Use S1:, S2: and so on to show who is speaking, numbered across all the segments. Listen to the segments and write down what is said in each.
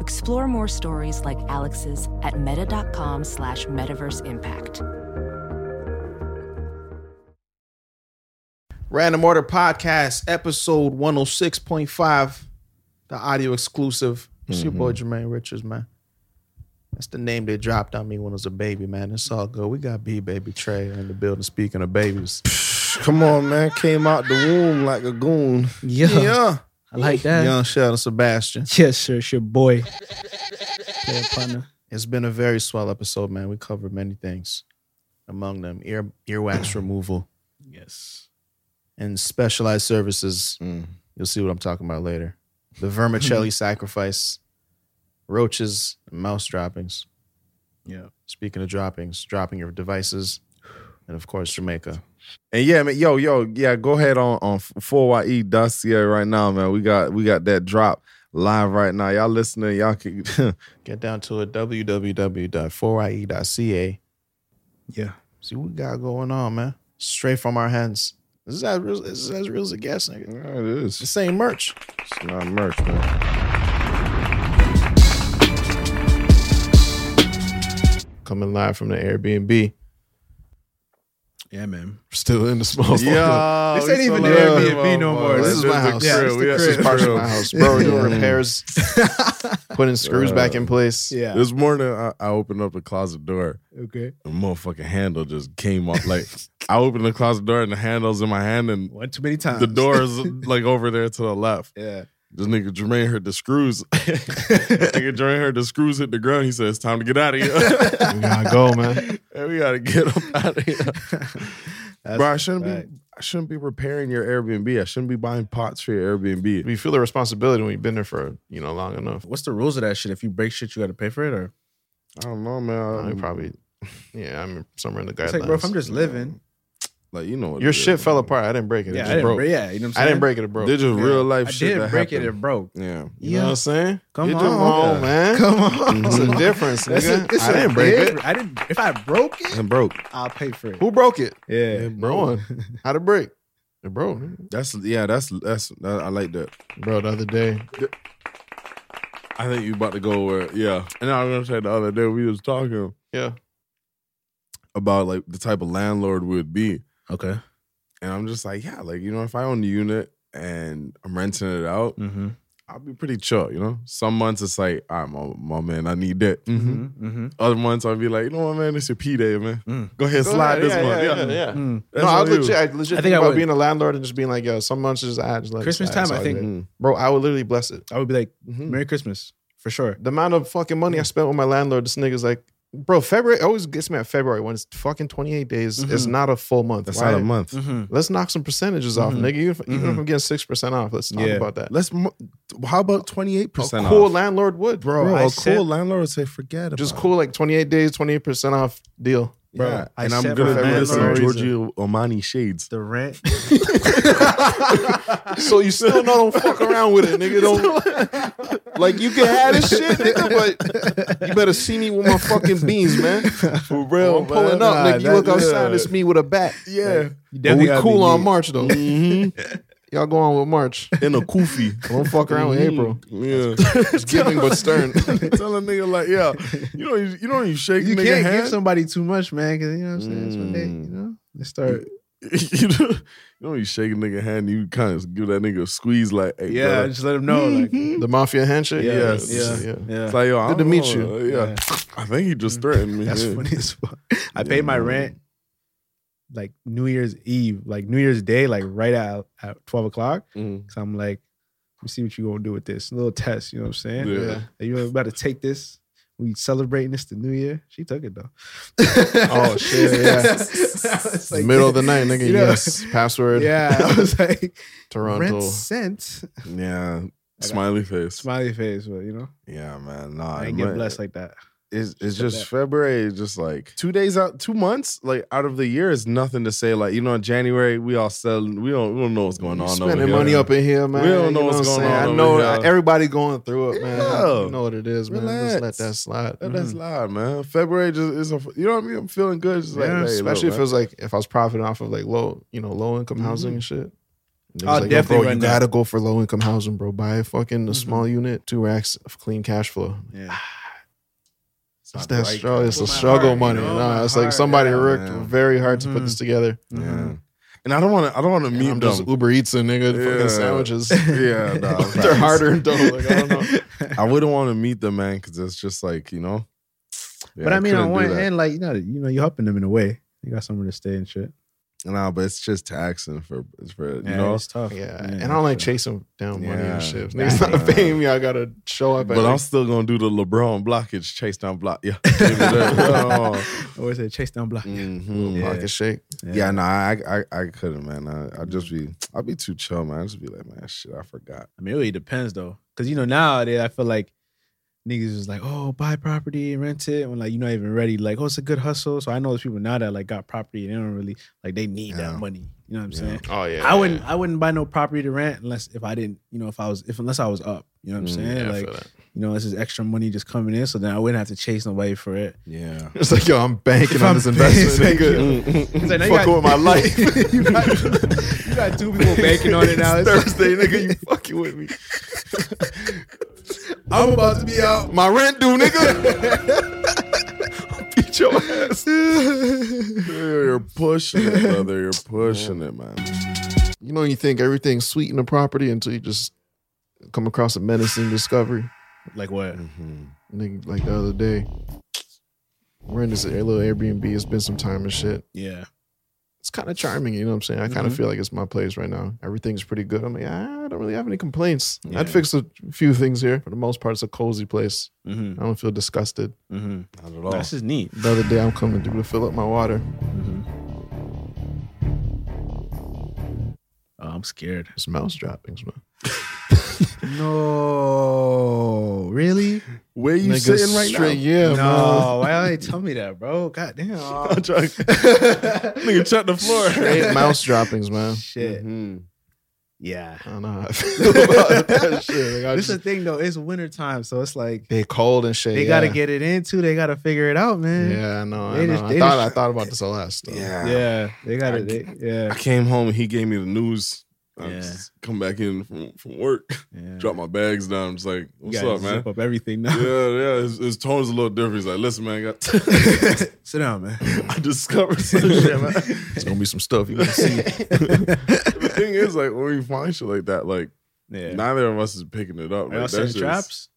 S1: Explore more stories like Alex's at meta.com slash metaverse impact.
S2: Random Order Podcast, episode 106.5, the audio exclusive. It's your boy Jermaine Richards, man. That's the name they dropped on me when I was a baby, man. It's all good. We got B Baby Trey in the building speaking of babies.
S3: Come on, man. Came out the womb like a goon.
S4: Yeah,
S2: yeah.
S4: I like that.
S2: Young Sheldon Sebastian.
S4: Yes, sir. It's your boy. Yeah, partner.
S2: It's been a very swell episode, man. We covered many things. Among them, ear earwax removal
S4: Yes.
S2: and specialized services.
S3: Mm.
S2: You'll see what I'm talking about later. The vermicelli sacrifice, roaches, and mouse droppings.
S4: Yeah.
S2: Speaking of droppings, dropping your devices, and of course Jamaica.
S3: And yeah, man, yo, yo, yeah, go ahead on on 4YE dossier E right now, man. We got we got that drop live right now. Y'all listening, y'all can
S2: Get down to it. E www.4ie.ca.
S4: Yeah.
S2: See what we got going on, man. Straight from our hands. This is as real, this is as, real as it gets, nigga.
S3: Yeah, it is.
S2: This ain't merch.
S3: It's not merch, man.
S2: Coming live from the Airbnb.
S4: Yeah, man.
S2: Still in the small.
S3: Yeah,
S4: This ain't even the Airbnb no more.
S2: This is my house.
S4: Yeah, this Oh, is the
S2: this is
S4: crib.
S2: parts of my house, bro. We're doing repairs, putting screws back in place.
S4: Yeah.
S3: This morning, I, I opened up the closet door.
S4: Okay.
S3: The motherfucking handle just came off. Like I opened the closet door and the handle's in my hand, and
S4: One too many times.
S3: the door is like over there to the left.
S4: Yeah.
S3: This nigga Jermaine heard the screws. nigga Jermaine heard the screws hit the ground. He said, "It's time to get out of here."
S2: we gotta go, man.
S3: Hey, we gotta get up out of here. Bro, I shouldn't
S4: right.
S3: be I shouldn't be repairing your Airbnb. I shouldn't be buying pots for your Airbnb.
S2: We feel the responsibility when you've been there for you know long enough.
S4: What's the rules of that shit? If you break shit, you got to pay for it, or
S3: I don't know, man.
S2: I mean,
S3: Um,
S2: probably, yeah. I'm somewhere in the guidelines.
S4: it's like, bro, if I'm just living,
S3: like you know what
S2: Your
S3: it is,
S2: shit fell
S3: man.
S2: apart. I didn't break it. it
S4: yeah, I
S2: just
S4: didn't
S2: broke.
S4: break. Yeah, you know what I'm saying.
S2: I didn't break it. It broke.
S3: They're just real life
S4: I
S3: shit.
S4: did
S3: that
S4: break it. It
S3: happened.
S4: broke.
S3: Yeah.
S2: You know what I'm saying?
S4: Come
S2: You're
S4: on.
S2: just wrong, man.
S4: Come on. Mm-hmm.
S2: It's a difference,
S4: That's a-
S2: nigga.
S4: this
S2: I
S4: a
S2: didn't break
S4: big-
S2: it.
S4: I didn't. If I broke it,
S3: And broke.
S4: I'll pay for it.
S2: Who broke it?
S4: Yeah.
S2: Bro, how'd it break? It broke, nigga.
S3: That's yeah, that's that's that, I like that.
S2: bro. The other day,
S3: I think you about to go where yeah. And I was gonna say the other day we was talking
S2: yeah,
S3: about like the type of landlord we would be.
S4: Okay.
S3: And I'm just like, yeah, like you know, if I own the unit and I'm renting it out,
S4: Mm-hmm.
S3: I'll be pretty chill, you know. Some months it's like, all right, my, my man, I need that.
S4: Mm-hmm.
S3: Other months I'll be like, you know what, man, it's your P day, man.
S4: Mm.
S3: Go ahead,
S2: Go
S3: slide
S2: ahead,
S3: this
S2: yeah,
S3: month.
S2: yeah,
S3: Yeah,
S2: yeah, yeah.
S4: Mm.
S3: That's
S2: no, I
S3: what we
S2: legit,
S3: do.
S2: I legit think,
S4: I think I
S2: about
S4: would.
S2: being a landlord and just being like, yo, some months just I just like
S4: Christmas
S2: ah,
S4: time,
S2: it's
S4: I
S2: all
S4: think-
S2: good.
S3: Mm.
S2: bro, I would literally bless it.
S4: I would be like,
S3: Mm-hmm.
S2: Mhm.
S4: Merry Christmas for sure.
S2: The amount of fucking money I spent with my landlord, this nigga's like, bro, February always gets me at February when it's fucking twenty eight days. It's not a full month.
S3: That's
S2: Why-
S3: not a month.
S4: Mm-hmm.
S2: Let's knock some percentages off, nigga. Even if, even if I'm getting six percent off, let's talk
S4: Yeah.
S2: about that.
S3: Let's. mo- How about twenty eight
S2: A
S3: percent?
S2: cool
S3: off?
S2: landlord would,
S3: bro.
S4: Bro,
S3: a
S4: I
S3: cool
S4: said-
S3: landlord would say, forget
S2: Just
S3: about
S2: cool, like twenty eight days, twenty eight percent off deal.
S3: it. Bro,
S4: Yeah, I
S3: and I'm
S4: said
S3: gonna
S4: for
S3: do this in
S4: landlords.
S3: Giorgio Omani shades.
S4: The rent.
S2: So you still know don't fuck around with it, nigga. Don't like you can have this shit, nigga, but you better see me with my fucking beans, man. Oh,
S3: For real,
S2: I'm pulling up, nigga. You look outside, it's me with a bat.
S3: Yeah,
S4: You
S2: But
S4: definitely
S2: we
S4: gotta be
S2: cool on
S4: neat.
S2: March though.
S3: Mm-hmm.
S2: Y'all go on with March.
S3: in a kufi. Mm-hmm.
S2: Don't fuck around with April.
S3: Yeah,
S2: It's giving but stern.
S3: tell a nigga like, yeah, you know, you, you know, you shake
S4: You
S3: nigga
S4: can't
S3: hand.
S4: give somebody too much, man, because you know what I'm saying. It's when they, you know, they start.
S3: you know, you know, you shake a nigga hand, you kind of give that nigga a squeeze, like, hey, brother.
S4: just let them know. Mm-hmm.
S2: The mafia handshake.
S3: Yeah,
S2: Yes.
S3: yeah,
S2: yeah.
S3: It's like, yo, I
S2: Good to
S3: don't
S2: meet
S3: know.
S2: you.
S3: Yeah.
S4: Yeah.
S3: I think he just threatened me.
S4: That's
S3: yeah.
S4: funny as fuck. I paid my rent like New Year's Eve, like New Year's Day, like right at at twelve o'clock.
S3: Mhm.
S4: So I'm like, let me see what you gonna do with this little test. You know what I'm saying?
S3: Yeah.
S4: Are you about to take this? We celebrating this the New Year. She took it though.
S2: Oh, shit, yeah.
S4: It's like-
S2: Middle of the night, nigga.
S4: You know-
S2: yes. Password.
S4: Yeah, I was like,
S2: Toronto.
S4: rent sent.
S3: Yeah. Smiley face.
S4: Smiley face, but you know,
S3: Yeah, man. Nah,
S4: I
S3: it
S4: ain't get
S3: might-
S4: blessed like that.
S3: it's, it's just February. It's just like two days out, two months like out of the year is nothing to say. Like you know, in January we all selling. We don't we don't know what's going on. over
S2: Spending
S3: here.
S2: money up in here, man.
S3: We don't know what's
S2: what I'm
S3: going
S2: saying?
S3: on
S2: I know
S3: over here.
S2: everybody going through it, man.
S3: Yeah.
S2: You know what it is, man. Just let
S3: Relax.
S2: that slide.
S3: That- That's live, man. February just is a. You know what I mean? I'm feeling good. It's just like,
S2: Yeah,
S3: hey,
S2: especially
S3: look,
S2: if it was like if I was profiting off of like low, you know, low income housing and shit. It was
S4: I'll
S2: like, yo,
S4: definitely
S2: bro,
S4: run
S2: you
S4: that.
S2: gotta go for low income housing, bro. Buy a fucking a small unit, two racks of clean cash flow.
S4: Yeah.
S2: It's that
S3: right
S2: struggle. It's a
S4: With my
S2: struggle
S4: heart,
S2: money.
S4: you know,
S2: nah,
S4: my
S2: it's like
S4: heart,
S2: somebody
S4: yeah,
S2: worked
S3: man.
S2: very hard to put this together.
S3: man.
S4: Mm-hmm.
S3: Yeah. Mm-hmm. And I don't want to. I don't want to
S2: And
S3: meet
S2: I'm
S3: them.
S2: just Uber Eats and nigga
S3: Yeah.
S2: fucking sandwiches.
S3: Yeah, nah,
S2: they're
S3: facts.
S2: harder and dough. Like, I don't know.
S3: I wouldn't want to meet them, man, because it's just like you know. Yeah,
S4: but I mean,
S3: couldn't
S4: on
S3: do
S4: one
S3: that.
S4: hand, like you know, you know, you're helping them in a way. You got somewhere to stay and shit.
S3: nah, but it's just taxing for for you
S4: Yeah,
S3: know.
S4: it's tough.
S2: Yeah, and I don't like chasing down money
S3: Yeah.
S2: and shit. If
S3: Yeah.
S2: Niggas not
S3: Yeah.
S2: paying me. I gotta show up.
S3: But
S2: at
S3: I'm
S2: it.
S3: still gonna do the LeBron blockage, chase down block. Yeah, yeah.
S4: Always say chase down block.
S3: Mhm.
S4: Yeah.
S2: pocket shake.
S3: Yeah, no, I, I I couldn't, man. I I just be I'd be too chill, man. I just be like, man, shit, I forgot.
S4: I mean, it really depends though, because you know nowadays I feel like niggas is like, oh, buy property and rent it when like you're not even ready. Like, oh, it's a good hustle. So I know those people now that like got property and they don't really like they need
S3: Yeah.
S4: that money. You know what I'm
S3: Yeah.
S4: saying?
S2: Oh yeah.
S4: I wouldn't. I wouldn't buy no property to rent unless if I didn't. You know, if I was if unless I was up. You know what
S3: Mm,
S4: I'm saying?
S2: Yeah, I
S4: like,
S2: feel that.
S4: you know, this is extra money just coming in, so then I wouldn't have to chase nobody for it.
S3: Yeah.
S2: It's like yo, I'm banking
S4: If
S2: on
S4: I'm
S2: this investment,
S4: banking-
S2: nigga.
S3: Mm-hmm.
S4: It's like, now
S2: Fuck with my life.
S4: you, got, you got two people banking on it now.
S2: It's
S4: It's
S2: Thursday, nigga. You fucking with me. I'm about to be out. My rent due, nigga. Beat your ass.
S3: You're pushing it, brother. You're pushing it, man.
S2: You know, you think everything's sweet in a property until you just come across a menacing discovery.
S4: like what?
S3: Mm.
S2: Nigga, like the other day, we're in this little Airbnb. It's been some time and shit.
S4: Yeah.
S2: It's kind of charming, you know what I'm saying? I
S4: Mm-hmm.
S2: kind of feel like it's my place right now. Everything's pretty good. I'm like, "Ah, I don't really have any complaints. I'd fix a few things here. For the most part, it's a cozy place.
S4: Mm-hmm.
S2: I don't feel disgusted.
S4: Mm-hmm.
S3: Not at all.
S4: That's just neat. Mm-hmm.
S2: The other day, I'm coming through to fill up my water.
S4: Oh, I'm scared.
S2: It's mouse droppings, man.
S4: No, really?
S3: Where you
S2: Nigga,
S3: sitting right
S2: straight-
S3: now?
S2: Yeah,
S4: no, why don't they tell me that, bro? God damn.
S3: Nigga, check the floor.
S2: man. Straight mouse droppings, man.
S4: Shit.
S3: Mhm.
S4: Yeah.
S2: I don't know how I feel about that shit. Like, I just-
S4: this is the thing though. It's wintertime, so it's like
S2: they cold and shit.
S4: they
S2: yeah.
S4: gotta get it in too. They gotta figure it out, man.
S2: Yeah, I know. I,
S4: They
S2: know.
S4: just-
S2: I
S4: they
S2: thought
S4: just-
S2: I thought about this a lot. Stuff.
S3: Yeah.
S4: Yeah, they got it. They,
S3: I
S4: yeah,
S3: came home and he gave me the news. I
S4: Yeah.
S3: just come back in from, from work,
S4: yeah.
S3: drop my bags down. I'm just like, what's
S4: You gotta
S3: up, man?
S4: Zip up everything
S3: Yeah,
S4: now.
S3: yeah. His, his tone's a little different. He's like, listen, man, I, got-
S4: Sit down, man.
S3: I discovered some shit, man.
S2: It's gonna be some stuff you gonna see.
S3: The thing is, like, when we find shit like that, like,
S4: Yeah.
S3: neither of us is picking it up.
S4: Are y'all
S3: Like,
S4: setting
S3: that's just,
S4: traps?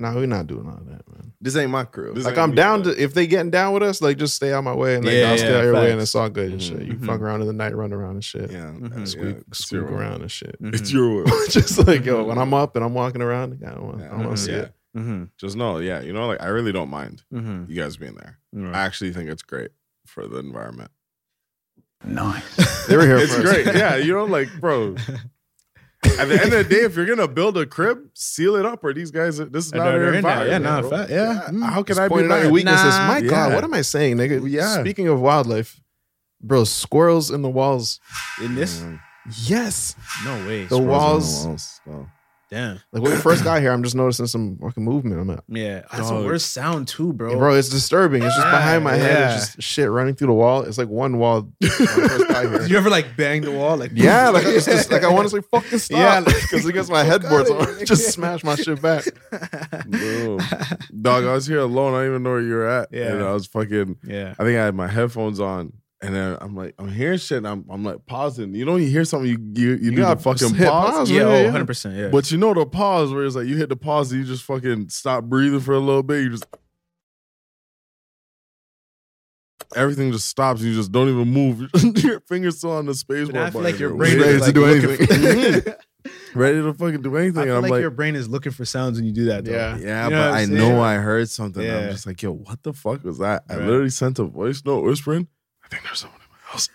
S2: nah, we're not doing all that, man.
S3: this ain't my crew.
S2: Like I'm down to if they getting down with us, like just stay out my way and like
S4: Yeah,
S2: I'll stay
S4: yeah,
S2: out your way and
S4: facts.
S2: it's all good and shit. You
S4: Mhm.
S2: fuck around in the night, run around and shit.
S3: Yeah,
S4: Mhm.
S3: yeah,
S2: Squeak,
S3: it's
S2: squeak
S3: your-
S2: around and shit.
S4: Mm-hmm.
S3: It's your way.
S2: just like yo, when I'm up and I'm walking around, like, I don't want, I don't want
S3: Mhm.
S2: to see
S3: Yeah.
S2: it.
S4: Mm-hmm.
S3: Just know, yeah, you know, like I really don't mind
S4: Mm-hmm.
S3: you guys being there. I actually think it's great for the environment.
S2: They were here.
S3: It's
S2: first.
S3: great. Yeah, you know, like, bro. At the end of the day, if you're gonna build a crib, seal it up, or these guys, this is
S4: And
S3: not
S4: they're
S3: their
S4: in there.
S3: environment.
S4: Yeah, nah,
S3: bro.
S4: fact- yeah. Mm.
S3: How can
S2: Just
S3: I be
S2: pointed out
S3: mad?
S2: your weaknesses. My
S3: Nah.
S2: God,
S3: Yeah.
S2: what am I saying, nigga?
S3: Yeah.
S2: Speaking of wildlife, bro, squirrels in the walls.
S4: In this?
S3: Mm.
S2: Yes.
S4: No way.
S2: The walls.
S3: Oh.
S4: Damn.
S2: Like when we first got here, I'm just noticing some fucking movement. I'm like,
S4: Yeah. That's
S3: Dog.
S4: the worst sound too, bro.
S2: bro, it's disturbing. It's just
S4: Yeah,
S2: behind my head. It's
S4: yeah.
S2: just shit running through the wall. It's like one wall. when I first got here.
S4: Did you ever like bang the wall? Like
S2: Yeah, like it's just like I want to say fucking
S4: Yeah,
S2: stop
S4: like-
S2: because it gets my headboard, so
S4: outta
S2: I
S4: here.
S2: just smash my shit back.
S3: Boom. Dog, I was here alone. I don't even know where you were at.
S4: Yeah.
S3: And I was fucking,
S4: Yeah.
S3: I think I had my headphones on. And then I'm like, I'm hearing shit. And I'm, I'm like pausing. You know, when you hear something, you you, you, do the
S2: gotta
S3: fucking
S2: hit
S3: pause.
S2: pause,
S4: Yeah,
S2: yeah,
S4: oh,
S2: yeah.
S4: 100%. Yeah.
S3: But you know the pause where it's like you hit the pause and you just fucking stop breathing for a little bit. You just everything just stops. You just don't even move. your fingers still on the space
S4: But
S3: bar
S4: I feel
S3: button.
S4: like your
S3: You're
S4: brain
S2: Ready
S4: is
S2: to
S4: like
S2: do
S4: looking
S2: anything.
S4: for-
S3: ready to fucking do anything.
S4: I
S3: And
S4: feel
S3: I'm
S4: like,
S3: like,
S4: your brain is looking for sounds when you do that. Though.
S2: Yeah.
S3: yeah,
S4: You know
S3: but
S4: what I'm
S3: I
S4: saying?
S3: know I heard something. I'm
S4: Yeah.
S3: just like, yo, what the fuck was that? I
S4: Right.
S3: literally sent a voice note whispering. I think there's someone in my house.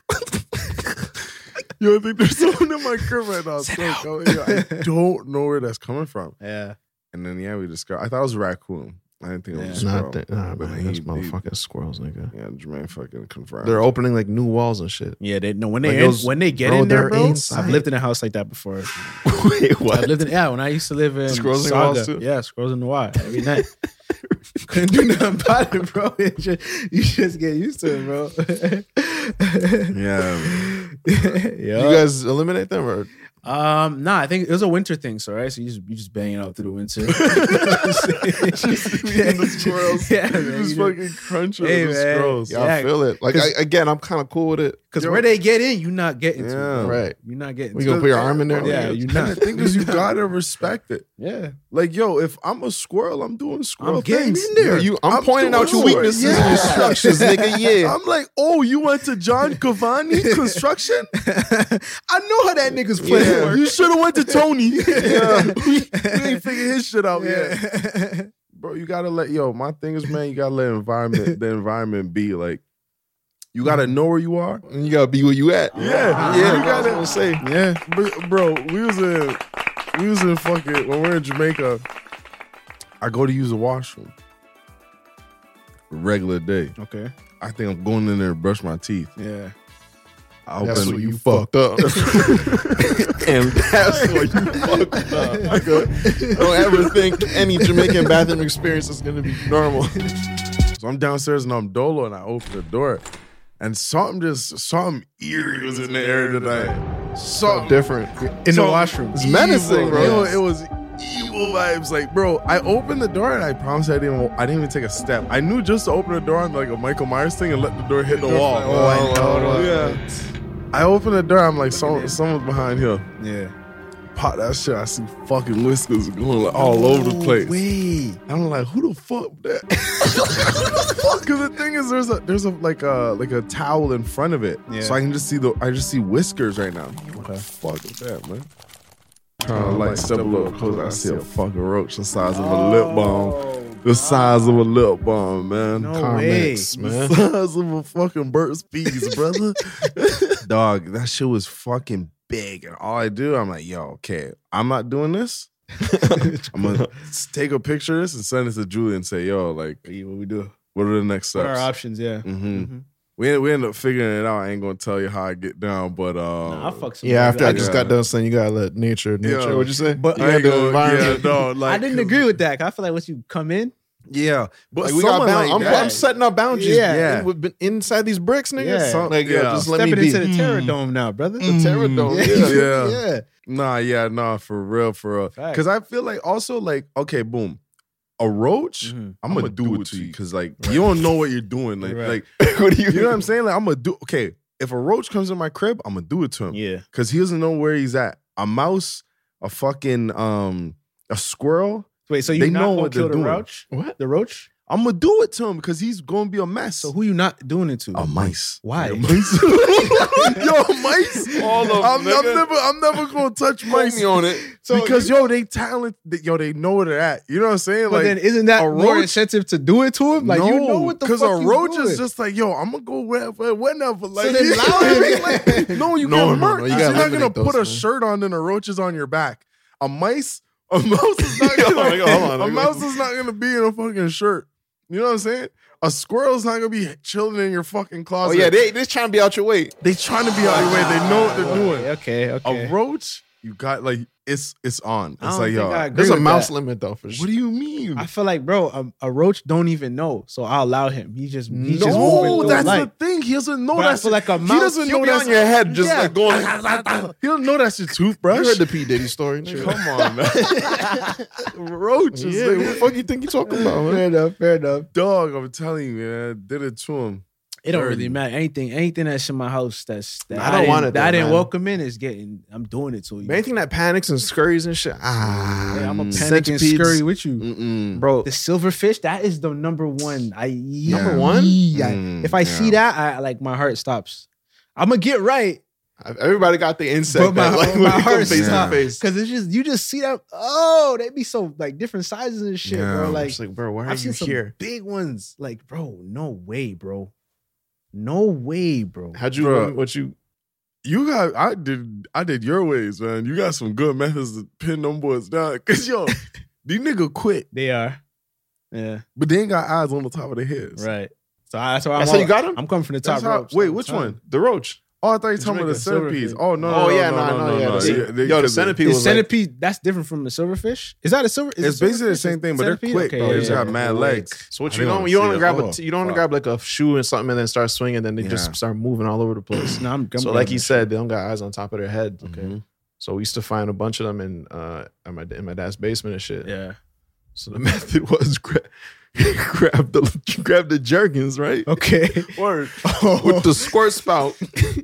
S3: yo, I think there's someone in my crib right now. So, yo, I don't know where that's coming from.
S4: Yeah.
S3: And then yeah, we discovered. I thought it was a raccoon. I didn't think it was a
S2: Nah, I
S3: squirrel.
S2: think- nah,
S3: But
S2: man,
S3: he-
S2: that's
S3: he-
S2: motherfucking squirrels, nigga.
S3: Yeah, Jermaine fucking confirmed.
S2: They're opening like new walls and shit.
S4: Yeah, they no when they
S2: Like
S4: in-
S2: those-
S4: when they get
S2: bro,
S4: in there,
S2: they're
S4: bro.
S2: inside.
S4: I've lived in a house like that before.
S2: Wait,
S4: I lived in yeah when I used to live in
S2: Squirrels in the
S4: Saga.
S2: walls, too?
S4: Yeah, squirrels in the wild every night. Couldn't do nothing about it, bro. It ju- you just get used to it, bro.
S3: yeah,
S2: You
S4: yeah.
S2: guys eliminate them or
S4: Um. Nah, I think it was a winter thing. So right, so you just you just banging out through the winter.
S2: Just eating the squirrels.
S4: Yeah,
S2: You
S4: man,
S2: just
S4: you know.
S2: fucking crunching
S4: Hey,
S2: the
S4: man.
S2: squirrels. Yeah, I
S4: Yeah,
S2: feel it. Like
S4: 'cause-
S2: I, again, I'm kind of cool with it.
S4: Because where they get in, you're not getting to.
S3: Yeah.
S4: bro.
S2: Right.
S4: You're not getting
S2: We
S4: to.
S2: gonna put your arm in there.
S4: Yeah, you
S3: And
S4: not.
S3: the thing is, you gotta respect it.
S4: Yeah.
S3: Like, yo, if I'm a squirrel, I'm doing squirrel
S4: I'm getting
S3: things in there.
S2: You, I'm, pointing out your
S3: doing it.
S2: weaknesses
S3: Yeah.
S2: and your structures, nigga. Yeah.
S3: I'm like, oh, you went to John Cavani construction?
S4: I know how that nigga's playing.
S3: Yeah. You should have went to Tony. yeah. We, we ain't figured his shit out yet.
S4: Yeah.
S3: bro, you gotta let yo. My thing is, man, you gotta let environment the environment be like. You gotta know where you are.
S2: And you gotta be where you at.
S3: Yeah,
S2: yeah.
S3: you
S2: that's
S3: gotta-
S2: what I'm saying.
S4: yeah.
S3: Bro, bro, we was in, we was in fucking when we are in Jamaica. I go to use the washroom. Regular day.
S4: Okay.
S3: I think I'm going in there to brush my teeth.
S4: Yeah.
S3: I open
S2: That's what you fucked up. and that's what you fucked up. nigga. Don't ever think any Jamaican bathroom experience is gonna be normal.
S3: So I'm downstairs and I'm dolo and I open the door. And something just something eerie was in the air tonight. Something
S2: Different.
S4: In
S3: So-
S4: the washroom.
S2: It's menacing,
S3: evil,
S2: bro.
S3: Yo, it was evil vibes. Like, bro, I opened the door and I promise I didn't. I didn't even take a step. I knew just to open the door on like a Michael Myers thing and let the door hit the wall.
S2: Oh, I know, right.
S3: Yeah. I opened the door. I'm like, someone, someone's behind here.
S4: Yeah.
S3: Pop that shit. I see fucking whiskers going like, all over the place.
S4: Wait.
S3: I'm like, who the fuck that? Who the fuck? Cause the thing is, there's a there's a like a like a towel in front of it,
S4: Yeah.
S3: so I can just see the I just see whiskers right now. What the fuck is that, man? Trying to like step a little closer, I see a Oh. fucking roach the size of a lip balm, the size of a lip balm, man.
S4: No
S2: Comments,
S4: way.
S2: man.
S3: The size of a fucking Burt's Bees, brother. Dog, that shit was fucking big. And all I do, I'm like, yo, okay, I'm not doing this. I'm gonna s- take a picture of this and send it to Julie and say, yo, like,
S4: What we do?
S3: what are the next
S4: What are our
S3: steps?
S4: options? Yeah. Mm-hmm.
S3: hmm We, we end up figuring it out. I ain't gonna tell you how I get down, but uh,
S4: Nah, I fuck some.
S2: Yeah,
S4: dudes.
S2: after I
S4: Like,
S2: just
S3: Yeah.
S2: got done saying you gotta let nature, nature.
S3: Yeah.
S2: What'd you say?
S3: but
S2: you
S3: I
S2: had
S3: ain't
S2: the
S3: gonna-
S2: environment.
S3: Yeah, no, like,
S4: I didn't agree with that. 'cause I feel like once you come in,
S3: Yeah, but
S2: Like we got
S3: someone
S2: bound-
S3: like
S2: I'm,
S3: that-
S2: I'm setting up boundaries.
S4: Yeah.
S3: Yeah.
S2: We've been inside these bricks, nigga.
S4: Yeah.
S2: Some- like, yo,
S3: Yeah.
S2: just let me
S4: stepping
S2: be.
S4: into the terror dome now, brother.
S2: The terror dome.
S3: Yeah.
S4: Yeah.
S2: Mm. yeah.
S3: Nah, yeah, nah, for real, for real.
S4: Facts.
S3: Because I feel like also like okay, boom, a roach.
S4: Mhm.
S3: I'm, gonna do, it to you because like you don't know what you're doing. Like,
S4: Right.
S3: like
S2: what do
S3: you know what I'm saying? Like I'm gonna do okay. If a roach comes in my crib, I'm gonna do it to him
S4: Yeah.
S3: because he doesn't know where he's at. A mouse, a fucking um, a squirrel.
S4: Wait. So you
S3: They
S4: not
S3: know
S4: gonna
S3: what
S4: kill
S3: they're
S4: the
S3: doing.
S4: roach?
S2: What?
S4: The roach?
S3: I'm gonna do it to him because he's gonna be a mess.
S4: So who you not doing it to?
S3: A mice.
S4: Why?
S3: Yo, mice. yo, mice.
S2: All of 'em,
S3: I'm, I'm
S2: nigga.
S3: never, I'm never gonna touch mice
S2: me on it.
S3: because yo, they talent. Yo, they know where they're at. You know what I'm saying?
S4: But then isn't that
S3: a
S4: more
S3: roach-
S4: incentive to do it to him? Like you know what the fuck
S3: because a
S4: he's
S3: roach
S4: doing.
S3: is just like yo, I'm gonna go wherever, whenever. Like,
S4: then
S3: you know
S4: allow
S3: what I
S4: him.
S3: mean? Like, no, you
S2: No, no,
S3: get
S2: no,
S3: murked.
S2: you
S3: You
S2: gotta
S3: are not gonna
S2: eliminate
S3: put
S2: those,
S3: a
S2: man.
S3: shirt on and a roach is on your back. A mice, a mouse is not
S2: Yo,
S3: gonna,
S2: nigga, hold on,
S3: a
S2: nigga.
S3: mouse is not gonna be in a fucking shirt. You know what I'm saying? A squirrel's not gonna be chilling in your fucking
S2: Oh
S3: closet.
S2: yeah, they they trying to be out your way.
S3: they trying to be out your way. They know what they're doing.
S4: okay, okay.
S3: A roach, you got like it's it's on. It's
S4: I don't
S3: like
S4: think
S3: yo,
S4: I agree
S2: There's a
S4: with
S2: mouse
S4: that.
S2: limit though for sure.
S3: what do you mean?
S4: I feel like, bro, a, a roach don't even know, so I'll allow him. He just he's just moving
S3: no,
S4: through
S3: that's
S4: life.
S3: the thing. He doesn't know
S4: But I
S3: that's
S4: feel like a
S3: He
S4: mouse-
S3: doesn't
S2: You'll
S3: know
S2: be
S3: that's
S2: on your head just
S3: Yeah.
S2: like going.
S3: He don't know that's your toothbrush.
S2: You heard the P Diddy story. Nigga.
S3: Come on, man. Roaches,
S2: Yeah,
S3: nigga.
S2: what the fuck you think you talking about, man?
S4: enough, fair enough.
S3: dog. I'm telling you, man. Did it to him.
S4: It don't really matter. Anything, anything that's in my house that's that
S2: I
S4: I,
S2: don't
S4: didn't,
S2: want it
S4: that
S2: though,
S4: I didn't
S2: man.
S4: welcome in is getting. I'm doing it to you.
S2: Man, Anything that panics and scurries and shit. Ah,
S4: Yeah, I'm
S3: Mm.
S4: a panic
S2: centipedes.
S4: and scurry with you,
S3: Mm-mm.
S4: bro. The silverfish, that is the number one. I
S2: Number one?
S4: Yeah.
S3: Mm,
S4: if I
S3: yeah.
S4: see that, I like my heart stops. I'm gonna get right.
S2: Everybody got the insect.
S4: but my,
S2: that, like, when
S4: my
S2: they come
S4: heart
S2: face to
S3: stopped.
S2: face.
S4: because it's just you just see them. Oh, they be so like different sizes and shit,
S3: Yeah,
S4: bro.
S2: I'm
S4: Like,
S2: just like, bro, why are
S4: I've
S2: you
S4: seen some
S2: here?
S4: big ones. Like, bro, no way, bro, no way, bro.
S2: How'd you?
S3: Bruh.
S2: What you?
S3: You got, I did, I did your ways, man. You got some good methods to pin them boys down. Cause yo, these nigga quit.
S4: They are. Yeah.
S3: But they ain't got eyes on the top of their heads.
S4: Right. So I, that's why I'm.
S2: That's how you
S4: all-
S2: got him?
S4: I'm coming from the top
S3: That's how-
S4: ropes
S3: wait,
S4: all the
S3: which
S4: time.
S3: one?
S2: The Roach.
S3: Oh, I thought you were talking about the
S4: Jamaica,
S3: centipede.
S4: silverfish.
S3: Oh no!
S2: oh
S3: no,
S2: yeah,
S3: no,
S2: no, no, yeah.
S3: no.
S2: the-
S3: They- they-
S2: yo, the
S3: 'cause they-
S2: centipede
S4: Is
S2: was like,
S4: centipede that's different from the silverfish? Is that a silver? Is
S3: It's
S4: it
S3: basically the
S4: silverfish?
S3: same thing, but they're
S4: Centipede?
S3: quick.
S4: Okay,
S3: though.
S4: yeah,
S3: It's
S4: yeah.
S3: got mad legs.
S2: So what
S3: I
S2: you
S3: didn't
S2: don't
S3: wanna
S2: you
S3: see
S2: don't
S3: it.
S2: grab
S3: Oh,
S2: a t- you don't
S3: fuck.
S2: grab like a shoe and something and then start swinging then they
S3: Yeah.
S2: just start moving all over the place.
S4: No, I'm, I'm
S2: so like
S4: grabbing
S2: he
S4: it.
S2: said, they don't got eyes on top of their head.
S3: Mhm.
S2: So we used to find a bunch of them in uh at my in my dad's basement and shit.
S4: Yeah.
S2: So the method was gra- grab the grab the jerkins right
S4: Okay.
S2: word
S3: Oh.
S2: with the squirt spout.
S3: Mm-hmm.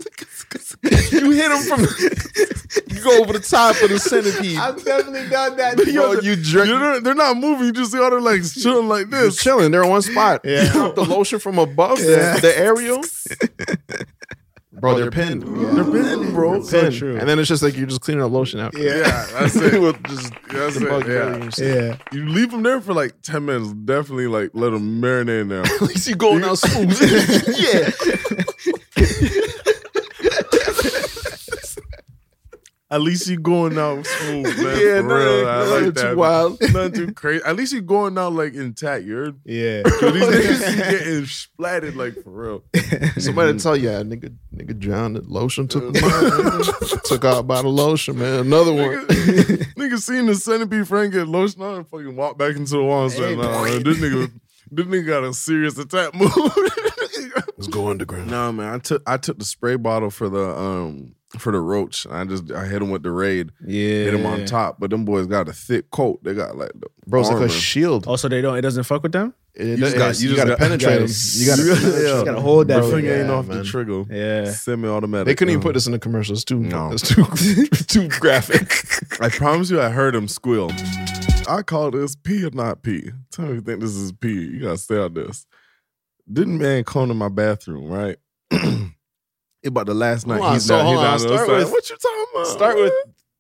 S2: you hit them from you go over the top of the centipede.
S5: I've definitely done that.
S2: But yo,
S5: bro.
S2: you jerk.
S3: You know, they're not moving. You just see all their legs chilling like
S2: They're
S3: this.
S2: chilling. They're in one spot.
S3: Yeah.
S2: You drop the lotion from above
S3: Yeah.
S2: the, the aerial. Bro, they're, pinned.
S3: Oh, They're big, bro.
S2: They're pinned. And then it's just like you're just cleaning up lotion after.
S3: Yeah, that's it.
S2: With just
S3: That's
S2: the
S3: it,
S2: bug
S3: yeah.
S2: yeah.
S4: Yeah.
S3: You leave them there for like ten minutes. Definitely, like let them marinate in there.
S2: At least you going out smooth. yeah.
S3: At least you going out smooth, man.
S2: Yeah,
S3: for
S2: no,
S3: real. I
S2: no,
S3: like
S2: it's
S3: that.
S2: wild.
S3: Nothing too crazy. At least you going out like intact. You're
S4: Yeah.
S3: these niggas you getting splatted like for real.
S2: Somebody tell you, yeah, nigga, nigga drowned. in Lotion took him out. took out by the lotion, man. Another one.
S3: nigga seen the centipede friend get lotion on and fucking walk back into the wall and said, nah, man, this nigga, this nigga got a serious attack move.
S2: Let's go underground.
S3: no man, I took I took the spray bottle for the um for the roach. I just I hit him with the raid.
S4: Yeah.
S3: Hit him on top, but them boys got a thick coat. They got like the
S2: Bro, it's like
S3: armor.
S2: a shield.
S4: Also, they don't. It doesn't fuck with them.
S2: It-
S3: just
S2: it
S3: got-
S2: has-
S3: you
S2: you
S3: just
S2: got to
S3: got-
S2: penetrate them.
S3: you
S2: You got
S3: gotta-
S2: to
S3: yeah.
S4: gotta hold that
S3: Bro,
S4: thing.
S3: finger ain't
S2: yeah,
S3: off the
S2: man.
S3: trigger.
S4: Yeah.
S3: Semi-automatic.
S2: They couldn't even
S3: Uh,
S2: put this in the commercials. Too,
S3: No.
S2: it's too, too graphic.
S3: I promise you, I heard him squeal. I call this pee or not pee. Tell me if you think this is pee. You gotta stay out this. Didn't man come to my bathroom, right? it about the last night.
S2: Hold on, so hold on.
S3: the other
S2: Start
S3: side.
S2: with-
S3: what you talking about?
S2: Start with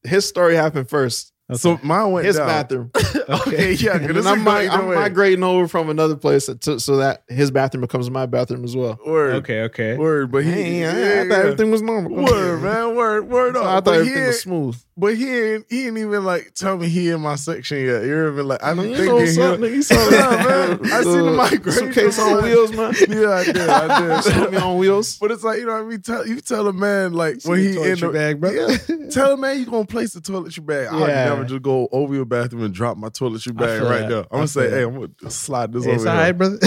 S2: his story happened first.
S3: so mine went
S2: His
S3: down.
S2: bathroom.
S3: Okay, yeah.
S2: And
S3: This
S2: then I'm, mi- I'm
S3: migrating.
S2: migrating over from another place to, so that his bathroom becomes my bathroom as well.
S3: Word,
S4: Okay. Okay.
S3: word, but he.
S2: Hey, I- I,
S3: yeah,
S2: thought
S3: yeah.
S2: everything was normal.
S3: Word, man, word, word.
S2: So
S3: up.
S2: I thought
S3: But he
S2: everything was
S3: ain't-
S2: smooth.
S3: But he ain't, he ain't even like tell me he in my section yet. You're even like I don't
S2: You
S3: think
S2: know
S3: he
S2: what's up, nigga? You saw
S3: Yeah,
S2: that,
S3: man. I seen the migration,
S2: Suitcase on
S3: man.
S2: wheels, man.
S3: Yeah, I did. I did.
S2: Put me on wheels.
S3: But it's like you know what I mean. Tell, you tell a man like
S4: See
S3: when
S4: the
S3: he in the
S4: toiletry bag, bro.
S3: Yeah. tell a man you gonna place the toiletry bag. I'll
S4: Yeah.
S3: never just go over your bathroom and drop my toiletry bag
S4: feel
S3: right
S4: that.
S3: there. I'm
S4: I
S3: gonna say,
S4: feel
S3: hey,
S4: that.
S3: I'm gonna just slide this
S4: Hey, it's
S3: over.
S4: all
S3: here.
S4: right, brother.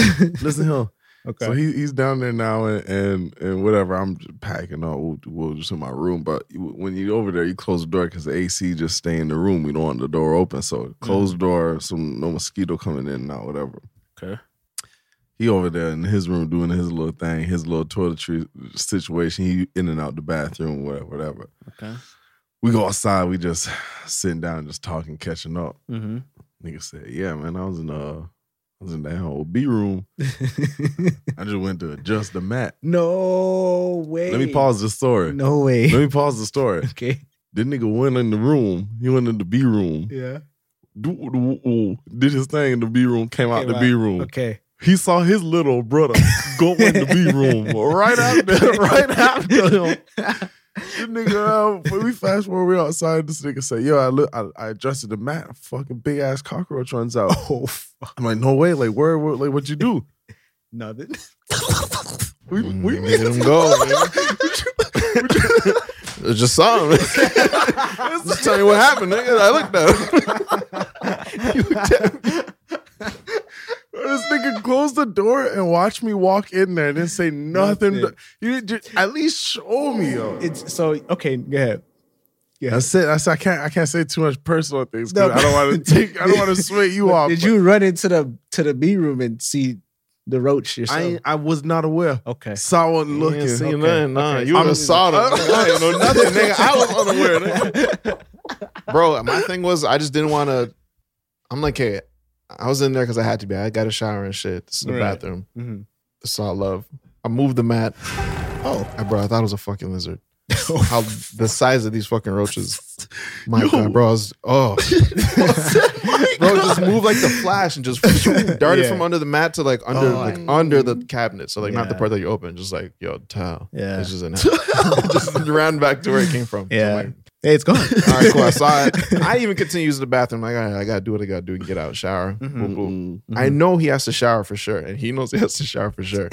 S3: Listen here.
S4: okay.
S3: So he he's down there now and and, and whatever. I'm just packing up. We'll, we'll just in my room. But you- when you over there, you close the door because the AC just stay in the room. We don't want the door open. So close
S4: Mm.
S3: the door. So no mosquito coming in now. Whatever.
S4: Okay.
S3: He over there in his room doing his little thing, his little toiletry situation. He in and out the bathroom, whatever, whatever.
S4: Okay.
S3: We go outside. We just sitting down, just talking, catching up.
S4: Mm-hmm.
S3: Nigga said, "Yeah, man, I was in uh, I was in that whole B room.
S4: Mm-hmm.
S3: I just went to adjust the mat."
S4: no way.
S3: Let me pause the story.
S4: No way.
S3: Let me pause the story.
S4: okay.
S3: This nigga went in the room. He went in the B room.
S4: Yeah.
S3: Do- do- do- Did his thing in the B room. Came out
S4: Came
S3: the
S4: out.
S3: B room.
S4: Okay.
S3: He saw his little brother go in the B room right after. Right after him. This nigga, uh, when we fast forward, we outside. This nigga said, "Yo, I look, I, I adjusted the mat. a Fucking big ass cockroach runs out."
S4: Oh fuck.
S3: I'm like, "No way! Like, where? where like, what you do?"
S4: Nothing.
S3: We, we
S2: Let him go, man. I just saw him. just tell me what happened, nigga. I looked up. you looked at me.
S3: This nigga closed the door and watched me walk in there and didn't say nothing.
S4: Nothing.
S3: You didn't ju- at least show me. Yo.
S4: It's so okay. Go ahead.
S3: That's it. That's I can't. I can't say too much personal things. 'cause
S4: No,
S3: I don't want
S4: but-
S3: to take. I don't want to sway you
S4: But
S3: off.
S4: Did
S3: but
S4: you run into the to the B room and see the roach yourself?
S3: I ain't- I was not aware.
S4: okay.
S3: Saw one
S2: You
S3: looking.
S2: ain't seen
S3: Okay.
S2: nothing. Nah, you
S3: I'm-
S2: would've saw them. I ain't know nothing, nigga. I was unaware. nigga. Bro, my thing was I just didn't want to. I'm like, hey, I was in there because I had to be. I got a shower and shit. This is the
S4: Right.
S2: bathroom.
S4: Mhm.
S2: I saw love. I moved the mat. Oh, bro, I thought it was a fucking lizard. How the size of these fucking roaches. My God, bro, I was oh, bro, it just moved like the flash and just darted
S4: Yeah.
S2: from under the mat to like under
S4: Oh,
S2: like
S4: I-
S2: under the cabinet. So like not the
S4: Yeah.
S2: part that you open, just like yo towel.
S4: Yeah.
S2: It's just an just round back to where it came from. So I'm
S4: Yeah.
S2: like,
S4: Hey, it's gone.
S6: All right, cool. I saw it. I even continue using the bathroom. Like, all right, I gotta do what I gotta do and get out, shower.
S4: Mm-hmm.
S6: Boom, boom. I know he has to shower for sure, and he knows he has to shower for sure.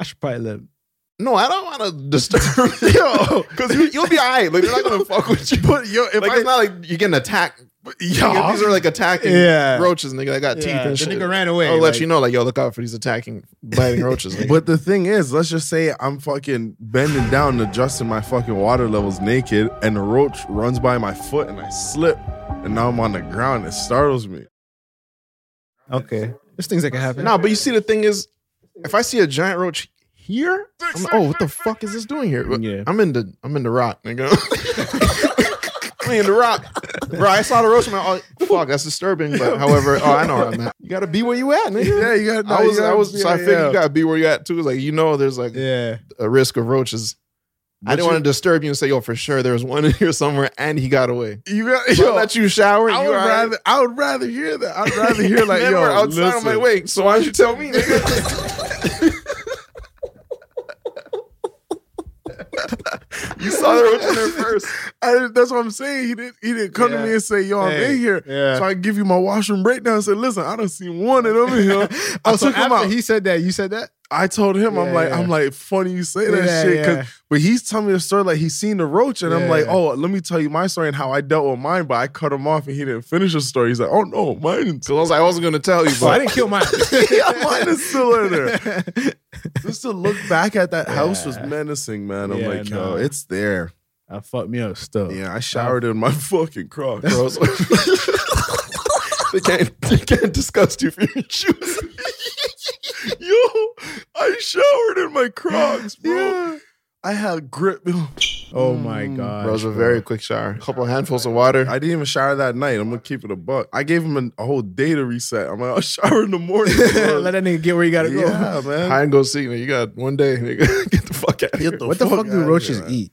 S4: I should probably let.
S6: No, I don't want to disturb yo, because you, you'll be all right. Like they're not gonna fuck with you. But yo, if like, it's not like you're getting attacked. Yo, these are like attacking
S4: Yeah.
S6: roaches, nigga. I got teeth
S7: Yeah,
S6: and
S4: The
S6: shit.
S4: nigga ran away.
S6: I'll let
S4: like-
S6: you know, like yo, look out for these attacking, biting roaches. Nigga.
S3: But the thing is, let's just say I'm fucking bending down, adjusting my fucking water levels naked, and the roach runs by my foot and I slip, and now I'm on the ground. It startles me.
S4: Okay. There's things that can happen.
S6: No, but you see, the thing is, if I see a giant roach here, I'm like, oh, what the fuck is this doing here? But
S4: Yeah.
S6: I'm in the I'm in the rock, nigga. I'm in the rock, bro. I saw the roach. I'm like, oh, fuck, that's disturbing. But however, oh, I know where I'm at. You gotta be where you at, nigga.
S3: Yeah, you gotta-
S6: I
S3: you
S6: was, I
S3: gotta
S6: was.
S3: be-
S6: so I
S3: yeah,
S6: figured
S3: yeah.
S6: you gotta be where you at too. It's Like you know, there's like
S4: Yeah.
S3: Oh,
S6: a risk of roaches. I didn't
S3: you-
S6: want to disturb you and say, yo, for sure, there was one in here somewhere, and he got away.
S3: You got,
S6: Yo,
S3: yo,
S6: let you shower.
S3: I
S6: you
S3: would
S6: all right?
S3: rather, I would rather hear that. I'd rather hear like,
S6: Then
S3: yo,
S6: we're outside.
S3: listen.
S6: I'm like, wait, so why'd you tell me, nigga? you saw the roach in there first.
S3: I, that's what I'm saying. He didn't. He didn't come to me and say, "Yo, I'm
S4: Hey,
S3: in here."
S4: yeah.
S3: So I give you my washroom breakdown. and said, "Listen, I don't see one of them in here." I
S4: Oh, So
S3: took him
S4: after
S3: out.
S4: he said that, you said that?
S3: I told him, I'm
S4: Yeah,
S3: like,
S4: yeah.
S3: I'm like, funny you say that
S4: Yeah,
S3: shit. 'cause-
S4: yeah.
S3: But he's telling me the story like he's seen the roach, and I'm
S4: Yeah,
S3: like,
S4: yeah.
S3: oh, let me tell you my story and how I dealt with mine. But I cut him off, and he didn't finish the story. He's like, oh no, mine, is-
S6: Because I was like, I wasn't gonna tell you,
S4: Oh, I
S6: but
S4: didn't kill mine.
S3: mine is still in there. Just to look back at that house was menacing, man. I'm
S4: Yeah,
S3: like,
S4: no. Oh,
S3: yo, it's there.
S4: I fucked me up still.
S3: Yeah, I showered in my fucking crock,
S6: bro,
S3: bro.
S6: so- they can't they can't disgust you for your shoes.
S3: yo, I showered in my Crocs, bro. I had grip.
S4: Oh
S3: Mm,
S4: my god.
S6: Bro, it was a very quick shower. A couple handfuls of water.
S3: I didn't even shower that night. I'm gonna keep it a buck. I gave him an- a whole day to reset. I'm like, I'll shower in the morning. bro.
S4: Let that nigga get where you gotta go.
S3: yeah, man.
S6: Hide and go seek, nigga. You got one day, nigga. Get the fuck out of here.
S4: What the fuck, do
S3: outta
S4: roaches
S3: here.
S4: eat?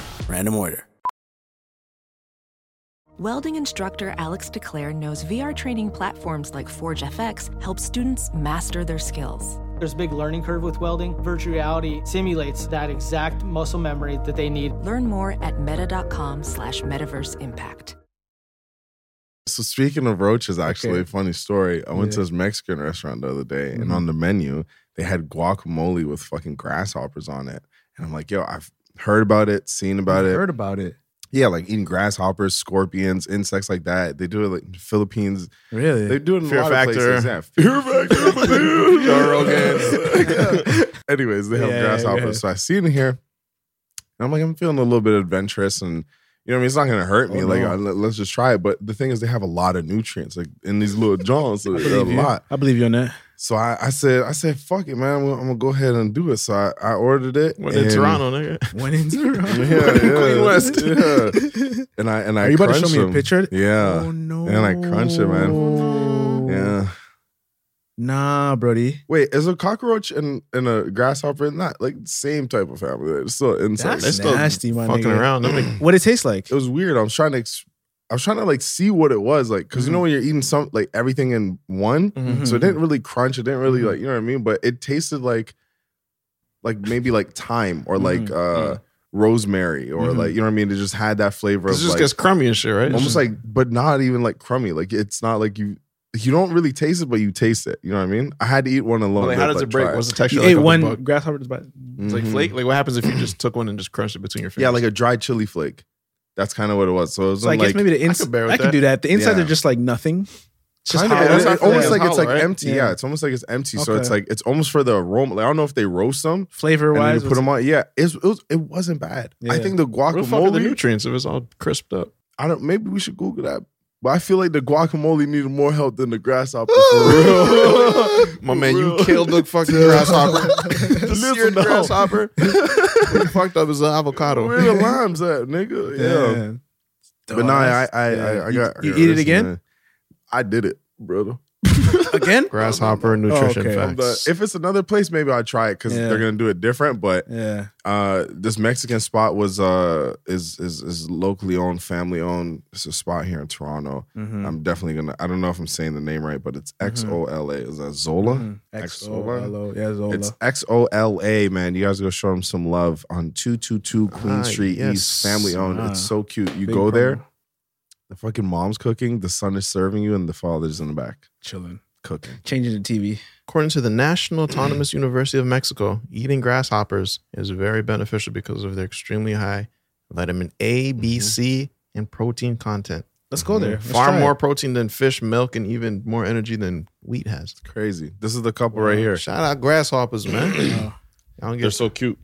S8: Random order.
S1: Welding instructor Alex DeClaire knows VR training platforms like ForgeFX help students master their skills.
S7: There's a big learning curve with welding. Virtual reality simulates that exact muscle memory that they need.
S1: Learn more at meta.com slash metaverse impact.
S3: So speaking of roaches, actually,
S4: Okay.
S3: funny story. I went to
S4: Yeah. Mm-hmm.
S3: this Mexican restaurant the other day, and on the menu they had guacamole with fucking grasshoppers on it. And I'm like, yo, I've heard about it, seen about it.
S4: Heard about it.
S3: Yeah, like eating grasshoppers, scorpions, insects like that. They do it like in the Philippines.
S4: Really?
S3: They do it in
S6: Fear
S3: a lot
S6: Factor.
S3: of places. Yeah. Fear Factor.
S6: Joe Rogan.
S3: Yeah. Anyways, they have
S4: Yeah,
S3: grasshoppers.
S4: yeah.
S3: So I seen it here. And I'm like, I'm feeling a little bit adventurous and you know what I mean? It's not gonna hurt me.
S4: Oh,
S3: like
S4: no.
S3: I- let- let's just try it. But the thing is they have a lot of nutrients like in these little jaws. so they're a lot.
S4: I believe you on that.
S3: So I, I said, I said, fuck it, man. I'm gonna, I'm gonna go ahead and do it. So I, I ordered it.
S6: When in
S3: and-
S6: Toronto, nigga.
S4: Went into
S3: Yeah,
S6: When in
S3: yeah,
S6: Queen West.
S3: yeah. And I and I
S4: Are you about to show
S3: crunched
S4: me a
S3: them.
S4: picture?
S3: Yeah.
S4: Oh no.
S3: And I crunch it, man. Yeah.
S4: Nah, Brody.
S3: Wait, is a cockroach and, and a grasshopper not like same type of family? It's still insects.
S4: That's nasty, my
S6: Fucking
S4: nigga.
S6: around. Them niggas-
S4: What it tastes like?
S3: It was weird. I was trying to, ex- I was trying to like see what it was like, because you know
S2: Mm-hmm.
S3: when you're eating some like everything in one,
S4: Mhm.
S3: so it didn't really crunch. It didn't
S2: Mm-hmm.
S3: really
S2: Mm-hmm.
S3: like you know what I mean. But it tasted like, like maybe like thyme or like uh rosemary or like you know what I mean. It just had that flavor
S2: It
S3: of
S2: Mm-hmm. just
S3: like,
S2: gets crummy and shit, right?
S3: almost like, but not even like crummy. Like it's not like you you don't really taste it, but you taste it. You know what I mean? I had to eat one alone.
S2: like,
S3: to,
S2: how does
S3: like,
S2: it break?
S3: try
S2: What's the texture?
S4: You
S2: like
S4: ate
S2: of the
S4: one
S2: bug?
S4: grasshopper just by
S2: It's like
S6: Mm-hmm.
S3: Mhm.
S2: flake. Like what happens if you just took one and just crushed it between your fingers?
S3: Yeah, like a dried chili flake. That's kind of what it was. So it was
S4: So I
S3: like,
S4: guess maybe the
S2: could
S4: inside.
S2: bear
S4: I,
S2: with
S4: can
S2: that.
S4: do that. The insides
S3: Yeah.
S4: are just like nothing. It's just
S3: Kinda,
S4: hollow.
S3: it was-
S2: That's how I
S3: it
S2: feel like
S3: almost
S2: it's
S3: like it's like
S2: hollow, right?
S3: empty. Yeah.
S4: Yeah.
S3: it's almost like it's empty. So
S4: Okay.
S3: it's like it's almost for the aroma. Like, I don't know if they roast them
S4: flavor
S3: and then
S4: wise.
S3: you put them on. Yeah, it's, it was it wasn't bad. I
S4: Yeah.
S3: think the
S2: What the fuck are the
S3: guacamole.
S2: nutrients if it's all crisped up?
S3: I don't. Maybe we should Google that. But I feel like the guacamole needed more help than the grasshopper. For real.
S2: My man, you
S3: Bro.
S2: killed the fucking grasshopper. the
S3: Listen,
S2: seared
S3: no.
S2: grasshopper. what you fucked up is an avocado.
S3: Where the limes at, nigga? Yeah. But nah, I I, I, I
S4: You-
S3: got.
S4: you eat it
S3: listen,
S4: again?
S3: man. I did it, brother.
S4: again.
S2: Grasshopper nutrition
S4: okay.
S3: I'm the-
S2: facts.
S3: if it's another place, maybe I'll try it because
S4: Yeah.
S3: they're gonna do it different. But
S4: Yeah.
S3: uh, this Mexican spot was uh is is is locally owned, family owned. It's a spot here in Toronto.
S2: Mm-hmm.
S3: I'm definitely gonna. I don't know if I'm saying the name right, but it's X O L A. Is that Zola?
S2: Mm-hmm.
S4: Hmm. Xola. Yeah,
S3: It's
S4: Xola.
S3: X O L A, man. You guys go show them some love on 222 Queen
S2: Ah,
S3: Street East,
S2: yes.
S3: family owned.
S4: Ah.
S3: it's so cute. You
S4: Big
S3: go there,
S4: promo.
S3: the fucking mom's cooking, the son is serving you, and the father's in the back
S4: Chilling.
S3: cooking.
S4: Changing the TV.
S2: According to the National Autonomous University of Mexico, eating grasshoppers is very beneficial because of their extremely high vitamin A, B,
S3: Mm-hmm.
S2: C, and protein content.
S4: Let's go there. Let's
S2: Far
S4: try
S2: more
S4: it.
S2: protein than fish, milk, and even more energy than wheat has.
S3: Crazy. This is the couple right here.
S2: Shout out grasshoppers, man. I don't
S3: They're
S2: get
S3: so cute.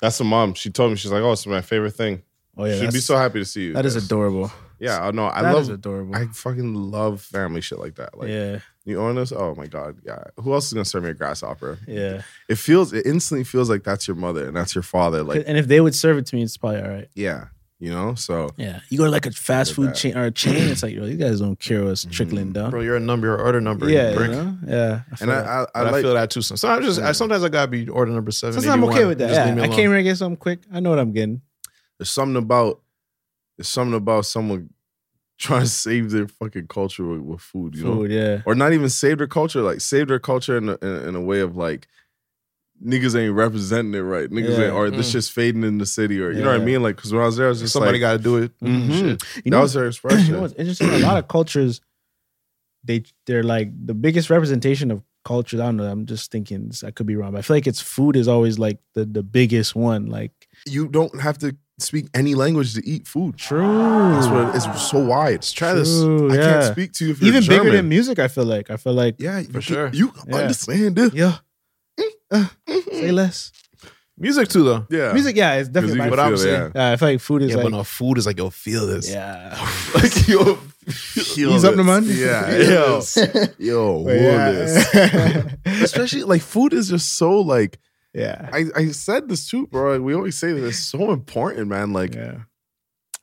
S3: That's the mom. She told me she's like, "Oh, it's my favorite thing."
S4: Oh yeah.
S3: She'd be
S4: that's-
S3: so happy to see you.
S4: That is
S3: guys.
S4: adorable.
S3: Yeah, I know. I
S4: That is
S3: love.
S4: adorable.
S3: I fucking love family shit like that. Like,
S4: yeah.
S3: you own this? Oh my god, yeah. Who else is gonna serve me a grasshopper?
S4: Yeah.
S3: It feels. It instantly feels like that's your mother and that's your father. Like,
S4: and if they would serve it to me, it's probably all right.
S3: yeah, you know. So
S4: Yeah. You go to like a fast
S3: Look
S4: food
S3: at Mm-hmm.
S4: chain or a chain, it's like, yo, you guys don't care what's trickling down.
S2: bro. You're a number, your order number. you
S4: yeah. you
S2: prick.
S4: know? Yeah. I feel
S3: And
S4: that.
S3: I, I, I
S2: But I,
S3: like
S2: feel that too. Sometimes, sometimes, just, I, sometimes I gotta be order number seven.
S4: Sometimes I'm okay with that.
S2: Just leave
S4: Yeah.
S2: me
S4: I
S2: alone.
S4: came here and get something quick. I know what I'm getting.
S3: there's something about there's something about someone trying to save their fucking culture with, with food, you know,
S4: Food, yeah.
S3: or not even save their culture, like save their culture in a, in, a- in a way of like niggas ain't representing it right, niggas
S4: Yeah. Mm.
S3: ain't, or this shit's fading in the city, or you know what I
S4: Yeah.
S3: mean, like because when I was there, I was just
S2: Somebody
S3: like,
S2: gotta do it.
S3: mhm.
S4: mm, You
S3: that
S4: know-
S3: was their
S4: You know
S3: expression.
S4: what's interesting? A lot of cultures, they they're like the biggest representation of cultures. I don't know. I'm just thinking. I could be wrong, but I feel like it's food is always like the the biggest one. Like
S3: you don't have to speak any language to eat food.
S4: true.
S3: That's what it's so wide. Let's
S2: try this.
S3: I can't speak to you if you're
S4: Even bigger
S3: German.
S4: than music. I feel like. I feel like.
S3: Yeah, you
S2: For
S3: can-
S2: sure.
S3: You
S4: Yeah.
S3: understand this.
S4: Yeah. Uh, say less.
S2: Music too, though.
S3: Yeah.
S4: Music. Yeah, it's
S3: you
S4: definitely.
S3: can
S4: my-
S3: feel
S4: I'm
S3: it,
S4: saying. Uh, I feel like food is
S2: Yeah,
S4: like.
S2: but no, food is like yo, feel this.
S4: Yeah.
S3: like yo,
S4: He's up to man.
S3: Yeah,
S4: He's
S3: yo,
S4: up
S3: yo,
S4: But
S3: hold this. Especially like food is just so like
S4: yeah.
S3: I, I said this too, bro. Like, we always say this. It's so important, man. Like
S4: Yeah.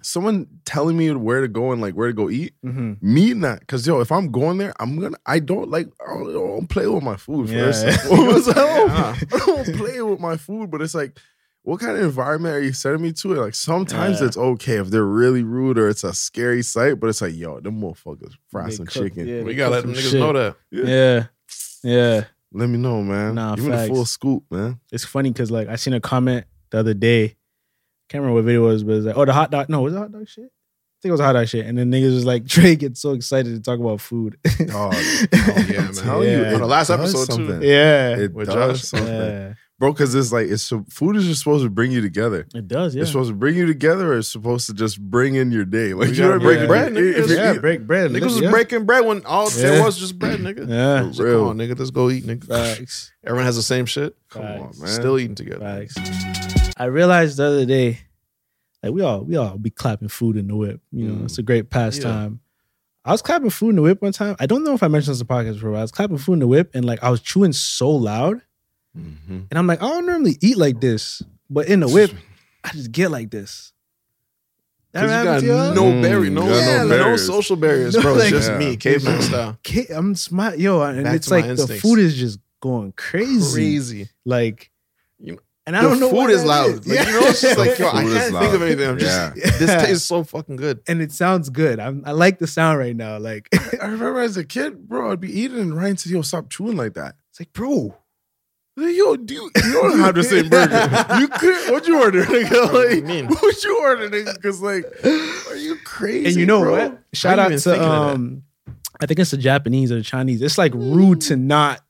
S3: someone telling me where to go and like where to go eat,
S4: Mm-hmm.
S3: me not. Cause yo, if I'm going there, I'm gonna. I don't like. I don't, I don't play with my food.
S4: Yeah.
S3: First, I don't, I don't play with my food. But it's like, what kind of environment are you sending me to? And, like sometimes
S4: Yeah.
S3: it's okay if they're really rude or it's a scary sight. But it's like, yo, them motherfuckers fry
S4: They
S3: some
S4: cook-
S3: chicken.
S4: yeah,
S2: We
S4: they
S2: gotta let
S4: cook
S2: them
S4: some
S2: niggas
S4: shit.
S2: know that.
S4: Yeah. Yeah.
S3: Let me know, man.
S4: Nah,
S3: Give me the full
S4: facts.
S3: scoop, man.
S4: it's funny because like I seen a comment the other day. Can't remember what video it was, but it's like, oh, the hot dog. No, was it hot dog shit? I think it was hot dog shit. And then niggas was like, Trey gets so excited to talk about food. Oh,
S3: Dog.
S2: Oh, yeah,
S3: I'm
S2: man.
S3: telling you,
S4: Yeah.
S3: it
S2: On the last
S3: does
S2: episode, too.
S3: something.
S4: yeah.
S3: It
S2: With
S3: does
S2: Josh.
S3: something,
S4: Yeah.
S3: bro. Because it's like it's so- food is just supposed to bring you together.
S4: It does, yeah.
S3: It's supposed to bring you together, or it's supposed to just bring in your day. Like
S2: We
S3: you
S2: gotta
S3: know, what I
S2: break
S3: mean?
S2: bread,
S3: If- if
S2: niggas.
S3: you
S4: yeah,
S3: eat-
S4: break bread.
S2: Niggas
S4: nigga,
S2: was
S4: yeah.
S2: breaking bread when all
S4: Yeah.
S2: there was just bread, nigga.
S4: Yeah.
S2: So
S3: Real.
S2: Come on, nigga, let's go eat, nigga.
S4: Facts.
S2: Everyone has the same shit.
S3: Come on,
S4: Facts.
S3: man.
S2: Still eating together.
S4: Facts. I realized the other day, like we all we all be clapping food in the whip. You know,
S2: Mm.
S4: it's a great pastime. I was clapping food in the whip one time. I don't know if I mentioned this in the podcast before. but I was clapping food in the whip and like I was chewing so loud. And I'm like, I don't normally eat like this, but in the whip, I just get like this. That
S2: 'Cause you
S4: happened
S2: got
S4: to y'all?
S2: no
S3: Mm,
S2: barrier, no,
S3: you got no
S2: yeah, no,
S3: barriers.
S2: social barriers,
S4: No,
S2: bro.
S4: like-
S2: it's just
S3: Yeah.
S2: me, caveman style.
S4: Ki- I'm smart, yo, and
S2: Back
S4: it's
S2: to my
S4: like the
S2: instincts.
S4: food is just going crazy,
S2: Crazy.
S4: like,
S2: You know,
S4: and I don't know.
S2: the
S4: why
S2: food is
S4: that
S2: loud.
S4: is.
S2: Like,
S4: Yeah.
S2: You know, it's just like yo, I
S3: Food is
S2: can't think
S3: loud.
S2: of anything. I'm just
S3: Yeah.
S2: this tastes so fucking good.
S4: and it sounds good. I'm, I like the sound right now. Like it's
S3: I remember as a kid, bro, I'd be eating and Ryan said, "Yo, stop chewing like that."
S4: like, bro,
S3: Yo, do you, you don't know how to say burger. You could what'd you order, nigga? Like, what'd you order, nigga? Because like, are you crazy?
S4: and you know
S3: bro?
S4: what? Shout
S3: How you
S4: out
S3: even
S4: to
S3: thinking of that?
S4: um, I think it's the Japanese or the Chinese. It's like rude to not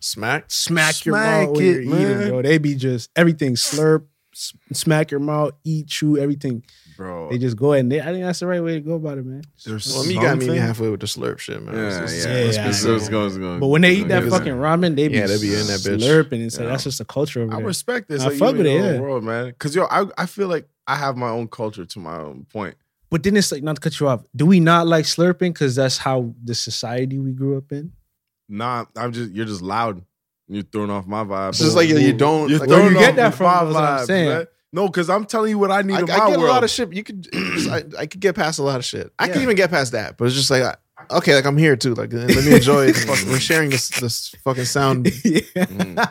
S3: smack.
S4: smack, your
S3: Smack
S4: mouth when you're
S3: it, man.
S4: eating, bro. They be just everything slurp, s- smack your mouth, eat, chew, everything.
S3: bro.
S4: They just go ahead and they, I think that's the right way to go about it, man.
S3: There's
S2: Well, me got me
S3: something-
S2: halfway with the slurp shit, man. It's
S3: Yeah,
S2: just-
S3: yeah.
S4: Yeah,
S3: Let's
S4: I
S3: be-
S4: know.
S3: let's go, let's go.
S4: But when they eat that
S3: Let's go.
S4: fucking ramen, they be,
S2: Yeah, they be in that bitch.
S4: slurping and so
S3: Yeah.
S4: that's just a culture over
S3: I
S4: there.
S3: respect this.
S4: I
S3: I like,
S4: fuck
S3: fuck
S4: with it, yeah.
S3: world, man. Cause yo, I, I feel like I have my own culture to my own point.
S4: But then it's like not to cut you off. Do we not like slurping because that's how the society we grew up in?
S3: Nah, I'm just you're just loud. You're throwing off my vibe.
S2: It's just like yo, you don't.
S3: You're
S2: like,
S3: throwing
S4: you get
S3: off
S4: that from
S3: my
S4: is what I'm
S3: vibes,
S4: saying.
S3: man. No, because I'm telling you what I need
S2: I, I
S3: in
S2: get
S3: my world.
S2: a lot of shit. You could, I, I could get past a lot of shit. I can even get past that, but it's just like, I- okay, like I'm here too. Like, let me enjoy. it. Fuck, we're sharing this this fucking sound,
S4: yeah,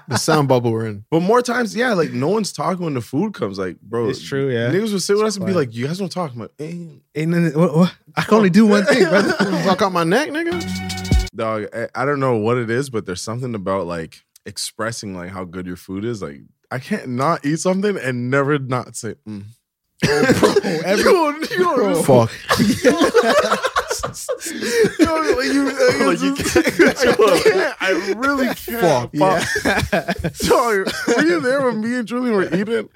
S2: the sound bubble we're in.
S3: But more times, yeah, like no one's talking when the food comes. Like, bro,
S4: It's true, yeah.
S3: Niggas would sit with us and be
S4: quiet.
S3: like, "You guys don't talk." I'm like, "Eh,
S4: and then what, what? I can only do one thing, brother.
S2: Fuck out my neck, nigga.
S3: dog, I, I don't know what it is, but there's something about like expressing like how good your food is. Like, I can't not eat something and never not say, mm.
S4: every-
S3: you don't, you don't know.
S2: Fuck.
S3: Yo, like, you, like, it's just- I, can't, I really can't.
S2: Yeah.
S3: Dog, were you there when me and Julian were eating?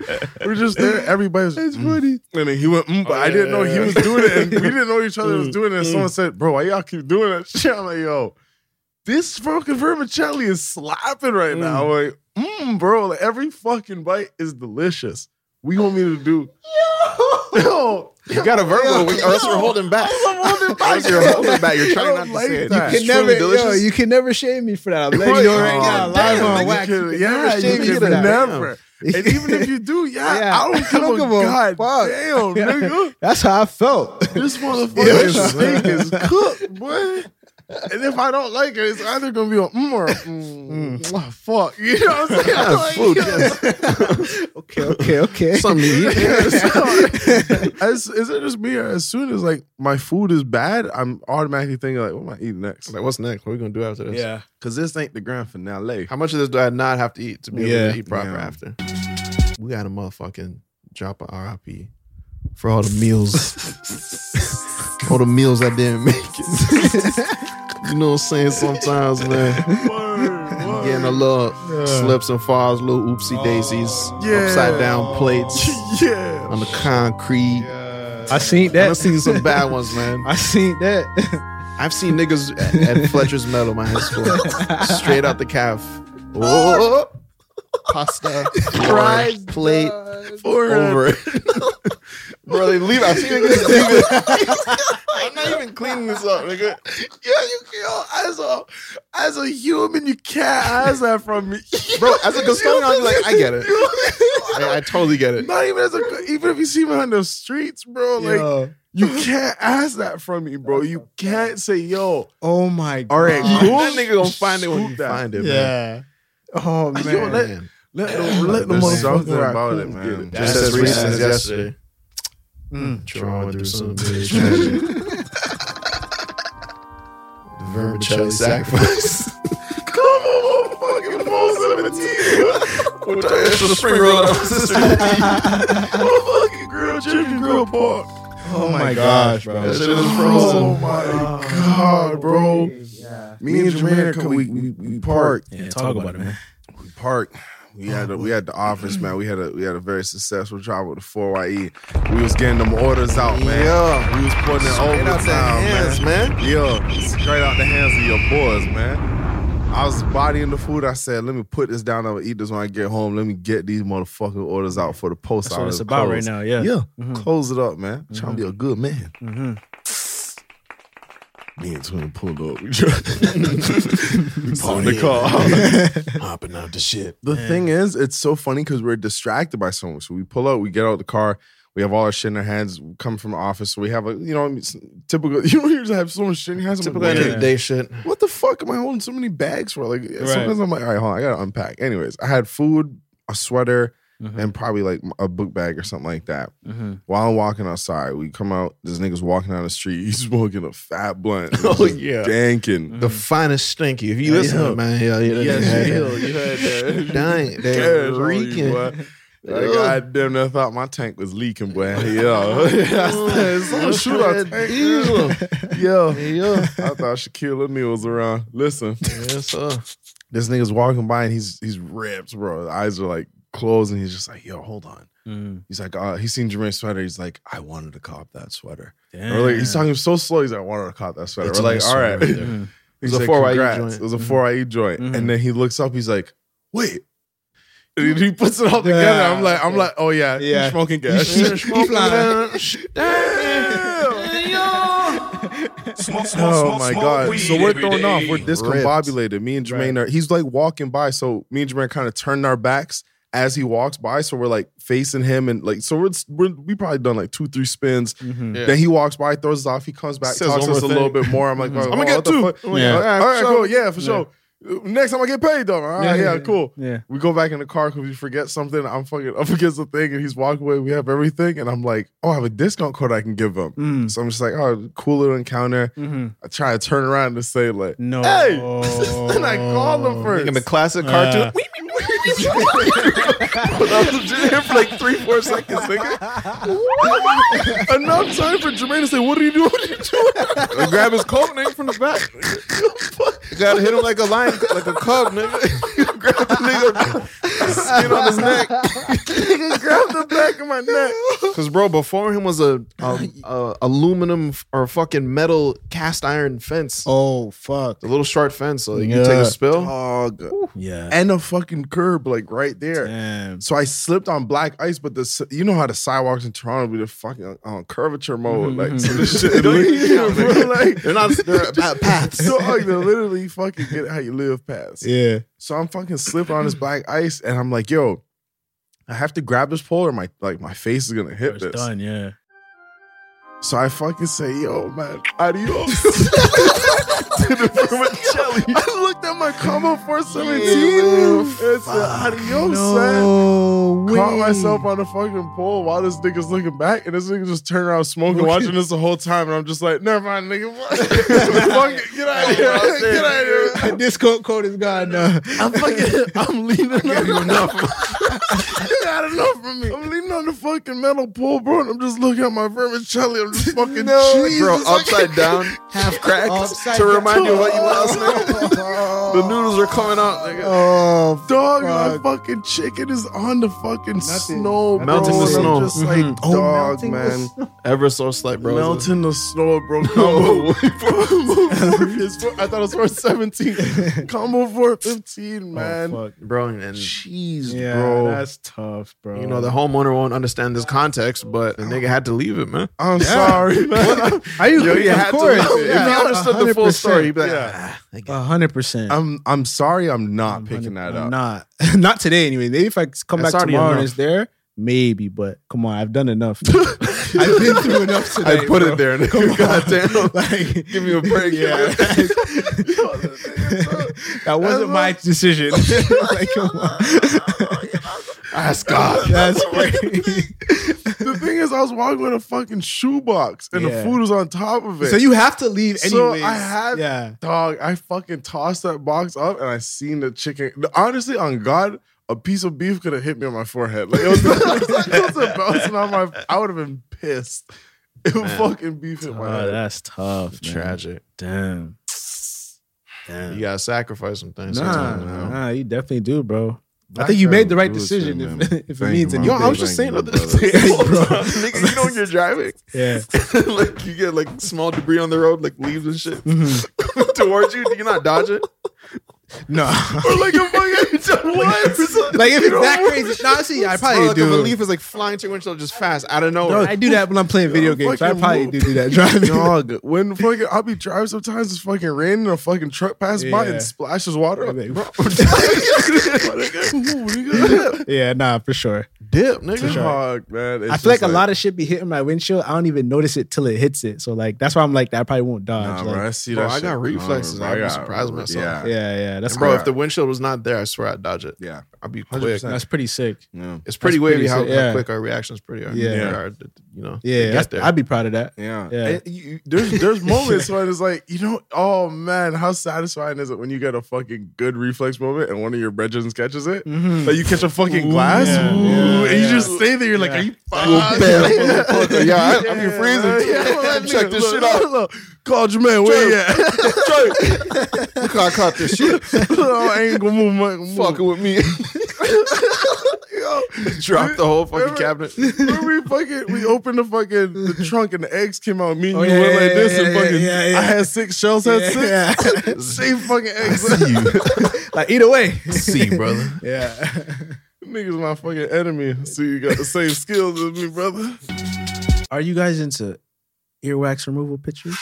S3: We are just there. Everybody was. It's funny. And then he went, mm, but I didn't know he was doing it, and we didn't know each
S2: Mm,
S3: other was doing it. And someone said, "Bro, why y'all keep doing that shit?" I'm like, "Yo, this fucking vermicelli is slapping right now." I'm like, mm, bro, like, every fucking bite is delicious. We want me to do. Yo,
S2: You got a verbal, or else you're holding back. Unless you're holding back. You're
S3: I
S2: trying not
S3: don't
S2: to
S3: like
S2: say it.
S3: that.
S2: It's
S4: can
S2: truly
S4: never, yo,
S2: delicious.
S4: you can never shame me for that. I'm letting you know right now,
S3: Oh,
S4: live
S3: damn,
S4: on
S3: nigga,
S4: wax. You
S3: could-
S4: can
S3: yeah,
S4: never shame
S3: you
S4: me for
S3: could
S4: that.
S3: never. and even if you do, yeah,
S4: Yeah,
S3: I don't give a god damn, nigga.
S4: That's how I felt.
S3: This motherfucking steak is cooked, boy. And if I don't like it, it's either gonna be a mm or a mm. Mwah, fuck. You know what I'm saying? I'm like,
S2: food,
S3: yo.
S4: okay, okay, okay.
S2: Something to eat.
S3: Yeah, so, as is it just me? or As soon as like my food is bad, I'm automatically thinking like, what am I eating next?
S2: Like, what's next? What are we gonna do after this?
S3: Cause this ain't the grand finale.
S2: How much of this do I not have to eat to be able
S4: Yeah.
S2: to eat proper
S3: Yeah.
S2: after? We got a motherfucking drop a RIP for all the meals, all the meals I didn't make it. you know what I'm saying? Sometimes, man, getting a little slips and falls, little oopsie daisies,
S3: Yeah.
S2: upside down plates
S3: yeah.
S2: on the concrete.
S4: I seen that. I
S2: I've seen some bad ones, man.
S4: seen that.
S2: I've seen niggas at, at Fletcher's Metal, my high school, straight out the calf. Oh, pasta, fries, plate, over. Bro, they leave. I've seen niggas leave it. I'm not even cleaning this up, nigga.
S3: Yeah, you yo, as a as a human, you can't ask that from me,
S2: Bro, as a custodian, I'll be like, I get it. I, I totally get it.
S3: Not even as a even if you see me on the streets, bro. Like
S4: Yo.
S3: you can't ask that from me, bro. You can't say, "Yo,
S4: Oh my god.
S3: all right, cool."
S2: That nigga gonna find it when
S3: Scoop
S2: you
S3: that.
S2: find it, man.
S4: Yeah. Oh man.
S3: Yo, let, let the, let the
S2: There's
S3: motherfucker
S2: something
S3: about
S2: cool.
S3: it, man.
S2: Just as recent as yesterday. Hmm. Drawing through some bitch magic. The vermicelli sacrifice.
S3: Come on, motherfucking balls in the team. With the extra spring roll on sister. Motherfucking grilled chicken, grilled pork.
S4: oh my gosh,
S3: uh,
S4: bro.
S2: That shit is
S3: Oh
S2: frozen.
S3: my god, bro. Me and Jamaica, we we, we parked.
S4: Yeah, talk about it, man.
S3: We parked.
S4: Oh,
S3: We had a, we had the office, man. We had a we had a very successful job with the four YE. E. We was getting them orders out, man.
S2: Yeah.
S3: We was putting it
S2: Straight out
S3: overtime,
S2: the hands,
S3: man.
S2: man.
S3: Yeah, straight out the hands of your boys, man. I was bodying the food. I said, "Let me put this down. I'll eat this when I get home. Let me get these motherfucking orders out for the post."
S4: That's what
S3: office
S4: it's about right
S3: close."
S4: now, yeah. Mm-hmm.
S3: yeah. Close it up, man. Trying to be a good man. Me and Twin pulled up. we parked the car.
S2: Hopping out the shit.
S3: The thing is, it's so funny because we're distracted by someone. So we pull out, we get out of the car, we have all our shit in our hands, we come from the office. So we have, like, you know, it's typical, you know, you just have so much shit in your hands. I'm
S2: Typical
S3: like,
S2: end of
S3: "Wait,
S2: the day shit.
S3: What the fuck am I holding eh, so many bags for? Like, sometimes I'm like, all right, hold on, I gotta unpack. Anyways, I had food, a sweater,
S6: Mm-hmm.
S3: and probably like a book bag or something like that. While I'm walking outside, we come out. This nigga's walking down the street. He's smoking a fat blunt.
S6: Oh, yeah.
S3: danking.
S6: The finest stinky. If you listen, to
S3: yo.
S6: it, man, hell yeah, that nigga had that.
S3: you heard that.
S6: Dying, they
S3: Cares on you,
S6: reeking.
S3: boy. Like, God damn, near thought my tank was leaking, boy. Yo, Someone shoot our tank,
S6: Diesel.
S3: man. Yo, I thought Shaquille O'Neal was around. Listen,
S6: Yes, sir.
S3: this nigga's walking by and he's he's ripped, bro. His eyes are like closed, and he's just like, "Yo, hold on."
S6: Mm.
S3: He's like, uh, he's seen Jermaine's sweater. He's like, I wanted to cop that sweater. Or like, he's talking so slow. He's like, I wanted to cop that sweater.
S6: That's
S3: We're
S6: a
S3: like,
S6: nice
S3: all
S6: sweater
S3: right.
S6: right there.
S3: He's
S6: It was a
S3: like,
S6: 4IE
S3: "Congrats."
S6: joint.
S3: It
S6: Mm-hmm.
S3: was a 4IE joint. And then he looks up. He's like, wait. And he- he
S6: Mm-hmm.
S3: puts it all together. I'm like, I'm like, oh yeah, yeah.
S4: Yeah.
S3: smoking gas. oh my god! So we're thrown off. We're discombobulated. Me and Jermaine are. He's like walking by. So me and Jermaine kind of turn our backs as he walks by. So we're like facing him and like. So we're, we're we probably done like two three spins. Then he walks by, throws us off. He comes back,
S6: Mm-hmm. Says
S3: talks
S6: one
S3: us a
S6: more
S3: little
S6: thing. Mm-hmm.
S3: bit more. I'm like, I'm
S6: I'ma get two.
S3: Yeah.
S6: Yeah.
S3: All right,
S6: All right, for
S3: cool.
S6: sure.
S3: Yeah, for sure. Next time I get paid though. All right, yeah,
S4: Yeah, yeah, yeah.
S3: cool.
S4: Yeah.
S3: We go back in the car because we forget something. I'm fucking up against the thing and he's walking away. We have everything. And I'm like, oh, I have a discount code I can give him. So I'm just like, oh, cool little encounter. I try to turn around and say, like,
S4: No.
S3: Hey! and I call him first.
S2: In the classic cartoon.
S3: Wee, wee, wee, wee, wee. But I was legit here for like three, four seconds, nigga. Enough time for Jermaine to say, "What are you doing? What are you doing?"
S2: They grab his coat, nigga, from the back. You gotta hit him like a lion, like a cub, nigga.
S3: grab the nigga skin on his neck. nigga, grab the back of my neck.
S6: Because bro, before him was a,
S3: Uh,
S6: a,
S2: uh,
S6: a aluminum f- or fucking metal cast iron fence,
S4: Oh fuck.
S6: a little short fence. So you
S4: Yeah.
S6: can take a spill.
S3: Dog.
S4: Yeah.
S3: And a fucking curb, like right there.
S4: Damn.
S3: So I slipped on black ice, but the s- you know how the sidewalks in Toronto be the fucking on curvature mode, like so this shit. bro, like,
S6: They're not they're bad paths.
S3: dog, they're literally fucking get how you live past.
S4: Yeah.
S3: So I'm fucking slipping on this black ice, and I'm like, yo, I have to grab this pole, or my like my face is gonna hit
S4: It's
S3: this.
S4: done. Yeah.
S3: So I fucking say, yo, man, adios. to the vermicelli. I looked at my combo 417 and said, adios, son.
S4: Oh.
S3: Caught myself on the fucking pole while this nigga's looking back, and this nigga just turned around smoking, watching this the whole time, and I'm just like, never mind, nigga. Fuck it, get out of here, get out of here.
S4: The discount code is gone now.
S3: I'm fucking, I'm leaning on you enough. you had enough from me. I'm leaning on the fucking metal pole, bro, and I'm just looking at my vermicelli. I'm just fucking cheese.
S2: Bro,
S3: It's like-
S2: upside down, half cracked
S3: Oh,
S4: Upside
S2: to
S4: down.
S2: remind you of what you lost, nigga. the noodles are coming out, nigga.
S4: Oh.
S3: Dog, my fucking chicken is on the fucking snow, bro.
S6: Melting
S3: And
S6: the
S3: I'm
S6: snow. Mm-hmm.
S3: just like, dog, man.
S2: Ever so slight, bro.
S3: Melting the snow, bro. Combo four, is four- I thought it was 417. Combo 415, man.
S4: Oh, fuck.
S6: Bro, and
S3: Jeez,
S4: Yeah.
S3: bro.
S4: That's tough, bro.
S6: you know the homeowner won't understand this context, but the nigga had to leave it, man.
S3: I'm sorry, man.
S4: Are you?
S3: Yo, you
S4: of
S3: had to
S4: course.
S3: know. If
S4: Yeah.
S3: you understood the full story, you'd be like, "Ah,
S6: Yeah.
S4: A hundred percent.
S3: I'm I'm sorry I'm not picking that
S4: I'm
S3: up.
S4: Not, not today anyway. Maybe if I come
S6: That's
S4: back
S6: already
S4: tomorrow and
S6: enough.
S4: it's there, maybe. But come on, I've done enough. I've been through enough today.
S3: I put
S4: bro.
S3: it there. Nigga.
S4: Come on.
S3: Goddamn.
S4: Like,
S3: Give me a break.
S4: yeah,
S3: Yeah.
S4: that wasn't my decision. like, come on.
S6: Ask God.
S4: That's crazy.
S3: the thing is, I was walking with a fucking shoebox and the
S4: Yeah.
S3: food was on top of it.
S4: so you have to leave
S3: So
S4: anyways.
S3: I had
S4: yeah.
S3: dog. I fucking tossed that box up and I seen the chicken. Honestly, on God, a piece of beef could have hit me on my forehead. Like it was, it was, it was bouncing on my. I would have been pissed. It would fucking beef hit my
S4: Oh,
S3: head.
S4: that's tough. man.
S6: Tragic.
S4: Damn. Damn.
S6: You gotta sacrifice some things.
S4: Nah,
S6: sometimes, you know?
S4: nah, you definitely do, bro. I
S3: Black
S4: think you
S3: guys
S4: made the right
S3: do this
S4: decision
S3: thing,
S4: if,
S3: man.
S4: if it
S3: Thank
S4: means
S3: you,
S4: anything.
S3: man.
S6: Yo, I was just saying,
S3: Thank you,
S6: the
S3: my brother.
S4: Bro.
S2: nigga, you know when you're driving,
S4: Yeah.
S2: like you get like small debris on the road, like leaves and shit
S4: Mm-hmm.
S2: towards you. Do you not dodge it?
S4: No.
S2: Or like a fucking what?
S4: like if it's that crazy, nah, see, I
S6: Bro,
S4: probably
S6: like
S4: do.
S6: if a leaf is like flying to your windshield just fast out of
S4: No,
S6: nowhere.
S4: I do that when I'm playing video games. I
S3: fucking
S4: probably
S3: move.
S4: do do that driving.
S3: Dog, when fucking I'll be driving sometimes it's fucking raining and a fucking truck passed by
S4: Yeah.
S3: and splashes water.
S4: Yeah,
S3: Bro, nigga.
S4: yeah, nah, for sure.
S6: dip, nigga.
S3: Hog, man. It's
S4: I feel like, a lot of shit be hitting my windshield. I don't even notice it till it hits it. So like that's why I'm like that. I probably won't
S3: Nah,
S4: dodge.
S3: bro, I
S4: like,
S3: see
S6: Bro,
S3: that
S6: I
S3: shit
S6: got
S3: coming,
S6: reflexes.
S3: bro.
S6: I'd
S3: I
S6: be
S3: got-
S6: surprised myself.
S3: Yeah.
S4: yeah, yeah. That's
S6: And bro,
S4: cool.
S6: if the windshield was not there, I swear I'd dodge it.
S3: Yeah.
S6: I'd be quick.
S4: that's pretty sick.
S3: Yeah.
S6: It's pretty
S4: That's
S6: wavy
S4: pretty
S6: how,
S4: sick,
S6: how
S4: yeah.
S6: quick our reactions pretty are.
S4: Yeah.
S6: They are, you know. they
S4: Yeah,
S6: get
S4: that's,
S6: there.
S4: I'd be proud of that.
S3: Yeah.
S4: Yeah.
S3: And you- there's there's moments when it's like, you know, oh man, how satisfying is it when you get a fucking good reflex moment and one of your brethren catches it?
S6: Mm-hmm.
S3: Like you catch a fucking glass,
S4: yeah.
S3: ooh,
S4: Yeah,
S3: and you
S4: yeah.
S3: just stay there, you're like, are you
S6: Bam, motherfucker. Yeah, I, I'm your
S3: Yeah,
S6: friends.
S3: man.
S6: and
S3: Yeah, let me
S6: Check this
S3: look,
S6: shit
S3: look,
S6: out.
S3: look. Call Jermaine, where you at?
S6: Look how I caught this shit.
S3: Oh, I ain't gonna move my move.
S6: Fucking with me. Drop the whole fucking
S3: Remember-
S6: cabinet.
S3: When we fucking we opened the fucking the trunk and the eggs came out. Me and
S4: Oh,
S3: you
S4: yeah,
S3: went like
S4: yeah,
S3: this and
S4: yeah,
S3: fucking
S4: yeah, yeah.
S3: I had six shells had
S4: Yeah,
S3: six. Same fucking eggs.
S4: like either way.
S6: See, brother.
S4: yeah.
S3: Niggas my fucking enemy. So you got the same skills as me, brother.
S4: Are you guys into earwax removal pictures?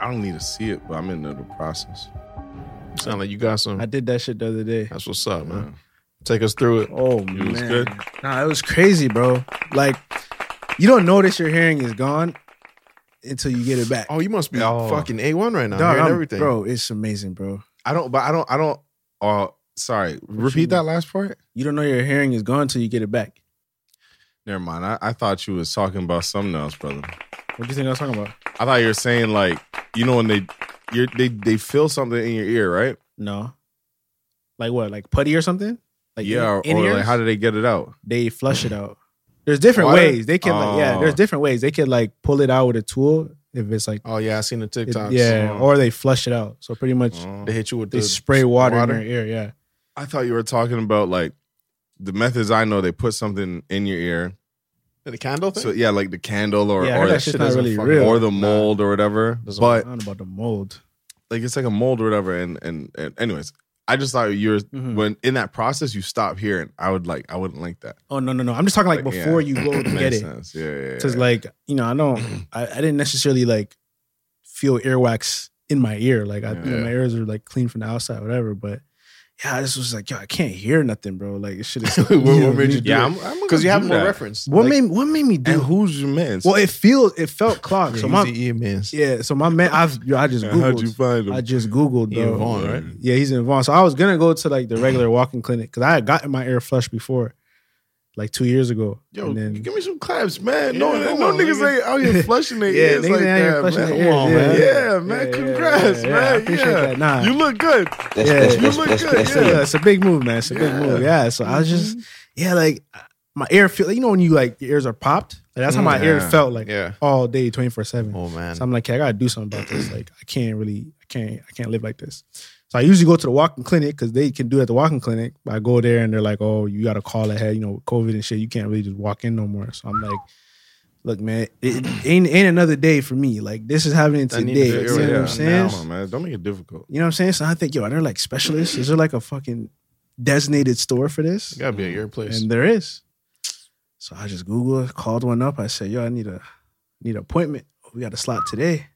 S3: I don't need to see it, but I'm into the process.
S6: Sound like you got some.
S4: I did that shit the other day.
S6: That's what's up, Oh, man. Take us through it.
S4: Oh
S3: It
S4: man.
S3: was good.
S4: Nah, it was crazy, bro. Like you don't notice your hearing is gone until you get it back.
S6: Oh, you must be
S3: Oh.
S6: fucking A1 right now.
S4: Dog,
S6: hearing
S4: I'm-
S6: everything.
S4: Bro, it's amazing, bro.
S3: I don't but I don't I don't uh sorry. Repeat that last part.
S4: You don't know your hearing is gone until you get it back.
S3: Never mind. I, I thought you was talking about something else, brother.
S4: What do you think I was talking about?
S3: I thought you were saying like, you know, when they you're, they they feel something in your ear, right?
S4: No. Like what? Like putty or something? Like
S3: yeah, or,
S4: in-
S3: or like
S4: in-ears?
S3: how do they get it out?
S4: they flush it out. There's different
S3: Water?
S4: ways they can like yeah.
S3: Oh.
S4: There's different ways they can like pull it out with a tool if it's like
S6: Oh, yeah. I seen the
S4: it-
S6: TikToks.
S4: yeah, or they flush it out. So pretty much
S6: They hit you with
S4: they
S6: the
S4: spray water, in your ear. Yeah,
S3: I thought you were talking about like the methods I know. They put something in your ear,
S6: The candle thing?
S3: so yeah, like the candle or
S4: Yeah, I
S3: or,
S4: heard that
S3: the-
S4: shit's not
S3: doesn't
S4: really
S3: fucking-
S4: real.
S3: or the mold or whatever.
S6: Doesn't
S4: I
S3: But
S4: don't know about the mold.
S3: like it's like a mold or whatever. And and, and anyways, I just thought you were
S4: Mhm.
S3: when in that process you stop hearing. I would like I wouldn't like that.
S4: Oh no no no! I'm just talking like
S3: Like, yeah.
S4: before you go to get
S3: Makes
S4: it.
S3: sense. Yeah, yeah, yeah.
S4: Because like you know, I don't, I, I didn't necessarily like feel earwax in my ear. Like I, you know,
S3: Yeah.
S4: my ears are like clean from the outside, whatever. But yeah, I just was like, yo, I can't hear nothing, bro. Like this shit is.
S6: What- what made you do
S3: yeah,
S6: it?
S3: I'm
S6: Because you have more
S3: more
S6: reference.
S4: What
S6: Like,
S4: made what made me do?
S3: And who's your man?
S4: well, it feels it felt clogged.
S6: yeah,
S4: so
S6: he's
S4: my
S6: the ear man's.
S4: Yeah, so my man, I've yo, I just
S3: And how'd you
S4: googled.
S3: find him?
S4: I just googled,
S6: Ian
S4: bro.
S6: Vaughn, right?
S4: Yeah, he's in Vaughn. So I was gonna go to like the regular walking clinic because I had gotten my ear flushed before, like two years ago.
S3: Yo,
S4: and then,
S3: give me some claps, man. no,
S6: Yeah,
S3: no,
S6: come on,
S3: niggas
S6: nigga.
S3: ain't out here flushing their
S4: Yeah,
S3: ears
S4: niggas
S3: like
S4: ain't out here
S3: that,
S4: flushing
S3: man. Come
S4: their ears,
S3: on,
S4: yeah.
S3: man. Yeah,
S4: Yeah,
S3: man.
S4: yeah,
S3: Congrats,
S4: yeah, yeah, I
S3: man.
S4: appreciate
S3: yeah.
S4: that. Nah.
S3: You look good.
S9: That's,
S4: Yeah.
S9: that's,
S3: You
S9: that's,
S3: look
S9: that's,
S3: good,
S9: that's,
S3: yeah.
S9: it.
S4: yeah, it's a big move, man. It's a big
S3: Yeah. Mm-hmm.
S4: move. Yeah. So I was just, yeah, like my ear feel. You know when you like your ears are popped. Like that's how my ear
S3: Yeah.
S4: felt like
S6: Yeah.
S4: all day, twenty four seven.
S6: Oh, man.
S4: So I'm like, yeah, I gotta do something about this. Like, I can't really, I can't, I can't live like this. So I usually go to the walking clinic because they can do it at the walking clinic. But I go there and they're like, oh, you gotta call ahead, you know, with COVID and shit. You can't really just walk in no more. So I'm like, look, man, it ain't ain't another day for me. Like this is happening
S6: I need
S4: today.
S6: to
S4: You know
S6: figure it
S4: what I'm
S6: out
S4: saying?
S3: Come on, man. Don't make it difficult.
S4: You know what I'm saying? So I think, yo, are there like specialists? Is there like a fucking designated store for this?
S6: Gotta be at your place.
S4: And there is. So I just Googled, called one up. I said, yo, I need a need an appointment. We got a slot today.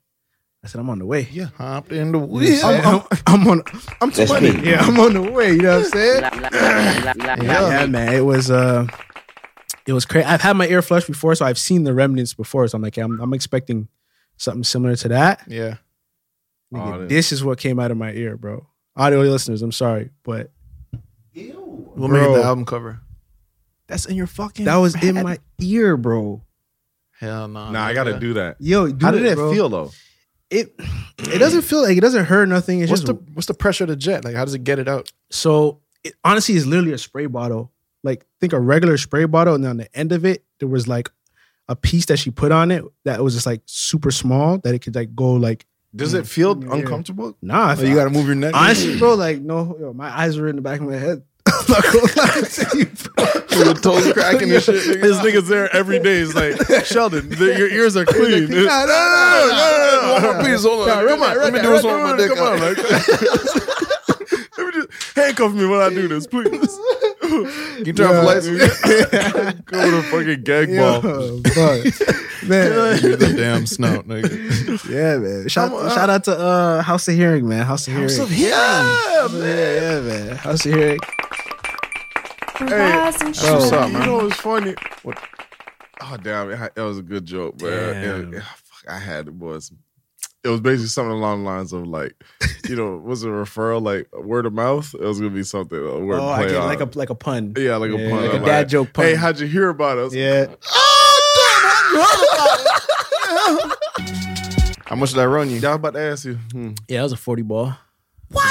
S4: I said, I'm on the way.
S6: Yeah, hopped in the
S4: I'm,
S6: wheel.
S4: I'm, I'm on I'm
S9: That's
S4: 20.
S9: me.
S4: Yeah, I'm on the way. You know what I'm saying?
S6: Yeah.
S4: yeah, man. It was uh it was crazy. I've had my ear flushed before, so I've seen the remnants before. So I'm like, I'm, I'm expecting something similar to that.
S6: Yeah.
S4: Nigga,
S3: Oh, this-
S4: this is what came out of my ear, bro. Audio listeners, I'm sorry, but Bro.
S6: We'll make it the album cover. That's in your fucking.
S4: that was in my ear, bro.
S6: Hell no.
S3: Nah, I gotta do that.
S4: Yo,
S3: How
S4: dude,
S3: did it
S6: Oh.
S4: bro.
S3: feel though?
S4: It it doesn't feel like it doesn't hurt nothing. It's
S6: What's
S4: just
S6: the what's the pressure of the jet? Like, how does it get it out?
S4: So it honestly is literally a spray bottle. Like think a regular spray bottle, and on the end of it, there was like a piece that she put on it that was just like super small that it could like go like
S3: Does it feel
S4: Yeah.
S3: uncomfortable?
S4: nah. I
S6: Oh, you gotta move your neck.
S4: honestly, bro, like no, yo, my eyes were in the back of my head. I'm not gonna lie to you, bro.
S6: your toes cracking and shit. nigga.
S3: This nigga's there every day. He's like, Sheldon, the- your ears are clean.
S4: Nah, nah, nah, nah, nah.
S3: no, no, no.
S6: Please hold
S3: Yeah,
S6: on.
S3: right
S6: Come on,
S3: there,
S6: let me
S3: right
S6: do
S3: there,
S6: this
S3: right
S6: on my
S3: there,
S6: dick.
S3: come on,
S6: out.
S3: Let me just handcuff me when I do this, please.
S6: You turn off the lights.
S3: Go to the fucking gag
S4: Yo,
S3: ball.
S4: fuck. man,
S6: You're the damn snout, nigga.
S4: yeah, man. Shout, shout out to uh, House of Hearing, man. House of Hearing.
S6: Yeah.
S4: Yeah, yeah, man. House of Hearing.
S9: for gas and shit.
S3: What's up, man? You know what's funny? What? Oh damn! it- That was a good joke, bro. It- it- fuck, I had it was. It was basically something along the lines of like, you know, was it a referral like word of mouth? It was gonna be something a word
S4: Oh, I
S3: play
S4: get
S3: on.
S4: like a like a pun.
S3: yeah, like
S4: Yeah,
S3: a pun,
S4: like a dad joke pun.
S3: Hey, how'd you hear about us? Oh,
S6: Yeah.
S3: How much did I run you? I was about to ask you. Hmm.
S4: Yeah, that was a forty ball.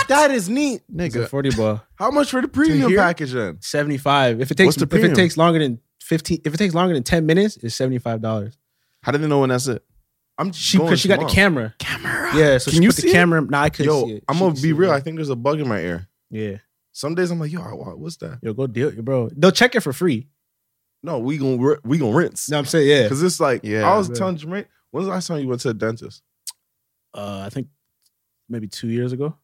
S3: That is neat,
S4: It's a forty ball.
S3: How much for the premium package then?
S4: Seventy five. If it takes
S3: What's the
S4: if it
S3: premium?
S4: takes longer than fifteen, if it takes longer than ten minutes, it's seventy five dollars.
S2: How did they know when that's it?
S3: I'm
S4: She because she got the camera. Camera. Yeah. So
S3: Can
S4: she
S3: you
S4: put
S3: see
S4: the
S3: it?
S4: camera. Nah, I couldn't see
S3: Yo,
S4: it.
S3: I'm
S4: She
S3: gonna
S4: could
S3: be
S4: see
S3: real.
S4: it.
S3: I think there's a bug in my ear.
S4: Yeah.
S3: Some days I'm like, yo, what- what's that?
S4: Yo, go deal, bro. They'll check it for free.
S3: No, we gonna ri- we gonna rinse.
S4: No, I'm saying yeah.
S3: Cause it's like,
S2: Yeah.
S3: I was
S4: Yeah.
S3: telling Jermaine, when's the last time you went to the dentist?
S4: Uh, I think maybe two years ago.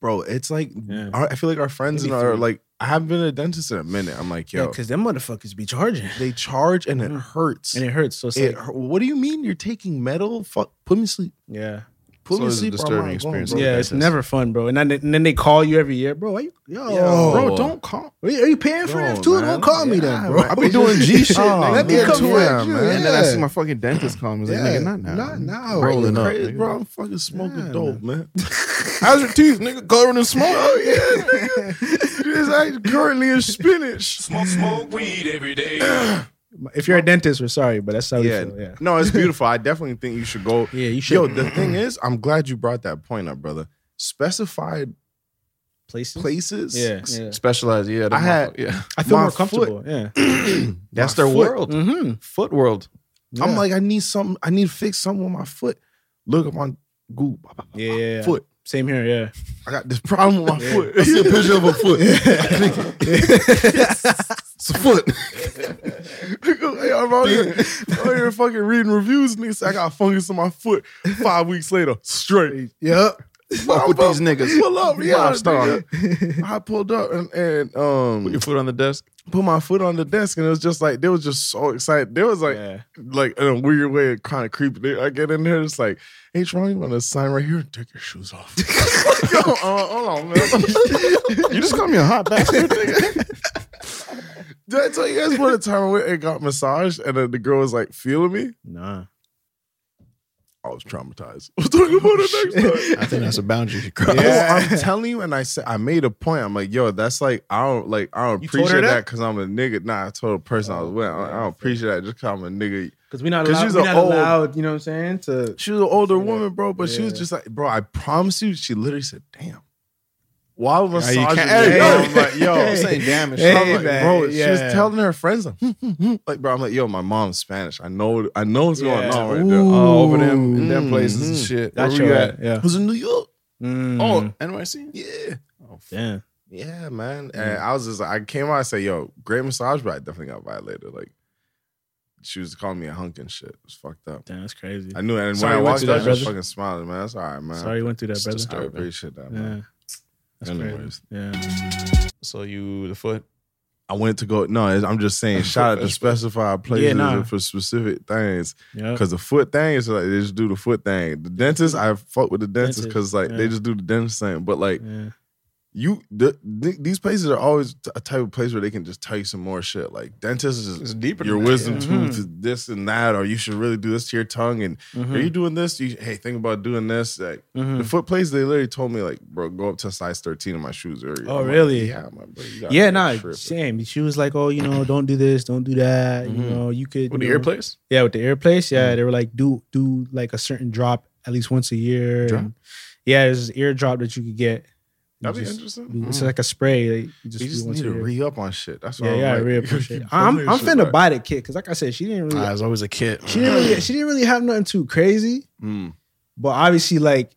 S3: Bro, it's like
S4: Yeah.
S3: our- I feel like our friends
S4: Maybe
S3: and our
S4: three.
S3: like I haven't been to a dentist in a minute. I'm like, yo,
S4: because them motherfuckers be charging
S3: they charge and it
S4: Mhm.
S3: hurts.
S4: and it hurts. So it's
S3: It
S4: like,
S3: hurt- what do you mean you're taking metal? Fuck, put me to sleep.
S4: yeah,
S3: Put
S2: So
S3: me to
S2: it's a
S3: sleep. or I'm
S2: disturbing
S3: not going,
S2: experience.
S3: bro.
S2: Yeah,
S4: yeah, it's never fun, bro. And then, and then they call you every year, bro. Why you, yo, bro,
S3: Yo.
S4: don't call. Are you, are you paying for it too?
S3: man.
S4: Don't call me then,
S3: Yeah,
S4: bro.
S3: I be doing G shit, nigga.
S6: Oh,
S4: Let me
S3: Yeah,
S4: come
S3: too,
S4: yeah,
S3: man.
S2: And then I
S4: Yeah.
S2: see my fucking dentist call me. I was like, nigga, not now.
S4: Not now.
S2: Rolling up.
S3: Crazy,
S2: nigga.
S3: bro, I'm fucking smoking
S2: Yeah,
S3: dope, man.
S2: How's your teeth, nigga? Covered in smoke.
S4: Oh,
S3: it's like currently in spinach.
S4: If you're a dentist, we're sorry, but that's how
S3: yeah.
S4: we feel. Yeah.
S3: No, it's beautiful. I definitely think you should go.
S4: Yeah, you should.
S3: Yo, the thing is, I'm glad you brought that point up, brother. Specified
S4: Places.
S3: places.
S4: Yeah. yeah.
S2: Specialized, yeah.
S3: I had.
S4: I feel
S3: my
S4: more
S3: foot-
S4: comfortable. Yeah.
S2: That's
S3: my
S2: their
S3: foot.
S2: world.
S4: Mm-hmm.
S2: Foot world.
S3: I'm
S4: Yeah.
S3: like, I need something. I need to fix something with my foot. Look up on Google. bah, bah, bah,
S4: Yeah, yeah, yeah.
S3: Foot.
S4: Same here. Yeah.
S3: I got this problem with my
S4: Yeah.
S3: foot. I see a picture of a foot. it's a foot. Hey, I'm out here, I'm out here fucking reading reviews. Niggas say I got fungus in my foot. Five weeks later, straight.
S4: Yep.
S2: Fuck with these niggas.
S3: Pull up, yeah.
S2: Five star.
S3: nigga. I pulled up and, and um
S2: Put your foot on the desk.
S3: put my foot on the desk, and it was just like they was just so excited. They was like
S4: Yeah.
S3: like in a weird way, it kind of creepy. I get in there, it's like, hey, Tron, you want to sign right here? Take your shoes off. Yo, uh, hold on, man.
S2: You just call me a hot bastard.
S3: Did I tell you guys what the time I went and got massaged, and then the girl was like feeling me?
S4: Nah.
S3: I was traumatized. We'll talk about it next time.
S2: I think that's a boundary you cross.
S3: Yeah. Oh, I'm telling you, and I said I made a point. I'm like, yo, that's like I don't like I don't
S4: You told her
S3: appreciate that
S4: that? Oh,
S3: because I'm a nigga. Nah, I told the person I was with. I, I don't appreciate that just 'cause I'm a nigga.
S4: Because we're not
S3: 'Cause
S4: allowed.
S3: she's
S4: We're
S3: a
S4: not
S3: old-
S4: allowed. You know what I'm saying? To
S3: She was an older woman, bro, but she was
S4: Yeah.
S3: just like, bro, I promise you. She literally said, damn. Why was
S2: you
S3: massaging?
S2: can't-
S3: me,
S2: hey,
S3: bro?
S2: yo.
S3: I'm like, yo,
S2: I'm saying damn and
S4: Hey,
S2: shit.
S3: I'm like,
S4: man,
S3: bro, she was
S4: yeah.
S3: telling her friends like, "Hmm, hmm, hmm." like, bro, I'm like, yo, my mom's Spanish. I know, I know what's going
S4: Yeah.
S3: on right there.
S4: Ooh.
S3: Oh,
S2: All over them in them
S3: Mhm.
S2: places and shit.
S4: That's
S2: Where
S4: your
S2: we
S4: at. Yeah.
S3: was in New York.
S4: Mm.
S2: Oh, NYC? Yeah.
S4: damn.
S3: Yeah, man. And I was just, like, I came out, I said, yo, great massage, but I definitely got violated. Like, she was calling me a hunk and shit. It was fucked up.
S4: Damn, that's crazy.
S3: I knew, it. and
S4: Sorry
S3: when I
S4: you went
S3: walked
S4: through
S3: out,
S4: that,
S3: she was
S4: brother.
S3: fucking smiling, man. That's all right, man.
S4: Sorry you went through that, brother.
S3: I appreciate that, man.
S4: Yeah. That's
S3: Anyways.
S4: crazy. Yeah.
S2: So you the foot.
S3: I went to go. No, it's- I'm just saying. Shout out to specified places
S4: Yeah, nah.
S3: for specific things.
S4: Yeah.
S3: Because the foot thing is like they just do the foot thing. The dentist, I fuck with the dentist
S4: Dentist,
S3: because like they
S4: yeah.
S3: just do the dentist thing. But like
S4: Yeah.
S3: you, the, th- these places are always t- a type of place where they can just tell you some more shit. Like dentists is
S2: It's deeper than
S3: your
S2: that,
S3: wisdom
S2: yeah.
S3: tooth is this and that, or you should really do this to your tongue. And are you doing this? You, hey, think about doing this. Like the foot place, they literally told me like, bro, go up to size 13 in my shoes earlier.
S4: Oh,
S3: I'm like,
S4: really?
S3: yeah, my bro. you gotta
S4: Yeah,
S3: be
S4: nah,
S3: tripping.
S4: same. She was like, "Oh, you know, don't do this, don't do that. You know, you could
S2: With
S4: you
S2: the ear
S4: know-
S2: place?
S4: Yeah, with the air place. Yeah,
S3: Mm.
S4: they were like, do do like a certain drop at least once a year.
S2: Drop?
S4: and- yeah, there's this ear drop that you could get. You
S3: That'd be
S4: just-
S3: interesting. Mm.
S4: you- It's like a spray. Like, you
S3: You
S4: just,
S3: just,
S4: do once
S3: need
S4: a
S3: to
S4: year.
S3: re up on shit. That's
S4: Yeah,
S3: all.
S4: yeah, I
S3: like,
S4: really appreciate. It. I'm I'm finna buy the kit because, like I said, she didn't really.
S2: It's always a kid.
S4: she didn't really. She didn't really have nothing too crazy.
S3: Mm.
S4: But obviously, like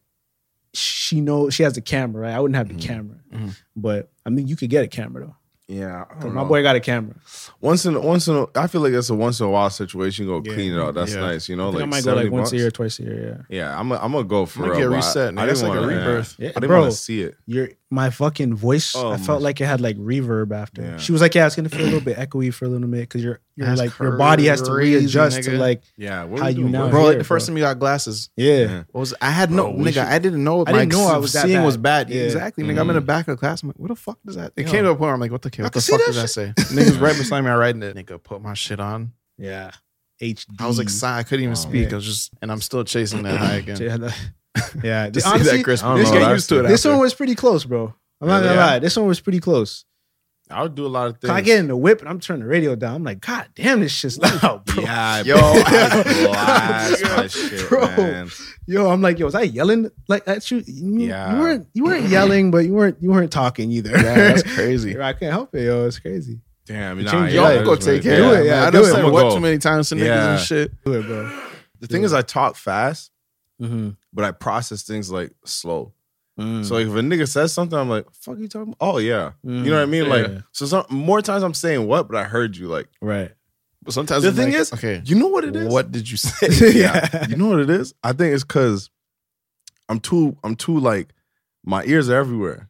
S4: she knows she has the camera, right? I wouldn't have
S3: Mm-hmm.
S4: the camera, but I mean, you could get a camera though.
S3: Yeah, I
S4: 'Cause
S3: don't
S4: My
S3: know.
S4: boy got a camera.
S3: Once in a- once in a, I feel like it's a once in a while situation. Go clean it out. That's
S2: Yeah.
S3: nice. You know,
S4: I think
S3: like
S4: I might go like
S3: 70
S4: once a
S3: bucks.
S4: year, twice a year.
S3: Yeah, I'm a, I'm gonna go for
S2: Might
S3: real,
S2: get
S3: bro.
S2: reset,
S3: I,
S2: nigga.
S3: I
S2: That's
S3: didn't
S2: like a
S3: wanna-
S2: rebirth.
S3: yeah.
S4: Yeah,
S3: I didn't
S4: bro.
S3: want to see it.
S4: Yeah, your my fucking voice,
S3: Oh,
S4: I felt
S3: my-
S4: like it had like reverb after.
S3: Yeah.
S4: She was like, "Yeah, it's gonna feel a little bit echoey for a little bit because your your
S2: That's
S4: like your body has to
S2: crazy,
S4: readjust to
S2: nigga.
S4: like
S3: Yeah, what
S4: How
S3: we
S4: you
S3: doing,
S4: now?
S3: bro?
S2: bro.
S4: here,
S2: the first
S4: bro.
S2: time you got glasses,
S4: yeah."
S2: what was I had no
S3: Bro, we
S2: nigga.
S3: should-
S2: I didn't know.
S4: I
S2: my
S4: didn't know I was that
S2: seeing
S4: bad.
S2: was bad.
S4: Yeah.
S2: Exactly, nigga. I'm in the back of the class. I'm like, what the fuck does that? It came to a point where I'm like, what the, what the
S3: Mm. see
S2: fuck
S3: that
S2: did I
S3: shit.
S2: say? Niggas right beside me, I writing it. Nigga, put my shit on.
S4: Yeah. HD.
S2: I was excited. I couldn't even
S3: Wow.
S2: speak.
S4: Yeah.
S2: I was just, and I'm still chasing that high again.
S4: Yeah. that- yeah.
S2: To see
S4: honestly,
S2: that crisp.
S3: I don't
S2: Just
S3: know
S2: get
S3: what I
S2: used to it.
S3: said.
S4: this
S2: after.
S4: one was pretty close, bro. I'm not
S2: Really?
S4: gonna lie. This one was pretty close.
S3: I would do a lot of
S4: 'Cause I get in the whip and I'm turning the radio down. I'm like, God damn, this shit's loud, bro.
S3: Yeah,
S2: Yo,
S3: yo, I blast my shit,
S4: Bro.
S3: man.
S4: Yo, I'm like, yo, was I yelling like at you? You,
S3: Yeah.
S4: you weren't you weren't yelling, but you weren't you weren't talking either.
S2: Yeah, that's crazy.
S4: I can't help it, yo. It's crazy.
S3: Damn,
S4: Change
S3: nah,
S4: your
S3: yeah,
S4: life.
S3: that
S2: Y'all go
S3: is really-
S2: take care.
S4: Do
S2: of
S4: it,
S2: man.
S4: yeah, do
S2: I
S4: it.
S2: done said
S3: I'ma
S2: what
S3: go.
S2: too many times to niggas
S3: Yeah.
S2: and shit.
S4: Do it, bro.
S3: The thing
S4: Mm.
S3: is, I talk fast,
S4: Mm-hmm.
S3: but I process things like slow. So like, if a nigga says something, I'm like, "Fuck you talking? about?" Oh yeah, you know what I mean? Like,
S4: Yeah.
S3: so some more times I'm saying what, but I heard you. Like,
S4: right.
S2: But sometimes
S3: the
S2: I'm
S3: thing
S2: like,
S3: is,
S2: okay,
S3: you know what it is?
S2: what did you say?
S3: yeah. You know what it is? I think it's because I'm too, I'm too like, my ears are everywhere.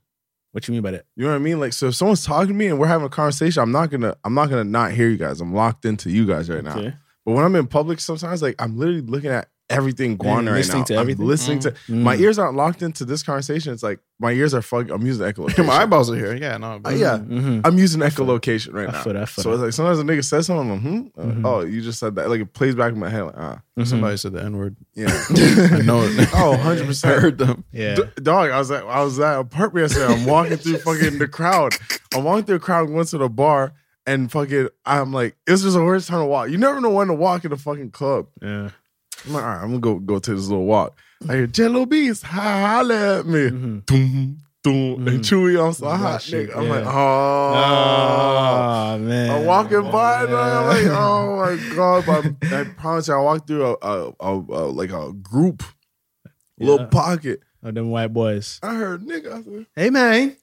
S4: What you mean by that?
S3: You know what I mean? Like, so if someone's talking to me and we're having a conversation, I'm not gonna, I'm not gonna not hear you guys. I'm locked into you guys right now.
S4: Okay.
S3: But when I'm in public, sometimes like I'm literally looking at everything going on
S4: you're
S3: right
S4: listening
S3: now.
S4: to
S3: I'm
S4: everything?
S3: listening to my
S4: Mm.
S3: ears aren't locked into this conversation. It's like my ears are fucking. I'm using echolocation.
S2: My eyeballs are here. Yeah, no.
S3: Uh, yeah,
S4: Mhm.
S3: I'm using echolocation right
S4: I
S3: now.
S4: feel that, I feel
S3: so it's like sometimes a nigga says something. I'm like, hmm? Uh,
S4: Mhm.
S3: Oh, you just said that. Like it plays back in my head. Like, ah,
S4: mm-hmm.
S2: Somebody said the N word.
S3: yeah.
S2: I know it.
S3: Oh, 100
S2: I
S3: percent.
S2: heard them.
S4: Yeah.
S3: Dog, I was at I was at a party yesterday. I'm walking through fucking the crowd. I'm walking through the crowd once at a bar, and fucking I'm like, it's just the worst time to walk. You never know when to walk in a fucking club.
S4: yeah.
S3: I'm like, all right, I'm gonna go go take this little walk. I hear Jello Beast holla at me.
S4: Mhm.
S3: Doom, doom, and Chewy. I'm so
S4: Mm-hmm. That
S3: hot,
S4: shit,
S3: nigga. I'm
S4: yeah.
S3: like, oh.
S4: Oh, man.
S3: I'm walking by and I'm like,
S4: Yeah.
S3: oh my god! But I, I promise you, I walked through a, a, a, a like a group, little
S4: Yeah.
S3: pocket.
S4: Of Oh, them white boys.
S3: I heard nigga. I said,
S4: Hey man.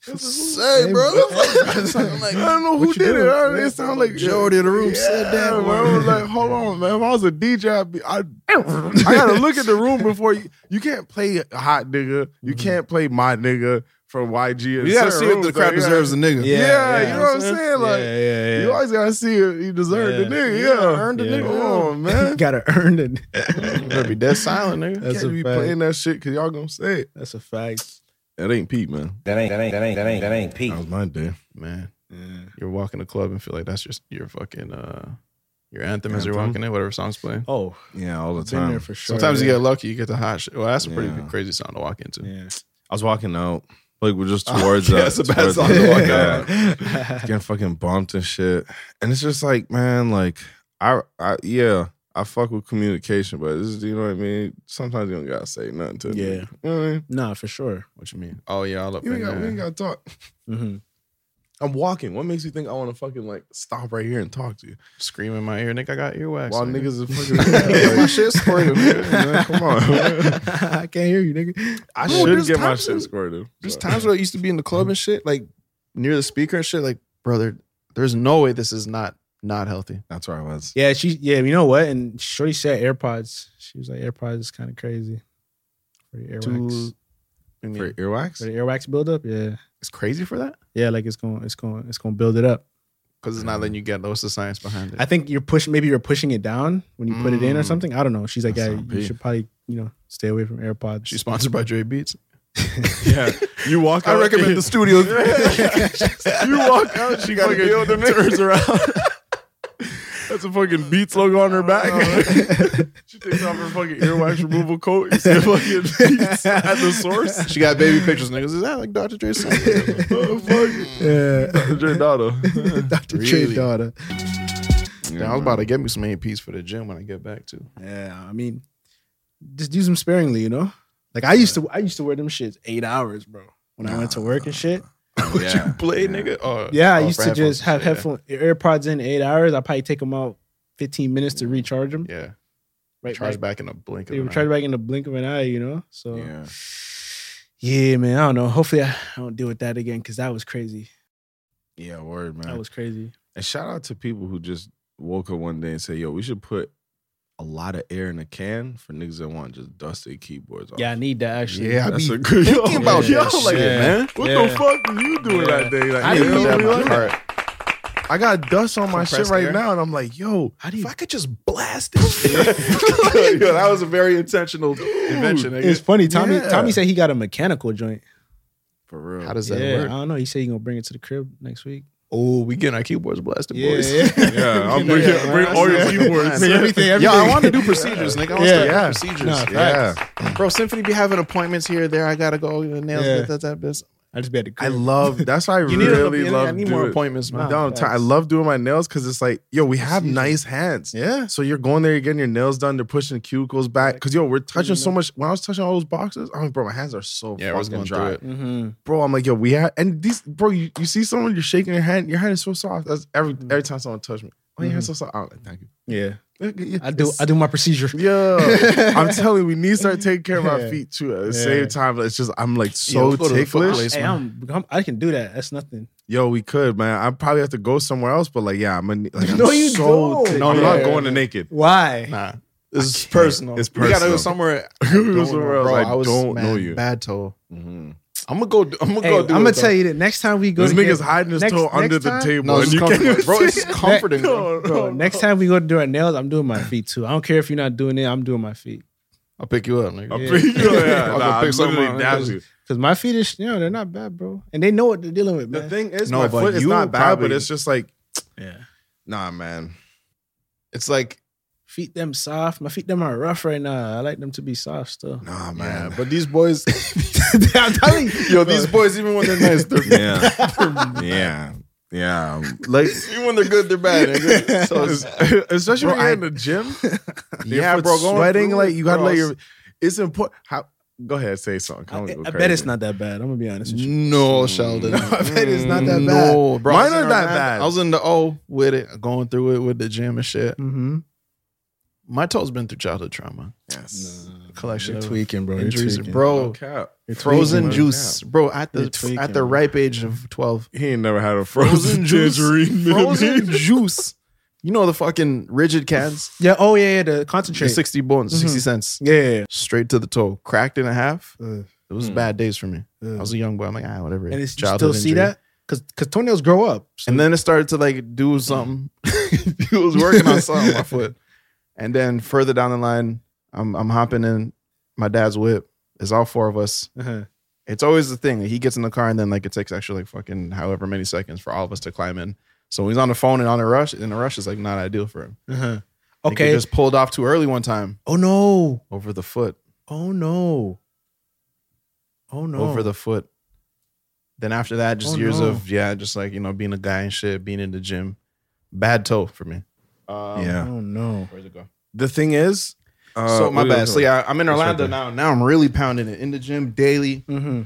S2: Say, bro. I'm
S3: I
S2: like,
S3: don't know who
S4: What you
S3: did it.
S4: doing?
S3: I, it sounded like
S2: Majority of the room said that
S3: man.
S2: word.
S3: I was like, hold on, man. If I was a DJ, I'd be, I, I gotta look at the room before you. You can't play hot nigga. You can't play my nigga from YG. in
S2: You gotta
S3: certain
S2: see if the
S3: rooms,
S2: crowd
S3: like, Mm-hmm. you gotta-
S2: deserves a nigga.
S3: Yeah, you know what I'm
S4: Yeah,
S3: saying. Like,
S4: yeah, yeah, yeah.
S3: you always gotta see if you deserve the
S4: Yeah.
S3: nigga.
S4: You
S3: Yeah,
S4: gotta earn the Yeah. nigga.
S3: Come on, man.
S4: gotta earn it.
S2: You better be dead silent, nigga.
S4: That's
S3: can't
S4: a
S3: be
S4: fact.
S3: playing that shit because y'all gonna say it.
S4: That's a fact.
S3: That ain't Pete, man.
S9: That ain't that ain't that ain't that ain't that ain't Pete.
S3: That was my day.
S2: Man, you're walking the club and feel like that's your your fucking uh your anthem, as you're
S3: Anthem?
S2: walking in, whatever song's playing.
S4: Oh,
S3: Yeah, all the
S4: been there
S3: time.
S4: for sure.
S2: Sometimes you
S4: yeah.
S2: get lucky, you get the hot shit. Well, that's a pretty
S3: Yeah.
S2: crazy song to walk into.
S4: Yeah.
S3: I was walking out. Like we're just towards
S2: Oh, Yeah,
S3: uh,
S2: that's a bad
S3: towards-
S2: song to walk
S3: Yeah.
S2: out.
S3: getting fucking bumped and shit. And it's just like, man, like I, I yeah, I fuck with communication, but this is, you know what I mean. Sometimes you don't gotta say nothing to. a
S4: Yeah.
S3: nigga. you know what I mean.
S4: Nah, for sure.
S2: What you mean? Oh yeah, all up
S3: You
S2: in
S3: ain't got, we ain't
S2: there.
S3: gotta talk.
S4: Mhm.
S3: I'm walking. What makes you think I want to fucking like stop right here and talk to you?
S2: Screaming in my ear, nigga. I got earwax.
S3: While
S2: nigga.
S3: niggas is fucking yeah,
S2: my shit squirted,
S3: man. Come on,
S4: I can't hear you, nigga.
S3: I
S2: Bro,
S3: should
S2: there's
S3: get my
S2: times
S3: shit
S2: when-
S3: squirted.
S2: There's
S3: but-
S2: times where I used to be in the club and shit, like near the speaker and shit. Like, brother, there's no way this is not not healthy.
S3: that's where I was.
S4: Yeah, she. Yeah, you know what? And Shorty said AirPods. She was like, AirPods is kind of crazy. For your
S2: Too-
S4: earwax.
S2: I mean,
S3: For earwax,
S4: For the earwax buildup. Yeah.
S2: it's crazy for that
S4: Yeah, like it's going, to it's going, to it's going to build it up.
S2: because it's not letting you get. What's the science behind it?
S4: I think you're pushing. Maybe you're pushing it down when you put it in or
S3: Mm.
S4: something. I don't know. She's like,
S3: That's
S4: yeah,
S3: not
S4: you
S3: big.
S4: should probably, you know, stay away from AirPods.
S2: She's sponsored by Dre Beats.
S3: yeah. You walk.
S2: I
S3: out-
S2: recommend the studio.
S3: you walk out, she got
S2: deal with them
S3: turns around. That's a fucking Beats logo on her back.
S2: Oh,
S3: she takes off her fucking earwax removal coat. You see a fucking Beats at the source.
S2: she got baby pictures, niggas. Is that like Dr. Dre's son?
S3: Oh, fuck.
S4: yeah,
S3: Dre Dotto.
S4: Dr. Trey
S2: Really?
S4: daughter.
S2: Damn, I was about to get me some APs for the gym when I get back too.
S4: Yeah, I mean, just use them sparingly, you know. Like I used to, I used to wear them shits eight hours, bro, when I went to work and shit.
S2: What
S3: Yeah.
S2: you play, nigga? Oh,
S4: Yeah, I
S2: oh,
S4: used
S2: for
S4: to
S2: headphones
S4: just have
S2: and shit,
S4: headphone AirPods in eight hours. I probably take them out fifteen minutes to recharge them.
S2: Yeah,
S4: right,
S2: charge
S4: back.
S2: back in a blink.
S4: They
S2: Of an
S4: recharge
S2: eye.
S4: back in the blink of an eye, you know. So yeah,
S3: Yeah.
S4: man, I don't know. Hopefully, I I don't deal with that again because that was crazy.
S3: Yeah, word, man.
S4: That was crazy.
S3: and shout out to people who just woke up one day and say, yo, we should put a lot of air in a can for niggas that want to just dust their keyboards off.
S4: Yeah, I need that actually.
S6: Yeah, I
S3: That's
S6: be
S3: a good
S6: thinking about
S3: yo,
S6: that
S3: like,
S6: shit,
S3: man. What the
S4: Yeah.
S3: fuck were you doing that day? Like,
S6: I
S3: yeah,
S6: need
S3: you
S6: that.
S3: know,
S6: much.
S3: like,
S6: All right.
S3: I got dust on my shit
S2: Compressed
S3: right
S2: air.
S3: now, and I'm like, yo, how do you?
S2: If I could just blast this shit.
S3: Yo, that was a very intentional invention. nigga.
S4: It's funny. Tommy
S3: Yeah.
S4: Tommy said he got a mechanical joint.
S3: For real.
S6: How does that
S4: yeah, I
S6: work?
S4: don't know. He said he gonna bring it to the crib next week.
S2: oh, we getting our keyboards blasted, boys.
S3: Yeah, I'm
S4: Yeah,
S3: bringing bring all your
S6: yeah.
S3: keyboards.
S4: Man, everything, everything.
S6: Yo, I want to do procedures, nigga. I want to
S4: Yeah.
S6: start doing
S3: Yeah.
S6: procedures.
S4: Nah,
S3: Yeah.
S2: Bro, Symphony be having appointments here, there. I gotta go. you know, Nails,
S4: Yeah.
S2: that, that, that, this.
S4: I just be at the
S3: I
S4: crib.
S3: love. That's why I
S2: You need, an
S3: really
S2: appointment.
S3: love.
S2: I need more
S3: doing-
S2: appointments, man.
S3: No, I'm try- I love doing my nails because it's like, yo, we have nice hands.
S6: Yeah.
S3: So you're going there, you're getting your nails done. They're pushing the cuticles back because yo, we're touching so much. When I was touching all those boxes, I'm like, bro, my hands are so
S2: Yeah, I was
S3: fucking
S2: going through
S3: dry,
S2: it.
S4: Mhm.
S3: bro. I'm like, yo, we have, and these, bro, you, you see someone, you're shaking your hand, your hand is so soft. That's every
S2: Mm-hmm.
S3: every time someone touched me, oh, your hand's so soft. I'm like, thank you.
S4: Yeah,
S3: Yeah,
S4: I do. I do my procedure.
S3: Yo, I'm telling you, we need to start taking care of our feet too. At the
S4: Yeah.
S3: same time, it's just I'm like
S2: Yeah,
S3: so
S2: let's go to the foot
S3: ticklish.
S2: place,
S4: Hey, I'm, I'm, I can do that. That's nothing.
S3: Yo, we could, man. I probably have to go somewhere else, but like, yeah, I'm gonna. Like,
S4: No,
S3: I'm
S4: you
S3: so
S4: don't.
S3: tick- No, I'm
S4: Yeah.
S3: not going to naked.
S4: Why?
S2: Nah, this is personal.
S3: It's
S2: We gotta go
S3: personal.
S2: somewhere.
S3: Go
S2: Don't
S3: somewhere
S2: know,
S3: else.
S2: bro.
S3: I
S2: I was-
S3: don't
S6: man,
S3: know you.
S6: Bad toe. Mm-hmm.
S2: I'm gonna go. do- I'm gonna
S4: Hey,
S2: go.
S4: I'm gonna tell you that next time we go,
S3: This
S4: to get-
S3: nigga's hiding his
S4: next-
S3: toe
S4: next
S3: under the
S4: time-
S3: table,
S6: No,
S3: and
S6: it's
S3: you can't
S6: comforting,
S3: even
S6: bro.
S3: see
S6: It's
S3: it.
S6: comforting,
S3: No,
S4: Bro,
S3: no,
S4: next time we go to do our nails, I'm doing my feet too. I don't care if you're not doing it. I'm doing my feet
S6: I'll pick you up, nigga.
S3: no. yeah,
S6: I'll go
S3: nah,
S6: pick
S3: I'm
S6: something
S3: literally
S6: up.
S3: dabbing you.
S4: because my feet is you know they're not bad, bro, and they know what they're dealing with, man.
S3: The thing is,
S2: No,
S3: my
S2: but
S3: foot is
S2: you
S3: not bad,
S2: probably-
S3: but it's just like,
S4: yeah,
S3: nah, man.
S2: It's like,
S4: feet them soft. My feet them are rough right now. I like them to be soft still.
S3: Nah,
S2: yeah,
S3: man.
S2: but these boys,
S4: I'm telling you,
S2: yo, these boys, even when they're nice, they're
S3: yeah, yeah, yeah. Like,
S2: even when they're good, they're bad. nigga. So it's,
S3: especially when
S2: Bro,
S3: you're
S2: I-
S3: in the gym. your
S2: yeah,
S3: foot's
S2: bro, going
S3: sweating
S2: through
S3: like
S2: it,
S3: you gotta
S2: bro,
S3: let your. It's important. How? Go ahead, say something.
S4: I,
S3: Come on, go
S4: I bet
S3: crazy.
S4: it's not that bad. I'm gonna be honest with you.
S2: no, Sheldon.
S3: I bet it's not that bad.
S2: No, bro. I
S3: Mine
S2: was in
S3: aren't that
S2: Orlando-
S3: bad.
S2: I was in the O with it, going through it with the gym and shit.
S4: Mm-hmm.
S2: My toe's been through childhood trauma,
S3: Yes.
S2: collection
S4: You're
S2: of
S4: tweaking, bro. You're
S2: injuries,
S4: tweaking.
S2: bro.
S3: Cap.
S2: Frozen
S4: tweaking, bro.
S2: juice, bro. At
S4: You're
S2: the
S4: tweaking,
S2: at the
S4: bro.
S2: ripe age of twelve,
S3: He ain't never had a
S2: frozen
S3: frozen,
S2: juice,
S3: tangerine.
S2: frozen juice. You know the fucking rigid cans,
S4: Yeah. Oh yeah. yeah the
S2: the
S4: concentrate.
S2: sixty bones,
S3: Mm-hmm.
S2: sixty cents,
S4: yeah. yeah, yeah.
S2: straight to the toe, cracked in a half.
S4: Ugh.
S2: It was bad days for me. I
S4: Ugh.
S2: was a young boy. I'm like, ah, whatever.
S4: Hmm. And it's, you
S2: childhood
S4: still see
S2: injury.
S4: that because because toenails grow up. So
S2: And then it started to like
S4: Mm.
S2: do something. it was working on something my foot. And then further down the line, I'm I'm hopping in my dad's whip. It's all four of us.
S4: Uh-huh.
S2: It's always the thing. He gets in the car and then like it takes actually like fucking however many seconds for all of us to climb in. So when he's on the phone and on a rush, in a rush is like not ideal for him.
S4: Uh-huh.
S2: Like, he
S4: Okay.
S2: just pulled off too early one time
S4: oh no.
S2: over the foot.
S4: Oh no. Oh no.
S2: Over the foot. Then after that, just
S4: Oh,
S2: years
S4: no.
S2: of yeah, just like, you know, being a guy and shit, being in the gym. Bad toe for me.
S3: yeah.
S4: Oh no.
S2: Where's it go?
S3: The thing is, uh,
S2: so my
S3: what are you
S2: bad. So
S3: talking
S2: yeah, I'm in
S3: It's right
S2: Orlando
S3: there.
S2: now. Now I'm really pounding it in the gym daily.
S4: Mm-hmm.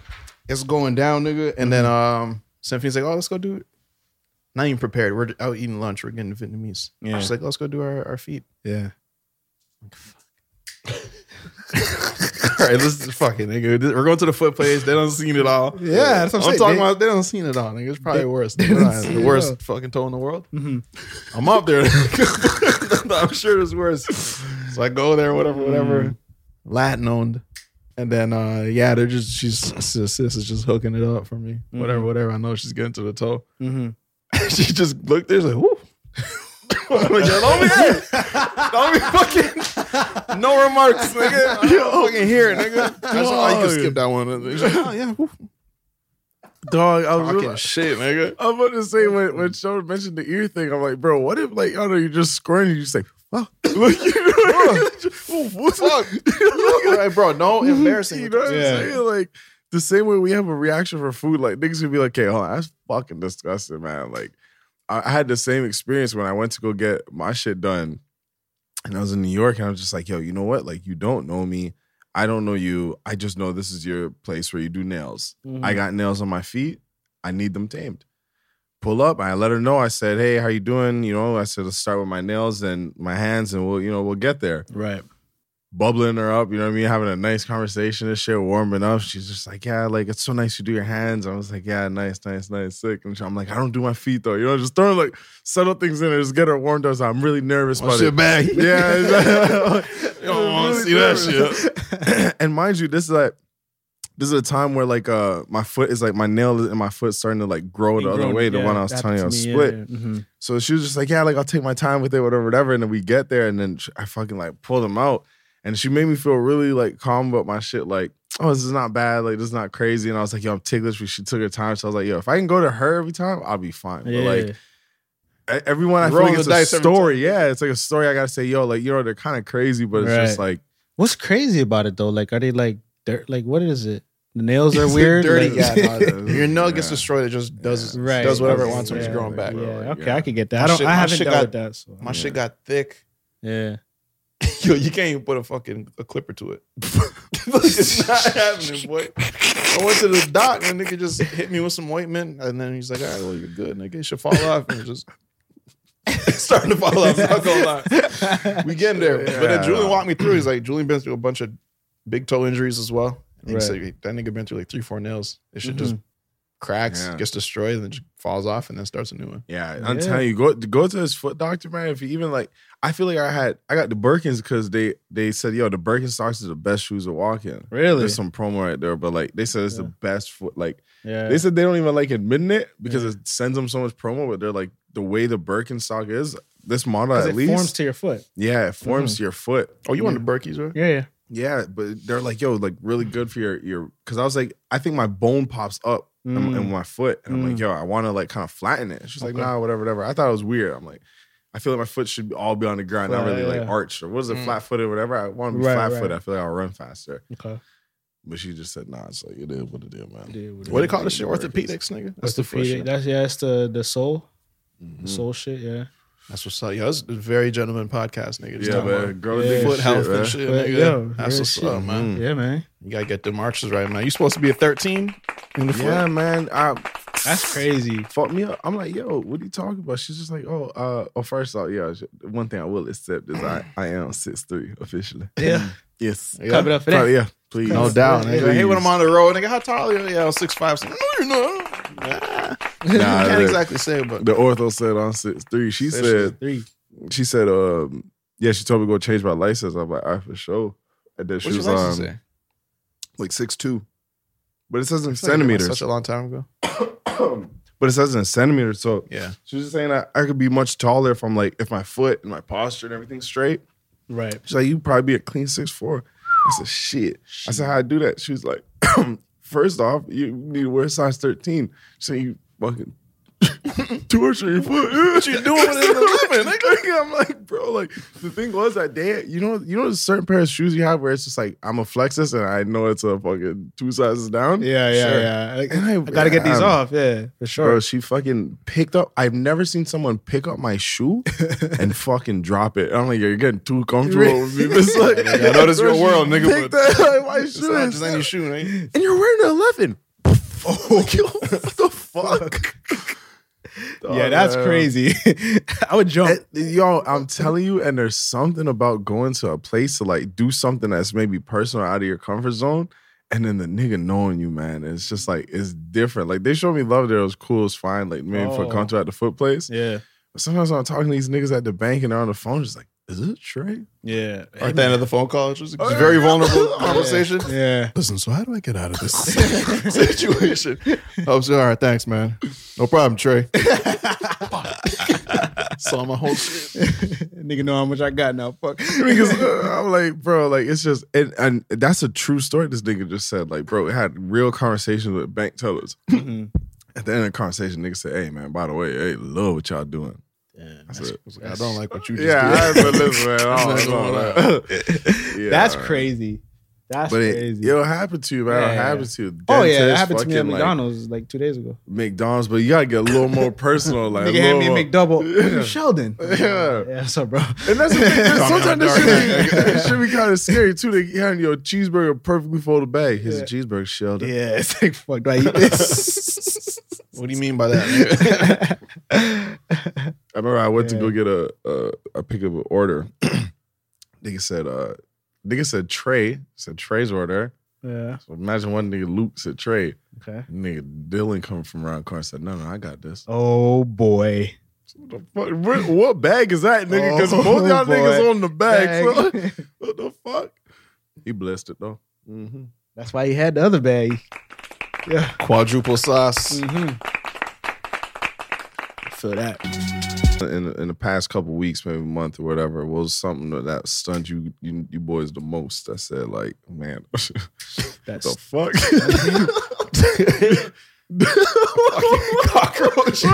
S2: It's going down, nigga. And then
S3: Mm-hmm.
S2: um, Symphony's like, "Oh, let's go do it." Not even prepared. We're out eating lunch. We're getting Vietnamese.
S4: Yeah.
S2: She's like, "Let's go do our, our feet."
S4: Yeah.
S2: All right, let's just fucking nigga. This- We're going to the foot place. They don't seen it all.
S4: Yeah, that's what I'm saying.
S2: talking
S4: They-
S2: about. They don't seen it all, nigga. It's probably worse.
S4: done
S2: It's
S4: seen
S2: the
S4: it
S2: worst
S4: all. Mm-hmm.
S2: fucking toe in the world. I'm up there. I'm sure it's worse. So I go there, whatever, whatever.
S4: Mm-hmm.
S2: Latin owned. And then uh yeah, they're just she's sis, sis is just hooking it up for me. Whatever, whatever. I know she's getting to the toe.
S4: Mm-hmm.
S2: she just looked there, she's like, whoo. I'm like, yo, don't be here. Don't be fucking no remarks, nigga. You don't fucking hear it, nigga. I said, oh, you can skip that one. She's like, oh, yeah, woo.
S3: about? dog. I was
S2: fucking
S3: really-
S2: shit, nigga.
S3: I'm about to say when when Sean mentioned the ear thing, I'm like, bro, what if like I don't know, you're just squirting, you just like, oh, look, you know,
S2: Fuck. All right, bro, no embarrassing.
S3: you know what
S4: Yeah.
S3: I'm saying? Like the same way we have a reaction for food, like niggas would be like, okay, hold on, that's fucking disgusting, man. Like I, I had the same experience when I went to go get my shit done, and I was in New York, and I was just like, yo, you know what? Like you don't know me. I don't know you. I just know this is your place where you do nails. I got nails on my feet. I need them tamed. Pull up. I let her know. I said, "Hey, how you doing?" You know, I said, "Let's start with my nails and my hands, and we'll, you know, we'll get there."
S4: Right.
S3: bubbling her up, you know what I mean? Having a nice conversation and shit, warming up. She's just like, Yeah, like it's so nice you do your hands. I was like, Yeah, nice, nice, nice, sick. And she- I'm like, I don't do my feet though. You know, just throwing like subtle things in there, just get her warmed up. So I'm really nervous about it.
S2: shit back.
S3: Yeah.
S2: You don't wanna see that
S3: shit. and mind you, this is like this is a time where like uh my foot is like my nail and my foot starting to like grow the other way. The one I was telling you I was split.
S4: mm-hmm.
S3: So she was just like, yeah, like I'll take my time with it, whatever, whatever. And then we get there, and then sh- I fucking like pull them out, and she made me feel really like calm about my shit. Like, oh, this is not bad. Like, this is not crazy. And I was like, yo, I'm ticklish. But she took her time. So I was like, yo, if I can go to her every time, I'll be fine. But
S4: Yeah.
S3: like, e- everyone, I
S2: Roll
S3: feel like
S2: the
S3: it's a
S2: dice every
S3: story. Yeah, it's like a story. I gotta say, yo, like you know, they're kind of crazy, but it's just
S4: Right.
S3: like
S4: What's crazy about it though? Like, are they like dirt? Like, what is it? The nails are weird.
S2: dirty
S4: Like-
S2: guy. dog.
S3: Yeah.
S2: Your nut gets destroyed. It just does
S4: Right.
S2: does whatever it wants
S4: so
S2: when it's
S4: Yeah.
S2: growing back.
S4: Yeah. Okay,
S3: Yeah.
S4: I could get that.
S2: My
S4: I don't.
S2: shit-
S4: I
S2: my
S4: haven't
S2: shit
S4: dealt
S2: got-
S4: with that. So.
S2: My shit got thick.
S4: yeah.
S2: Yo, you can't even put a fucking a clipper to it. Look, it's not happening, boy. I went to the doc and the nigga just hit me with some ointment, and then he's like, "All right, well, you're good, nigga. It should fall off." And it just it's starting to fall off. Not gonna lie. We getting there, but then
S3: Yeah.
S2: Julian walked me through. He's like, Julian been through a bunch of big toe injuries as well. And
S4: Right.
S2: he said that nigga been through like three, four nails. It should just cracks,
S3: Mm-hmm. Yeah.
S2: gets destroyed, and then just falls off, and then starts a new one.
S3: Yeah, I'm
S4: Yeah.
S3: telling you, go go to his foot doctor, man. If you even like, I feel like I had I got the Birkins because they they said yo the Birkenstocks is the best shoes to walk in.
S4: Really?
S3: There's some promo right there, but like they said it's the best foot. Like
S4: Yeah.
S3: they said they don't even like admitting it because it sends them so much promo. But they're like the way the Birkenstock is this model
S4: 'Cause
S3: at
S4: it
S3: least
S4: forms Mm-hmm. to your foot.
S3: yeah it forms to your foot.
S2: Oh, you on the Berkeys, right?
S4: Yeah. Yeah.
S3: Yeah, but they're like, yo, like really good for your your because I was like, I think my bone pops up in, my- in my foot. And I'm like, yo, I want to like kind of flatten it. She's like, nah, whatever, whatever. I thought it was weird. I'm like, I feel like my foot should be- all be on the ground, not
S4: Flat,
S3: really like
S4: yeah.
S3: arched or what is it, flat footed, whatever. I want to be
S4: Right,
S3: flat footed.
S4: right.
S3: I feel like I'll run faster.
S4: Okay.
S3: But she just said, nah, it's like it is what it is, man.
S2: What they call this shit? Orthopedics, nigga. That's the first
S4: Orthopedic.
S2: shit. Mm-hmm.
S4: That's yeah. That's the the soul. The soul shit. Yeah.
S2: That's what's up. Yo, this is a very gentleman podcast, nigga. Just
S3: Yeah,
S2: talking about
S3: man. Girl,
S4: Yeah.
S3: yeah.
S2: Foot health and
S3: shit.
S2: shit,
S4: But,
S2: nigga.
S4: yo,
S2: That's
S4: real
S2: what's
S4: shit.
S2: up, man.
S4: Yeah, man.
S2: You gotta get the marches right, man. You supposed to be a 13 in the
S3: man.
S2: foot.
S3: Yeah, man. I,
S4: That's crazy.
S3: fucked me up. I'm like, yo, what are you talking about? She's just like, oh, uh, oh, first off, yeah, sh- one thing I will accept is I, I am 6'3 officially.
S4: Yeah.
S3: Yes.
S4: Clap it up for that.
S3: Oh, yeah, please.
S2: No doubt.
S3: Please.
S2: Nigga. I hate when I'm on the road, nigga. How tall are you? Yeah, I'm 6'5. No, you're not. Nah. you can't
S3: look.
S2: exactly say it, but
S3: The ortho said I'm 6'3. She
S2: Six
S3: said,
S4: Three.
S3: she said, um, yeah, she told me to go change my license. I'm like, all right, for sure. And then she
S2: what's your license
S3: was um,
S2: say?
S3: like 6'2. But it says in
S2: It's like it was
S3: centimeters.
S2: Such a long time ago.
S3: but it says in centimeters. So
S2: Yeah.
S3: she was just saying that I could be much taller if I'm like, if my foot and my posture and everything's straight.
S4: Right.
S3: She's like, you probably be a clean six four. I said, shit. I said, how I do that? She was like, first off, you need to wear a size 13. She said, you fucking torture your foot. what you doing with it in the I'm like, bro, like the thing was that day, you know, you know the certain pair of shoes you have where it's just like, I'm a flex this and I know it's a fucking two sizes down.
S4: Yeah. Yeah.
S3: Sure.
S4: Yeah. Like,
S3: And I-
S4: I, gotta get these
S3: um,
S4: off. Yeah. For sure.
S3: Bro, she fucking picked up. I've never seen someone pick up my shoe and fucking drop it. I'm like, you're getting too comfortable with me. It's like,
S2: I know this
S3: bro,
S2: your
S3: she
S2: world, nigga,
S3: picked
S2: but-
S3: up, like, my
S2: It's
S3: shoe
S2: not
S3: is-
S2: just any shoe, Oh. nigga.
S3: and you're wearing an 11. Like, yo, what the fuck?
S4: yeah. That's
S3: Dog,
S4: crazy. I would jump.
S3: it- yo, I'm telling you, and there's something about going to a place to like do something that's maybe personal out of your comfort zone. And then the nigga knowing you, man, it's just like it's different. Like they showed me love there, it was cool, it's fine. Like maybe for
S4: Oh.
S3: contract at the foot place.
S4: yeah.
S3: But sometimes when I'm talking to these niggas at the bank and they're on the phone, just like, is it Trey?
S4: Yeah.
S2: At the end of the phone call, it's just it's a very vulnerable conversation.
S4: Yeah.
S2: Listen, so how do I get out of this situation? I was like, all right, thanks, man. No problem, Trey. Saw my whole shit.
S4: Nigga know how much I got now. Fuck.
S3: because uh, I'm like, bro, like it's just and, and that's a true story. This nigga just said, like, bro, it had real conversations with bank tellers.
S4: Mm-hmm.
S3: At the end of the conversation, nigga said, "Hey man, by the way, hey, love what y'all doing." I said,
S2: I don't like what you just
S3: yeah,
S2: did.
S3: I but listen, man, I
S2: not
S3: don't
S2: gonna
S3: know, man. Yeah.
S4: That's crazy. That's
S3: But it,
S4: crazy.
S3: yo, it happened to you, man.
S4: Yeah,
S3: it
S4: yeah,
S3: happened to you.
S4: oh yeah, that
S3: Dentist,
S4: happened to me at
S3: fucking, like,
S4: McDonald's like, two days ago.
S3: McDonald's, but you gotta get a little more personal. Like, a
S4: Nigga hand me a
S3: little more-
S4: McDouble. Sheldon.
S3: uh, Yeah.
S4: Yeah, what's up, bro?
S3: And that's the thing. Sometimes this shit, be, it should be kind of scary too. They hand you a cheeseburger perfectly folded bag. Here's a cheeseburger, Sheldon.
S4: Yeah, it's like fuck. Do I eat this?
S2: What do you mean by that? nigga?
S3: I remember I went to go get a, a a pick up an order. Nigga said, uh, Nigga said Trey. Said Trey's order.
S4: Yeah.
S3: So imagine one nigga Luke said Trey.
S4: Okay.
S3: Nigga Dylan coming from around the corner said, No, no, I got this.
S4: Oh boy.
S3: What, the fuck? What- what bag is that, nigga? Because
S4: Oh,
S3: both y'all
S4: boy.
S3: niggas on the bag.
S4: Bag.
S3: So, what the fuck? He blessed it though. Mm-hmm.
S4: That's why he had the other bag. Yeah.
S6: Quadruple sauce.
S4: Feel that.
S3: In
S2: uh,
S3: in the past couple weeks, maybe month or whatever, what was something that, that stunned you, you you boys the most? That said, like, man,
S4: That's
S3: the fuck? cockroach.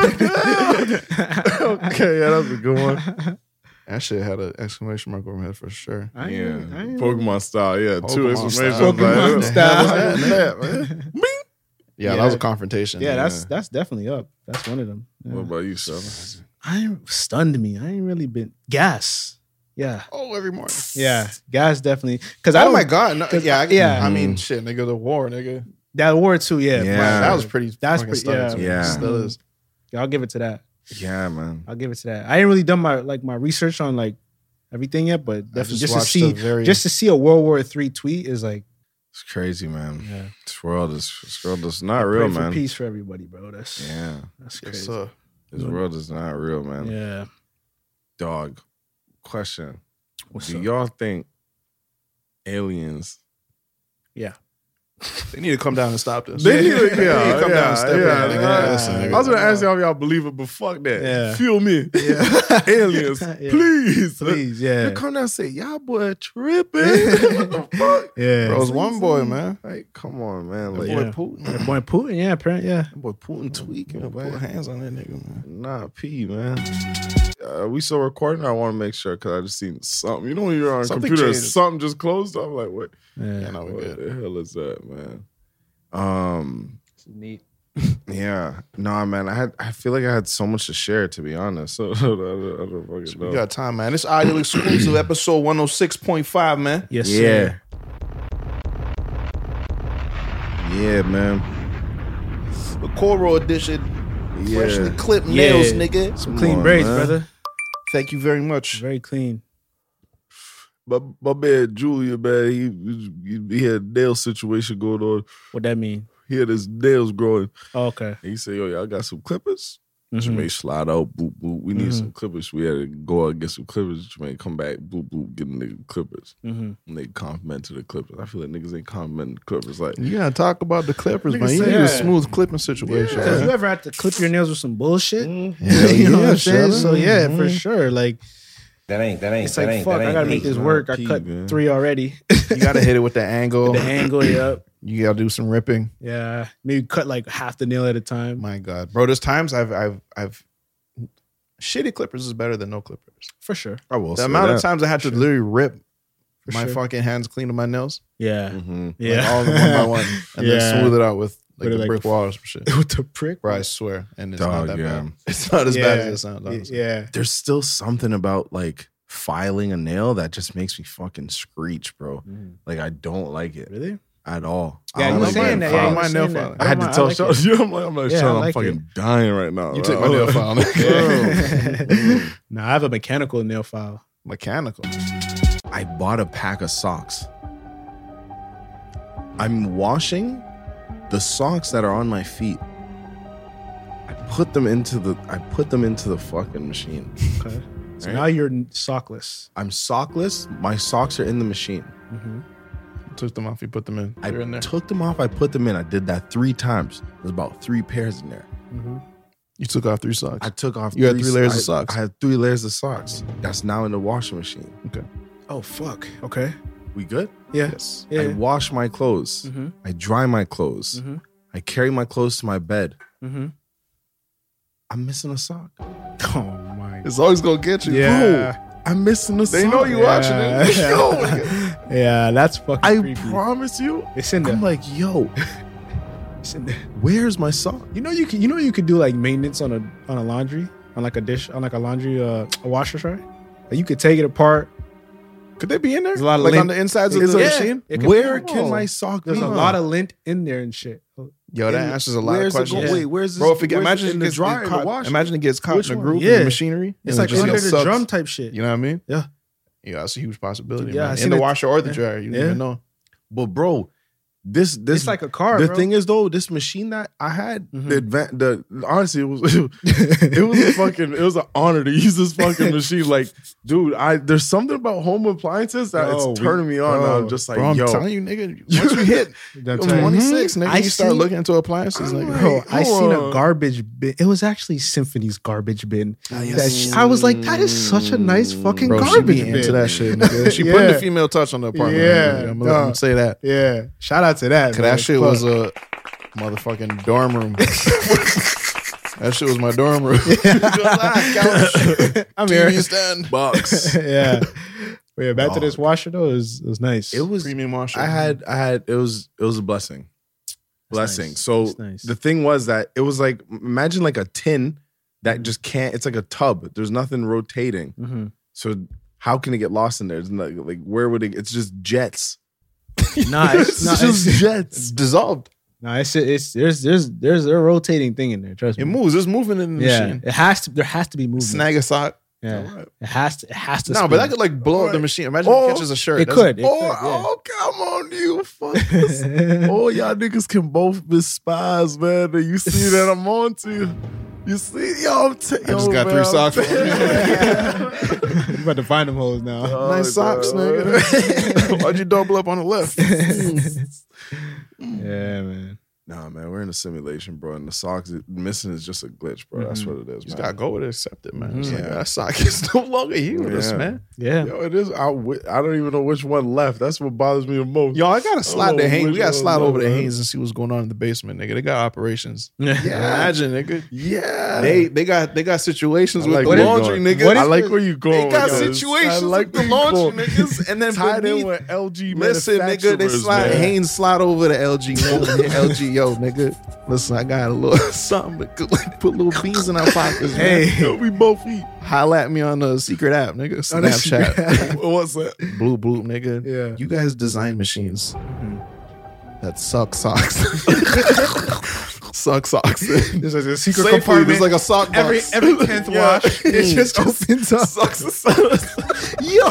S3: okay, yeah, that's a good one.
S6: That shit had an exclamation mark over my head for sure.
S4: I
S3: Yeah,
S4: ain't- I ain't-
S3: Pokemon style. Yeah, two
S6: Pokemon
S3: exclamation
S6: style.
S3: marks. Like,
S4: Pokemon
S3: what the
S4: style.
S3: hell is that, man?
S6: Yeah,
S4: Yeah.
S6: that was a confrontation.
S4: Yeah, that's that's definitely up. That's one of them. Yeah.
S3: What about you, Seven?
S4: I ain't- stunned me. I ain't really been gas. Yeah.
S6: oh every morning.
S4: Yeah. Gas definitely. Cause I
S6: Oh
S4: don't-
S6: my god! No,
S4: 'cause-
S6: yeah, I,
S4: yeah.
S6: I mean, shit, nigga, the war, nigga.
S4: That war too. Yeah.
S3: Yeah.
S6: Wow, that was pretty.
S4: That's
S6: fucking Mm-hmm.
S4: pretty-
S6: stunning
S4: yeah.
S6: to me.
S3: Yeah.
S6: Still is.
S4: Yeah, I'll give it to that.
S3: Yeah, man.
S4: I'll give it to that. I ain't really done my like my research on like everything yet, but
S6: I
S4: definitely
S6: just
S4: just, to
S6: watched
S4: see
S6: a very-
S4: just to see a World War Three tweet is like
S3: It's crazy, man.
S4: Yeah.
S3: This world is this world is not
S4: pray
S3: real,
S4: for
S3: man.
S4: peace for everybody, bro. That's
S3: Yeah,
S4: that's
S6: Yes,
S4: crazy.
S6: sir.
S3: this world is not real, man.
S4: yeah.
S3: Dog, question:
S4: What's
S3: Do
S4: up?
S3: y'all think aliens?
S4: Yeah.
S6: They need to come down and stop this.
S3: They- yeah,
S6: come down and step in, nigga.
S3: yeah.
S6: Listen, nigga.
S3: I was gonna ask y'all if y'all believe it, but fuck that.
S4: Yeah.
S3: Fuel me, aliens,
S4: Yeah.
S3: please,
S4: Please,
S3: They
S4: yeah.
S3: come down and say y'all boy tripping. what the fuck?
S4: Yeah.
S6: Bro, it was one boy, man.
S3: Like, come on, man. Like,
S4: Yeah.
S3: Putin,
S4: That boy Putin, yeah, apparently, yeah.
S3: boy Putin tweaking, man.
S6: Put hands on that nigga, man.
S3: Nah, P man. Uh, we still recording. I want to make sure because I just seen something. You know when you're on a
S6: Something
S3: computer,
S6: changed.
S3: something just closed. I'm like, what?
S4: Yeah.
S6: no, we
S3: What
S6: good.
S3: the hell is that, man? Um,
S7: It's neat.
S3: yeah, nah, man. I had, I feel like I had so much to share. To be honest, so I don't, I don't fucking know.
S2: We got time, man. This audio exclusive episode 106.5, man.
S4: Yes,
S3: yeah,
S4: sir.
S3: yeah, man.
S2: The Coro edition.
S3: Yeah,
S2: Freshly clipped
S4: Yeah.
S2: nails, nigga.
S3: Come
S4: Clean
S3: on,
S4: braids,
S3: man.
S4: brother.
S2: Thank you very much.
S4: Very clean.
S3: My, my man Julia, man, he, he he had a nail situation going on.
S4: What that mean?
S3: He had his nails growing.
S4: Oh, okay.
S3: And he said, "Yo, y'all got some clippers?"
S4: Mhm.
S3: Jermaine slide out, boop boop. We need
S4: Mhm.
S3: some clippers. We had to go out and get some clippers. Jermaine come back, boop boop, get the nigga clippers.
S4: Mhm.
S3: And they complimented the clippers. I feel like niggas ain't complimenting the clippers. Like,
S6: You gotta talk about the Clippers, man. You
S3: said-
S6: need
S4: Yeah.
S6: a smooth clipping situation.
S4: Because
S6: man.
S4: you ever had to clip your nails with some bullshit?
S9: Mm-hmm.
S6: Hell
S4: you know
S6: yeah, Mm-hmm.
S4: what I'm saying?
S6: Sheldon.
S4: So yeah, for sure. Like
S9: That ain't that ain't
S4: it's
S9: that
S4: like
S9: ain't
S4: fuck,
S9: that ain't
S4: I gotta make
S9: Pete.
S4: this work. I
S3: Pete,
S4: cut
S3: man.
S4: three already.
S6: You gotta hit it with the angle.
S4: the angle, yep.
S6: You gotta do some ripping.
S4: Yeah, maybe cut like half the nail at a time.
S6: My God, bro. There's times I've I've I've shitty Clippers is better than no Clippers.
S4: For sure.
S3: I will
S6: The amount of
S3: that.
S6: times I had to literally rip
S4: For
S6: my
S4: sure.
S6: fucking hands clean to my nails,
S4: Yeah.
S9: Mm.
S3: Mhm.
S4: Yeah.
S6: like all of them one by one, and
S4: Yeah.
S6: then smooth it out with like
S4: Put it
S6: the
S4: like
S6: brick
S4: a-
S6: wall or some shit.
S4: With the prick.
S6: Bro, I swear, and it's
S3: Dog,
S6: not that
S3: yeah.
S6: bad. It's not as bad as
S4: Yeah.
S6: it sounds.
S4: Y-
S6: honestly.
S4: Yeah.
S3: There's still something about like filing a nail that just makes me fucking screech, bro.
S9: Mm.
S3: Like, I don't like it
S4: Mm. Really?
S3: at all.
S4: Yeah,
S3: I
S4: you
S3: don't
S4: were
S3: like
S4: saying
S3: my
S4: that. Yeah,
S3: file.
S4: you were
S6: Oh My nail
S4: saying
S6: file.
S4: that.
S3: I had to
S4: Never
S3: tell
S4: mind,
S3: Sean,
S4: like it.
S3: I'm like, I'm like,
S4: Yeah, I
S3: Sean, I'm
S4: like
S3: fucking dying right now. bro.
S6: You took my nail file.
S3: Mm.
S4: Nah, I have a mechanical nail file.
S6: Mechanical.
S3: I bought a pack of socks. I'm washing the socks that are on my feet. I put them into the I put them into the fucking machine.
S4: Okay. So
S3: Right.
S4: now you're n- sockless.
S3: I'm sockless. My socks are in the machine.
S6: Mm-hmm. Took them off. You put them in.
S3: I
S6: They're in there.
S3: took them off. I put them in. I did that three times. There's about three pairs in there.
S4: Mm-hmm.
S6: You took off three socks.
S3: I took off.
S6: You had three layers of
S3: I-
S6: socks.
S3: I had three layers of socks. That's now in the washing machine.
S4: Oh fuck. Okay.
S3: We good?
S4: Yeah.
S6: yes.
S4: Yeah.
S3: I wash my clothes.
S4: Mhm.
S3: I dry my clothes.
S4: Mhm.
S3: I carry my clothes to my bed.
S4: Mhm.
S3: I'm missing a sock.
S4: Oh my.
S6: It's always gonna get you.
S4: Yeah.
S3: Bro, I'm missing a sock.
S6: They know you watching it.
S4: Yeah.
S6: Yo, nigga.
S4: Yeah, that's fucking
S3: I
S4: creepy.
S3: promise you.
S4: it's in there.
S3: I'm like, yo,
S4: it's in there.
S3: where's my sock?
S4: You know you can you know you could do like maintenance on a on a laundry on like a dish on like a laundry uh, a washer sorry. Like you could take it apart.
S6: Could they be in there?
S4: There's a lot of
S6: Uh, like on
S4: lint.
S6: the insides of
S4: It's
S6: the
S4: a-
S6: machine.
S4: yeah, it could-
S3: Where can my
S4: Oh.
S3: sock
S4: There's
S3: be?
S4: a lot of lint in there and shit.
S6: Yo, that answers a lot of
S3: where's it go-
S6: questions.
S3: Wait, where's this?
S6: Bro, if it get,
S3: where's
S6: imagine
S3: it
S6: it
S3: in the
S6: gets
S3: dryer, in the
S6: caught-
S3: washer.
S6: Imagine it gets caught
S3: Which
S6: in a
S3: one?
S6: groove
S4: Yeah.
S6: in the machinery.
S4: It's
S6: and it
S4: like
S6: just
S4: under
S6: gets
S4: the
S6: sucked.
S4: drum type shit.
S6: You know what I mean?
S4: Yeah.
S2: Yeah, that's a huge possibility.
S4: Yeah, I
S2: Yeah, in
S4: seen
S2: the
S4: it-
S2: washer or the dryer, you don't
S4: Yeah.
S2: even know.
S3: But bro, this this
S4: it's like a car.
S3: the
S4: bro.
S3: thing is though, this machine that I had,
S4: Mhm.
S3: the, advan- the honestly, it was it was a fucking it was an honor to use this fucking machine. Like, dude, I there's something about home appliances that
S4: Yo,
S3: it's
S4: Oh, we-
S3: turning me on.
S4: bro,
S3: I'm just like,
S2: Bro, I'm
S3: yo,
S2: telling you, nigga, once you hit
S4: I'm telling you.
S3: Mm-hmm.
S2: 26, nigga,
S4: I
S2: you start
S4: seen-
S2: looking into appliances. Like,
S4: Bro, I seen a
S3: on.
S4: garbage bin. It was actually Symphony's garbage bin.
S2: Ah, yes.
S4: That sh- I was like, that is such a nice fucking
S2: bro, she
S4: garbage
S2: be
S4: bin.
S2: into that shit. Nigga. She putting
S4: Yeah.
S2: the female touch on the apartment.
S4: Yeah,
S2: I'm gonna
S4: dog.
S2: say that.
S4: Yeah, shout out to that.
S2: Cause
S4: man.
S2: that shit
S4: Fuck.
S2: was a motherfucking dorm room. that shit was my dorm room.
S4: I'm here.
S2: TV stand.
S3: box.
S4: yeah. But yeah, back to this
S3: Dog.
S4: washer though. It was, it was nice.
S3: It was
S2: Premium washer.
S3: I had I had it was it was a blessing. Blessing.
S4: nice.
S3: So
S4: That's nice.
S3: the thing was that it was like imagine like a tin
S4: Mm-hmm.
S3: that just can't it's like a tub. There's nothing rotating.
S4: Mhm.
S3: So how can it get lost in there? It's not, like where would it it's just jets.
S4: Nah, it's, nah,
S3: it's
S4: it's,
S3: just jets.
S2: dissolved.
S4: nah, it's, it's there's there's there's a rotating thing in there. Trust me.
S2: It moves. It's moving in the
S4: Yeah,
S2: machine.
S4: it has to. There has to be movement.
S2: Mm-hmm. Snag a sock.
S4: Yeah, it has to. It has to.
S2: No,
S4: spin.
S2: but that could like blow up the machine. Imagine
S3: Oh.
S2: it catches a shirt.
S4: It
S2: That's-
S4: could. It
S3: Oh,
S4: could, yeah.
S3: oh, come on, you fuckers. oh, y'all niggas can both be spies, man. And you see that I'm on to you. You see, yo, I'm t-
S2: I just got three socks.
S4: you about to find them holes now.
S2: nice socks, nigga. Why'd you double up on the left?
S4: Yeah, man.
S3: Nah, man, we're in a simulation, bro. And the socks it- missing is just a glitch, bro. That's what it
S2: You
S3: is.
S2: Mm-hmm. just
S3: man.
S2: gotta go with it, accept it, man. It's like,
S3: Yeah.
S2: that sock is no longer humorous,
S3: Yeah.
S2: man.
S4: Yeah.
S3: Yo, it is. I, wi- I don't even know which one left. That's what bothers me the most.
S2: Yo, I gotta slide
S3: know
S2: the Hanes.
S3: which
S2: We gotta
S3: one
S2: slide over
S3: left,
S2: the
S3: man.
S2: Hanes and see what's going on in the basement, nigga. They got operations.
S4: Yeah.
S2: Imagine, nigga.
S3: yeah.
S2: They they got they got situations
S3: I like
S2: with
S3: where
S2: the
S3: you're
S2: laundry,
S3: going.
S2: nigga.
S3: What I is like this? where you're going
S2: They got
S3: with this.
S2: situations
S3: I like
S2: with the
S3: where you're
S2: laundry,
S3: going.
S2: niggas, and then
S3: tied
S2: beneath,
S3: in with LG.
S2: Listen, nigga, they
S3: manufacturers,
S2: slide
S3: man.
S2: Haynes slide over the LG. nigga. Hit LG, yo, nigga. Listen, I got a little something to like, put little beans in our pockets. Hey,
S3: Yo, we both eat.
S2: holla at me on the secret app, nigga. Snapchat,
S3: What's that?
S2: bloop bloop, nigga.
S4: Yeah. Mm-hmm.
S2: you guys design machines that suck socks. suck socks.
S4: There's like a secret
S2: Safely,
S4: compartment.
S2: there's like a sock box.
S4: every every tenth
S2: Yeah. Mm.
S4: wash, it just opens up.
S2: Socks is Yo,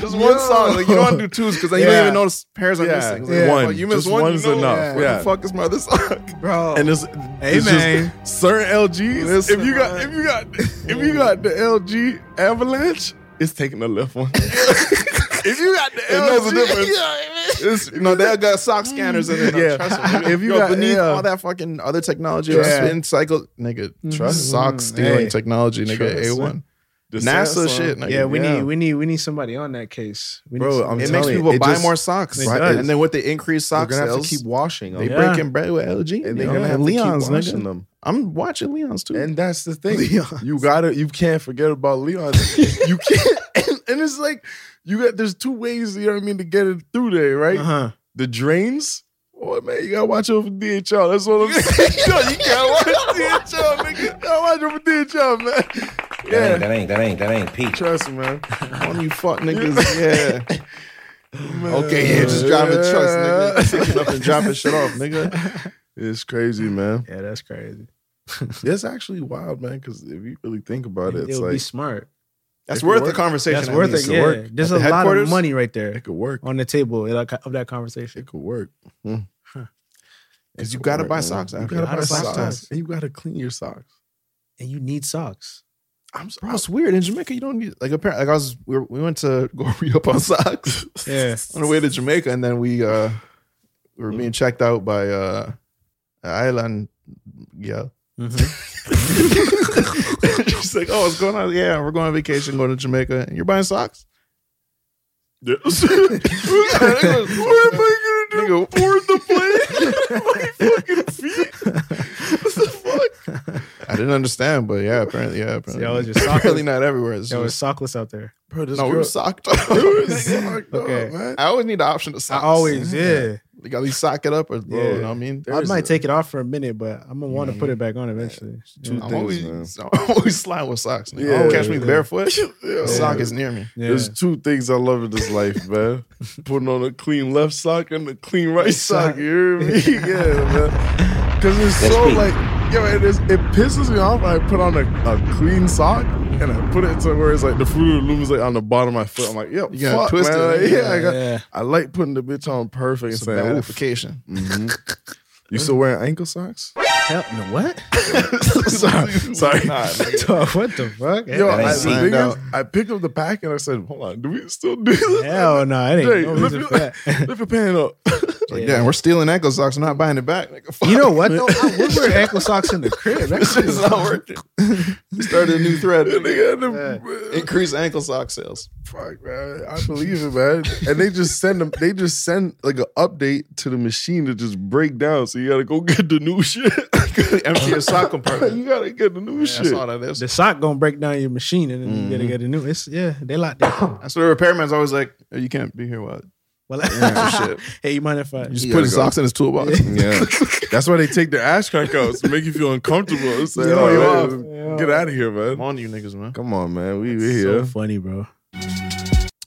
S2: just one
S4: Yo.
S2: sock. Like you don't want to do twos because then you
S4: Yeah.
S2: don't even notice pairs on
S3: Yeah.
S2: this thing. It's
S4: Yeah.
S2: fuck,
S3: One.
S2: You miss
S3: Just
S2: one.
S3: one's
S2: you know,
S3: enough.
S2: What
S3: Yeah.
S2: the fuck is my other sock,
S4: bro.
S3: And it's, it's
S4: man.
S3: just certain LGs.
S2: Listen,
S3: if you got,
S2: man.
S3: if you got, if you got the LG Avalanche, it's taking the left one. if you got the
S2: It knows the
S3: LG,
S2: difference. It's, you know, they got sock scanners in there.
S3: Yeah.
S2: Yeah. Trust me.
S3: If
S2: If
S3: you
S2: you Yo,
S3: got-
S2: beneath
S3: yeah. Mm-hmm.
S2: all that fucking other technology,
S4: Yeah.
S2: yeah. spin cycle, nigga, trust sock stealing
S4: Hey.
S2: technology, nigga,
S3: Trust
S2: a one.
S3: The
S2: NASA
S3: Samsung.
S2: shit, nigga.
S4: yeah, we
S3: Yeah.
S4: need we need we need somebody on that case. We need
S3: Bro,
S4: somebody.
S3: I'm
S2: it
S3: telling
S2: makes
S3: you,
S2: people
S3: it
S2: buy
S3: just-
S2: more socks,
S3: It
S2: right?
S3: does.
S2: and then with the increased
S3: They're
S2: sock
S3: gonna have
S2: sales,
S3: to keep washing them.
S2: they
S4: Yeah.
S2: breaking bread with LG
S3: And
S2: and
S3: they're
S2: they
S3: gonna have to keep
S2: Leon's,
S3: washing
S2: nigga.
S3: them.
S2: I'm watching Leon's too.
S3: And that's the thing.
S2: Leon's.
S3: You gotta you can't forget about Leon. you can't and, and it's like you got there's two ways, you know what I mean, to get it through there, right?
S4: uh-huh.
S3: The drains. Oh man, you gotta watch out for DHL. That's what I'm saying. Yo, you gotta watch DHL, nigga. You gotta watch out for DHL, man.
S9: That ain't,
S3: Yeah.
S9: that ain't, that ain't, that ain't peak.
S3: Trust me, man.
S2: on you fuck niggas. Yeah. Okay, yeah, just driving trucks, nigga. Picking up and dropping shit off, nigga.
S3: It's crazy, man.
S4: Yeah, that's crazy.
S3: It's actually wild, man, because if you really think about it,
S4: It,
S3: it's
S4: would
S3: like
S4: be smart.
S2: That's
S3: It
S2: worth
S3: work-
S2: the conversation.
S4: That's
S2: that
S4: worth
S2: needs
S4: it.
S2: to
S4: Yeah,
S2: work.
S4: there's
S2: At
S4: a
S2: the
S4: lot of
S2: headquarters,
S4: money right there
S3: it could work.
S4: on the table like, of that conversation.
S3: It could work. Hmm.
S2: Because you
S3: It could
S2: gotta
S3: work,
S2: buy
S3: man.
S2: socks.
S3: You
S2: after
S3: gotta
S2: that.
S3: buy socks.
S4: socks.
S3: And you gotta clean your socks.
S4: And you need socks.
S3: I'm so,
S2: Bro, it's weird. In Jamaica, you don't need like apparently. Like I was, we, were, we went to go read up on socks
S4: Yeah.
S2: on the way to Jamaica, and then we uh we were
S3: Mm-hmm.
S2: being checked out by uh an island. Yeah,
S4: Mm-hmm.
S2: she's like, "Oh, what's going on? Yeah, we're going on vacation, going to Jamaica, and you're buying socks."
S3: Yeah. what am I gonna do? Board the plane? My fucking feet. What the fuck?
S2: I didn't understand, but yeah, apparently, yeah, apparently,
S4: y'all was just sockless.
S2: apparently not everywhere. It's
S4: There was
S2: just,
S4: sockless out there.
S3: Bro, this
S2: no, we were
S3: girl-
S2: socked.
S3: we were socked
S4: Okay.
S3: up, Oh, man.
S2: I always need the option to
S4: I
S2: sock.
S4: always, yeah.
S2: Like at least sock it up, or bro,
S4: Yeah.
S2: you know what I mean?
S4: I might take it off for a minute, but I'm gonna want to put it back on eventually.
S3: Two
S2: I'm
S3: things, man.
S2: always, I'm always sliding with socks. Nigga.
S3: Yeah.
S2: Yeah, catch me barefoot.
S3: Yeah.
S2: A sock is near me.
S4: Yeah.
S3: There's two things I love in this life, man. Putting on a clean left sock and a clean right sock. You hear me? Yeah, man. Because it's so
S9: peak.
S3: like Yo, it, is, it pisses me off. when I put on a, a clean sock and I put it to where it's like the Fruit of the Loom is like on the bottom of my foot. I'm like, yo,
S6: gotta
S3: fuck,
S6: twist
S3: man.
S6: it.
S3: Like, yeah, I, got,
S4: Yeah.
S3: I like putting the bitch on perfect
S6: It's a
S3: and saying,
S6: bad
S3: oof.
S6: application.
S3: You still wearing ankle socks?
S4: Hell, no, what?
S3: sorry, sorry.
S4: Dog, what the fuck?
S3: Yo,
S6: ain't
S3: I, the
S6: seen
S3: thing
S6: out.
S3: is, I picked up the pack and I said, hold on, do we still do this?
S4: Hell no, it ain't
S3: Hey,
S4: no
S3: lift,
S4: reason
S3: your,
S4: for that.
S3: lift your pan up.
S6: Like, yeah, we're stealing ankle socks. We're not buying it back. Like, fuck.
S4: You know what though? I would wear ankle socks in the crib. That
S6: this
S4: shit
S6: is
S4: is
S6: not working. Started a new thread.
S3: Nigga, the-
S6: Increase ankle sock sales.
S3: Fuck, man. I believe it, man. And they just send them, they just send like an update to the machine to just break down. So you gotta go get the new shit.
S6: Empty your sock
S3: you gotta get the new shit.
S6: That's all that is.
S4: the sock gonna break down your machine, and then you gotta get a new. It's yeah, they locked that.
S6: That's what the repairman's always like. Oh, you can't be here. What?
S4: Well,
S6: shit.
S4: hey, you mind if I?
S6: Just
S3: You
S6: put
S3: gotta
S6: his
S3: go.
S6: socks in his toolbox.
S3: Yeah. That's why they take their ash crack out to make you feel uncomfortable. It's like,
S6: Yo,
S3: oh,
S6: yo.
S3: man, Get out of here, man.
S6: on to you niggas, man.
S3: Come on, man. We, we
S4: so
S3: here.
S4: funny, bro.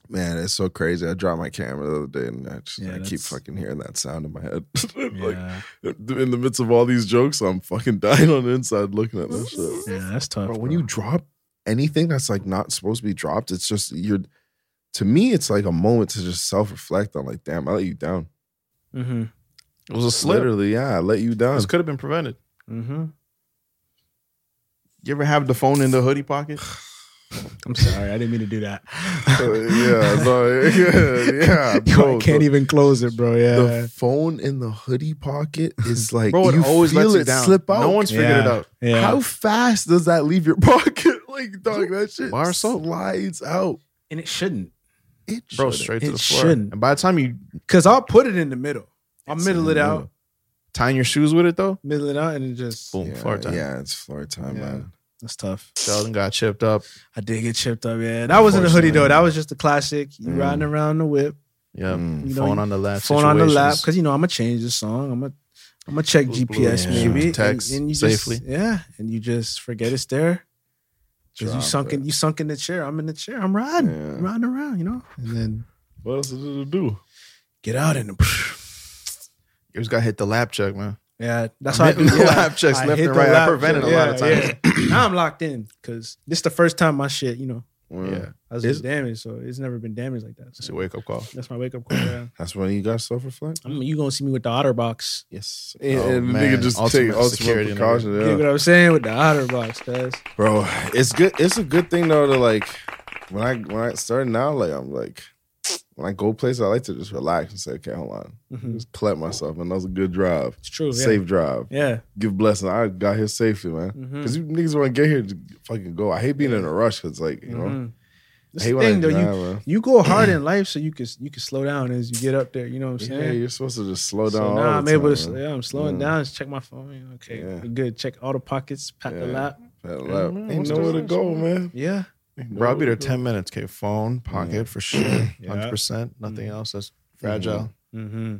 S3: man, it's so crazy. I dropped my camera the other day and I, just,
S4: Yeah,
S3: I keep
S4: that's-
S3: fucking hearing that sound in my head.
S4: Yeah.
S3: like, in the midst of all these jokes, I'm fucking dying on the inside looking at this shit.
S4: Yeah, that's tough.
S3: Bro, when you drop anything that's like not supposed to be dropped, it's just you're to me, it's like a moment to just self-reflect on like, damn, I let you down.
S4: Mm-hmm.
S6: It was a slip.
S3: Literally, yeah, I let you down.
S6: This could have been prevented.
S4: Mm-hmm.
S6: You ever have the phone in the hoodie pocket?
S4: I'm sorry, I didn't mean to do that.
S3: yeah, no, yeah, yeah.
S4: Yo,
S3: Bro,
S4: I can't
S3: the,
S4: even close it, bro. Yeah.
S3: the phone in the hoodie pocket is like
S6: Bro, it
S3: you
S6: always
S3: feel
S6: lets you
S3: it
S6: down.
S3: slip out.
S6: No one's
S4: yeah.
S6: figured it out.
S4: Yeah.
S3: How fast does that leave your pocket? Like, dog, that shit
S6: Bar of soap.
S3: slides out.
S4: and it shouldn't.
S3: It
S6: Bro,
S3: shouldn't.
S6: straight to
S4: It
S6: the floor.
S4: shouldn't.
S6: And by the time you
S4: Cause I'll put it in the middle. I'll
S3: It's
S4: middle
S3: in
S4: it
S3: the
S4: out,
S6: tying your shoes with it though,
S4: middle it out, and it just
S6: boom,
S3: yeah,
S6: floor time.
S3: Yeah, it's floor time,
S6: Yeah.
S3: man.
S4: that's tough.
S6: Sheldon got chipped up.
S4: I did get chipped up, yeah. That wasn't a hoodie though. That was just a classic. You
S3: Mm.
S4: riding around the whip,
S6: Yeah.
S3: Mm.
S4: You know,
S6: phone
S4: you-
S6: on the lap.
S4: phone on the lap,
S6: situations.
S4: because you know I'm gonna change the song. I'm gonna I'm gonna check
S6: Blues,
S3: blues.
S4: GPS maybe.
S6: Yeah.
S4: and-
S6: Text
S4: and, you
S6: safely.
S4: Just, yeah, and you just forget it's there. Cause you
S3: Drop
S4: sunk in,
S3: it.
S4: you sunk in the chair. I'm in the chair. I'm riding,
S3: Yeah.
S4: riding around, you know. And then
S3: What else did it do?
S4: get out and
S6: You just got hit the lap check, man.
S4: yeah. That's
S6: I'm
S4: how I do
S6: hitting the
S4: yeah.
S6: lap checks
S4: I
S6: left
S4: hit
S6: and
S4: the
S6: right. I
S4: lap
S6: prevented
S4: check.
S6: a lot of
S4: yeah. now I'm locked in because this is the first time my shit, you know,
S3: Yeah.
S4: I was just damaged. So it's never been damaged like that.
S6: It's
S4: So
S6: a wake up call.
S4: that's my wake up call. Yeah.
S3: That's when you got self reflect?
S4: I mean, you gonna see me with the otter box.
S3: Yes.
S6: Oh,
S3: and the
S6: man.
S3: nigga just
S6: Ultimate
S3: take ultimate
S6: security in the
S3: precaution.
S4: You
S3: Yeah.
S4: get what I'm saying with the otter box, guys.
S3: Bro, it's good. It's a good thing though to like when I when I started now, like I'm like when I go places, I like to just relax and say, okay, hold on.
S4: Mhm.
S3: Just collect myself. And that was a good drive.
S4: It's true. Yeah.
S3: Safe drive.
S4: Yeah.
S3: Give blessing. I got here safely, man.
S4: Mhm.
S3: Because you niggas want to get here, just fucking go. I hate being in a rush because, like, you know,
S4: Mhm. This
S3: I hate
S4: the
S3: when I
S4: thing though, you
S3: drive, man.
S4: you go hard in life so you can you can slow down as you get up there. You know what I'm
S3: Yeah,
S4: saying?
S3: you're supposed to just slow down.
S4: so
S3: all
S4: now
S3: the
S4: I'm able to.
S3: time,
S4: sl-
S3: man.
S4: Yeah, I'm slowing
S3: Mm.
S4: down. Just check my phone. Okay,
S3: Yeah.
S4: we're good. Check all the pockets. Pack the
S3: Yeah.
S4: lap.
S3: That lap. Ain't nowhere to go, man.
S4: Yeah.
S6: Bro, I'll be there 10 minutes. Okay, phone, pocket for sure. 100%. Nothing
S4: Mhm.
S6: else. That's fragile.
S4: Mm-hmm.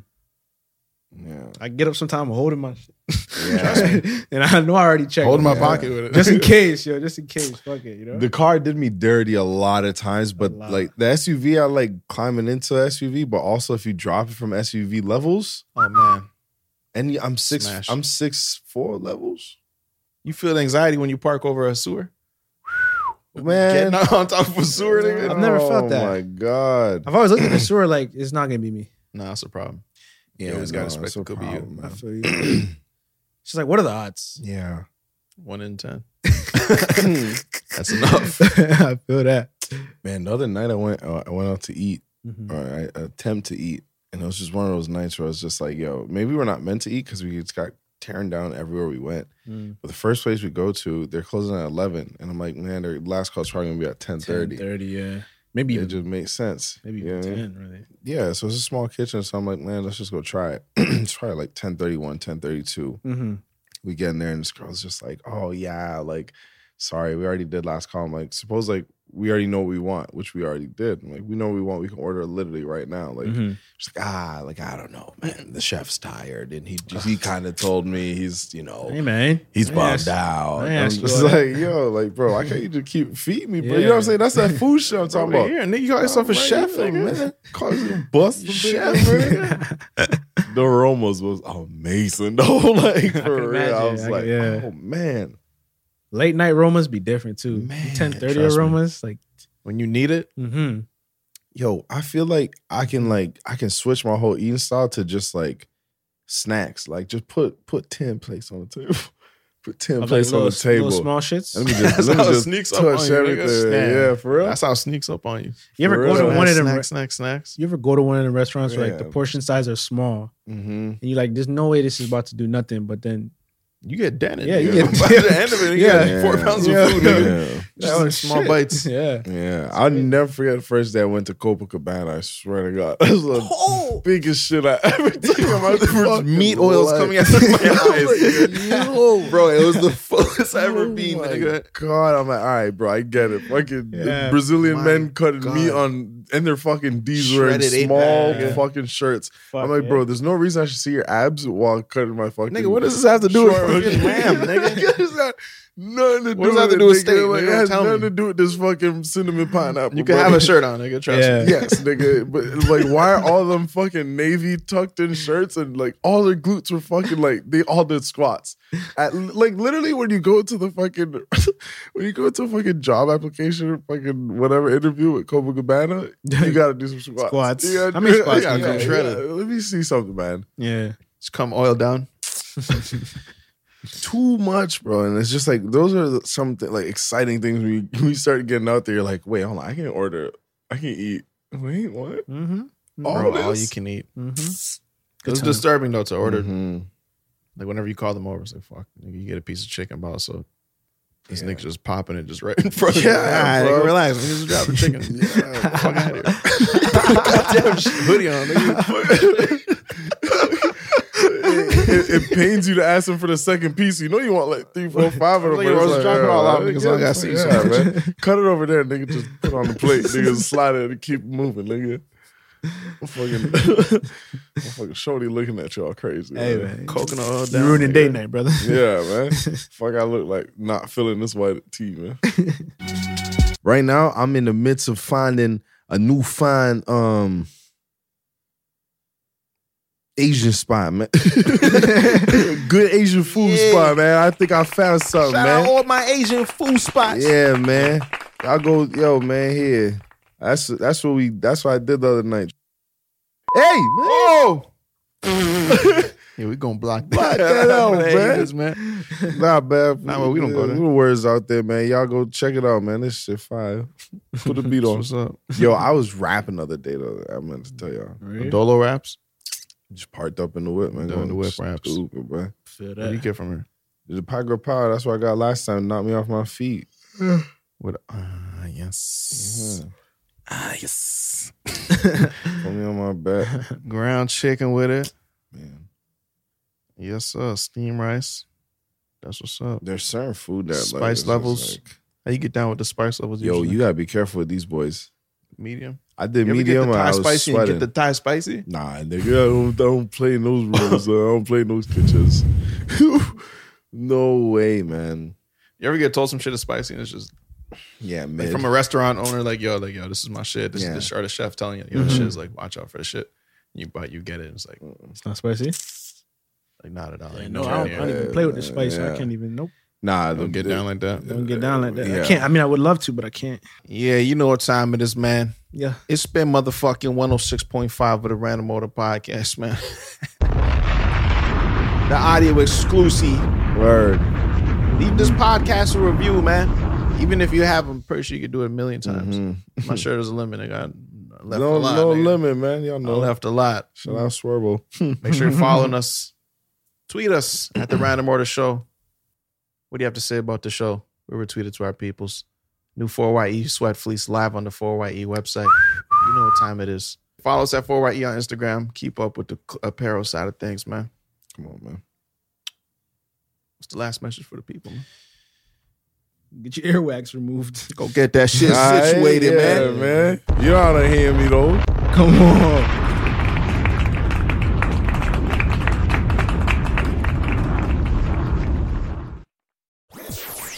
S3: Yeah.
S4: I get up sometime holding my shit,
S3: yeah.
S4: and I know I already checked.
S6: Holding my
S4: Yeah.
S6: pocket with it.
S4: just in case, yo. Just in case. Fuck it, you know.
S3: the car did me dirty a lot of times, but
S4: lot.
S3: like the SUV, I like climbing into SUV, but also if you drop it from SUV levels,
S6: oh, man.
S3: and you- I'm six,
S6: Smash.
S3: I'm six four levels.
S6: You feel anxiety when you park over a sewer?
S3: Man,
S6: Getting out on top of a sewer, nigga?
S4: I've never felt that.
S3: Oh my god,
S4: I've always looked at the sewer like it's not gonna be me.
S6: Nah, that's a problem.
S3: yeah,
S6: always gotta
S3: no,
S6: expect
S3: it's a
S6: it could be you.
S3: problem,
S4: I
S3: man.
S4: feel you. She's like, what are the odds?
S3: Yeah,
S6: One in 10.
S4: That's enough. I feel that.
S3: man. The other night I went, uh, I went out to eat,
S4: Mhm.
S3: or I attempt to eat, and it was just one of those nights where I was just like, yo, maybe we're not meant to eat because we just got tearing down everywhere we went.
S4: Mm.
S3: But the first place we go to, they're closing at eleven, and I'm like, man, their last call's probably gonna be at ten
S4: 10,
S3: thirty.
S4: 30, yeah. Maybe
S3: It
S4: even,
S3: just makes sense.
S4: maybe
S3: You know
S4: even
S3: what I mean?
S4: 10, really.
S3: Yeah, so it's a small kitchen, so I'm like, man, let's just go try it. it's probably like 1031, 1032.
S4: Mhm.
S3: We get in there, and this girl's just like, oh yeah, like, sorry, we already did last call. I'm like, suppose like we already know what we want, which we already did. I'm like, we know what we want, we can order it literally right now. Like,
S4: Mhm.
S3: she's like, ah, like I don't know, man. The chef's tired, and he he kind of told me he's, you know,
S4: Hey, man.
S3: He's
S4: I
S3: bummed
S4: asked-
S3: out.
S4: I
S3: I'm
S4: asked
S3: just
S4: you all
S3: like, yo, like, bro, I can't you just keep feeding me, bro. You know what I'm
S4: Yeah.
S3: saying? That's that food shit I'm talking about.
S6: Yeah, nigga, you call yourself a
S3: Right,
S6: chef,
S3: like,
S6: nigga.
S3: man. Call you bust the
S6: Chef,
S3: chef, the aromas was amazing though. like for real, I
S4: imagine.
S3: was
S4: I can-
S3: like,
S4: yeah.
S3: oh man,
S4: Late night aromas be different too.
S3: Man,
S4: Man, 10 30
S3: trust me.
S4: aromas, like,
S3: when you need it,
S4: mm-hmm.
S3: yo, I feel like I can like I can switch my whole eating style to just like snacks. Like just put put ten plates on the table, put ten
S4: Of, like,
S3: plates on
S4: little,
S3: the table.
S4: little small shits.
S3: Let me just,
S2: That's
S3: let me
S2: how it
S3: just
S2: sneaks up
S3: touch
S2: on you, nigga.
S3: everything.
S2: Snap.
S3: Yeah, for real.
S2: That's how it sneaks up on you.
S4: you ever
S3: for
S4: go
S3: real.
S4: to one of them?
S2: Snack, snack, snacks.
S4: You ever go to one of the restaurants where like the
S3: Yeah.
S4: portion size are small,
S3: Mm-hmm.
S4: and you're like, "There's no way this is about to do nothing," but then
S2: You get dented.
S4: Yeah, you
S2: nigga.
S4: get-
S2: by the end of it. You
S4: Yeah.
S2: get four pounds
S4: Yeah.
S2: of food, nigga.
S3: Mm-hmm. Yeah.
S2: Just in small
S4: shit.
S2: bites.
S4: yeah,
S3: Yeah, I'll never forget the first day I went to Copacabana. I swear to God, that was the biggest shit I ever took in my fucking
S2: Oh! meat oils
S3: life.
S2: coming out of my
S3: I was like,
S2: eyes. Bro, it was the fullest I ever
S3: oh
S2: been,
S3: my
S2: nigga.
S3: God, I'm like, all right, bro, I get it. Fucking
S4: Yeah.
S3: Brazilian
S2: My
S3: men cutting
S2: God.
S3: meat on, and they're fucking these wearing
S2: Shredded eight
S3: small
S2: bag, yeah.
S3: fucking shirts.
S4: Fuck
S3: I'm like,
S4: yeah.
S3: bro, there's no reason I should see your abs while cutting my fucking.
S2: Nigga, what does this have to do with
S3: short
S2: fucking lamb, nigga?
S3: It's got Nothing to do
S2: What does that have to
S3: it,
S2: do with
S3: nigga.
S2: steak,
S3: Like,
S2: nigga?
S3: it has
S2: Tell me.
S3: nothing to do with this fucking cinnamon pineapple.
S2: You can
S3: bro.
S2: have a shirt on, nigga. Trust
S4: Yeah.
S2: me.
S3: Yes, nigga. But like, why are all them fucking navy tucked in shirts and like all their glutes were fucking like they all did squats? At, like literally, when you go to the fucking when you go to a fucking job application or fucking whatever interview with Cobra Cabana, you gotta do some squats.
S4: Squats.
S3: You gotta-
S4: How many squats
S3: yeah,
S2: you gotta
S3: yeah,
S2: do? Shredded.
S3: yeah. Let me see something, man
S4: yeah.
S2: Just come oil down.
S3: too much, bro. And it's just like those are the- some th- like exciting things when you, when you start getting out there. You're like, wait, hold on, I can order, I can eat. Wait, what?
S4: Mm-hmm.
S3: All
S2: Bro,
S3: this?
S2: all you can eat.
S4: Mm-hmm.
S2: It was disturbing though to order.
S3: Mhm.
S2: Like whenever you call them over, it's like fuck, nigga, you get a piece of chicken balsa. This
S3: Yeah.
S2: nigga just popping it just right in front of you.
S3: Yeah, bro.
S2: relax. We just dropping chicken. yeah, fuck out of here. Goddamn sh- hoodie on, nigga.
S3: it, it- it pains you to ask them for the second piece. You know you want like three, four, five of them.
S2: Like your
S3: but it's
S2: roast
S3: like,
S2: chocolate
S3: yeah,
S2: all out,
S3: yeah,
S2: nigga, so I gotta
S3: yeah,
S2: see
S3: yeah,
S2: some.
S3: man. Cut it over there, nigga. Just put it on the plate, nigga. Slide it and keep moving, nigga. I'm fucking, I'm fucking shorty looking at y'all crazy.
S4: Hey
S3: man.
S4: man,
S2: Coconut oil
S4: you
S2: down.
S4: ruining
S2: nigga.
S4: date night, brother.
S3: Yeah, man. Fuck, I look like not feeling this white tea, man. right now, I'm in the midst of finding a new find um Asian spot, man. Good Asian food
S2: Yeah.
S3: spot, man. I think I found something,
S2: Shout
S3: man.
S2: out all my Asian food spots.
S3: Yeah, man. Y'all go, yo, man. Here, that's that's what we. That's what I did the other night. Hey, man.
S2: Oh. yeah, we gonna block that,
S3: Block that out,
S2: Hey,
S3: man.
S2: this man.
S3: Nah, man.
S2: Nah, well, we don't go there.
S3: Little words out there, man. Y'all go check it out, man. This shit fire. Put the beat on.
S2: What's up?
S3: Yo, I was rapping the other day though. I meant to tell y'all.
S2: Dolo raps.
S3: Just parked up in the whip, man.
S2: Doing
S3: Going
S2: the whip raps.
S3: Stupid, bro.
S4: Feel
S2: Where do you
S4: that.
S2: get from here?
S3: The Pyro Power, that's what I got last time. Knocked me off my feet.
S2: What? Ah, yes.
S3: Yeah.
S2: Ah, yes.
S3: Put me on my back.
S2: Ground chicken with it.
S3: Man.
S2: Yes, sir. Steam rice. That's what's up.
S3: There's certain food that like,
S2: Spice
S3: it's just
S2: levels.
S3: like-
S2: How you get down with the spice levels?
S3: yo,
S2: usually?
S3: you gotta be careful with these boys.
S2: medium.
S3: I did
S2: You ever
S3: medium
S2: get the
S3: and
S2: Thai
S3: I was
S2: spicy
S3: sweating.
S2: and you get the Thai spicy?
S3: Nah, nigga, I don't, I don't play in those rooms. uh, I don't play in those kitchens. no way, man.
S2: You ever get told some shit is spicy and it's just
S3: Yeah, man.
S2: like, from a restaurant owner like yo, like yo, this is my shit. This
S3: Yeah.
S2: is the sh- or the chef telling you, yo, this shit is like watch out for the shit. You bite, you get it. It's like
S4: It's not spicy.
S2: like not at all. Like,
S4: No,
S2: no,
S4: I don't, I don't even play with the
S3: Yeah,
S4: spice. so
S3: yeah.
S4: I can't even. Nope.
S3: nah,
S2: don't get down like that.
S4: Don't get down like that.
S3: Yeah.
S4: I can't. I mean, I would love to, but I can't.
S2: Yeah, you know what time it is, man.
S4: Yeah.
S2: It's been motherfucking 106.5 of the Random Order Podcast, man. the audio exclusive.
S3: Word.
S2: Leave this podcast a review, man. Even if you have, I'm pretty sure you could do it a million times.
S3: Mhm.
S2: I'm not sure there's a limit. I got I left
S3: No,
S2: a lot.
S3: no
S2: nigga.
S3: limit, man. Y'all
S2: I
S3: know.
S2: left a lot.
S3: Shout out Swervo.
S2: Make sure you're following us. Tweet us at the Random Order Show. What do you have to say about the show? We retweeted to our peoples. New 4YE Sweat Fleece live on the 4YE website. You know what time it is. Follow us at 4YE on Instagram. Keep up with the cl- apparel side of things, man.
S3: Come on, man.
S2: What's the last message for the people? man?
S4: Get your earwax removed.
S2: Go get that shit
S3: Aight,
S2: situated,
S3: yeah,
S2: man.
S3: man. You ought to hear me though.
S4: Come on.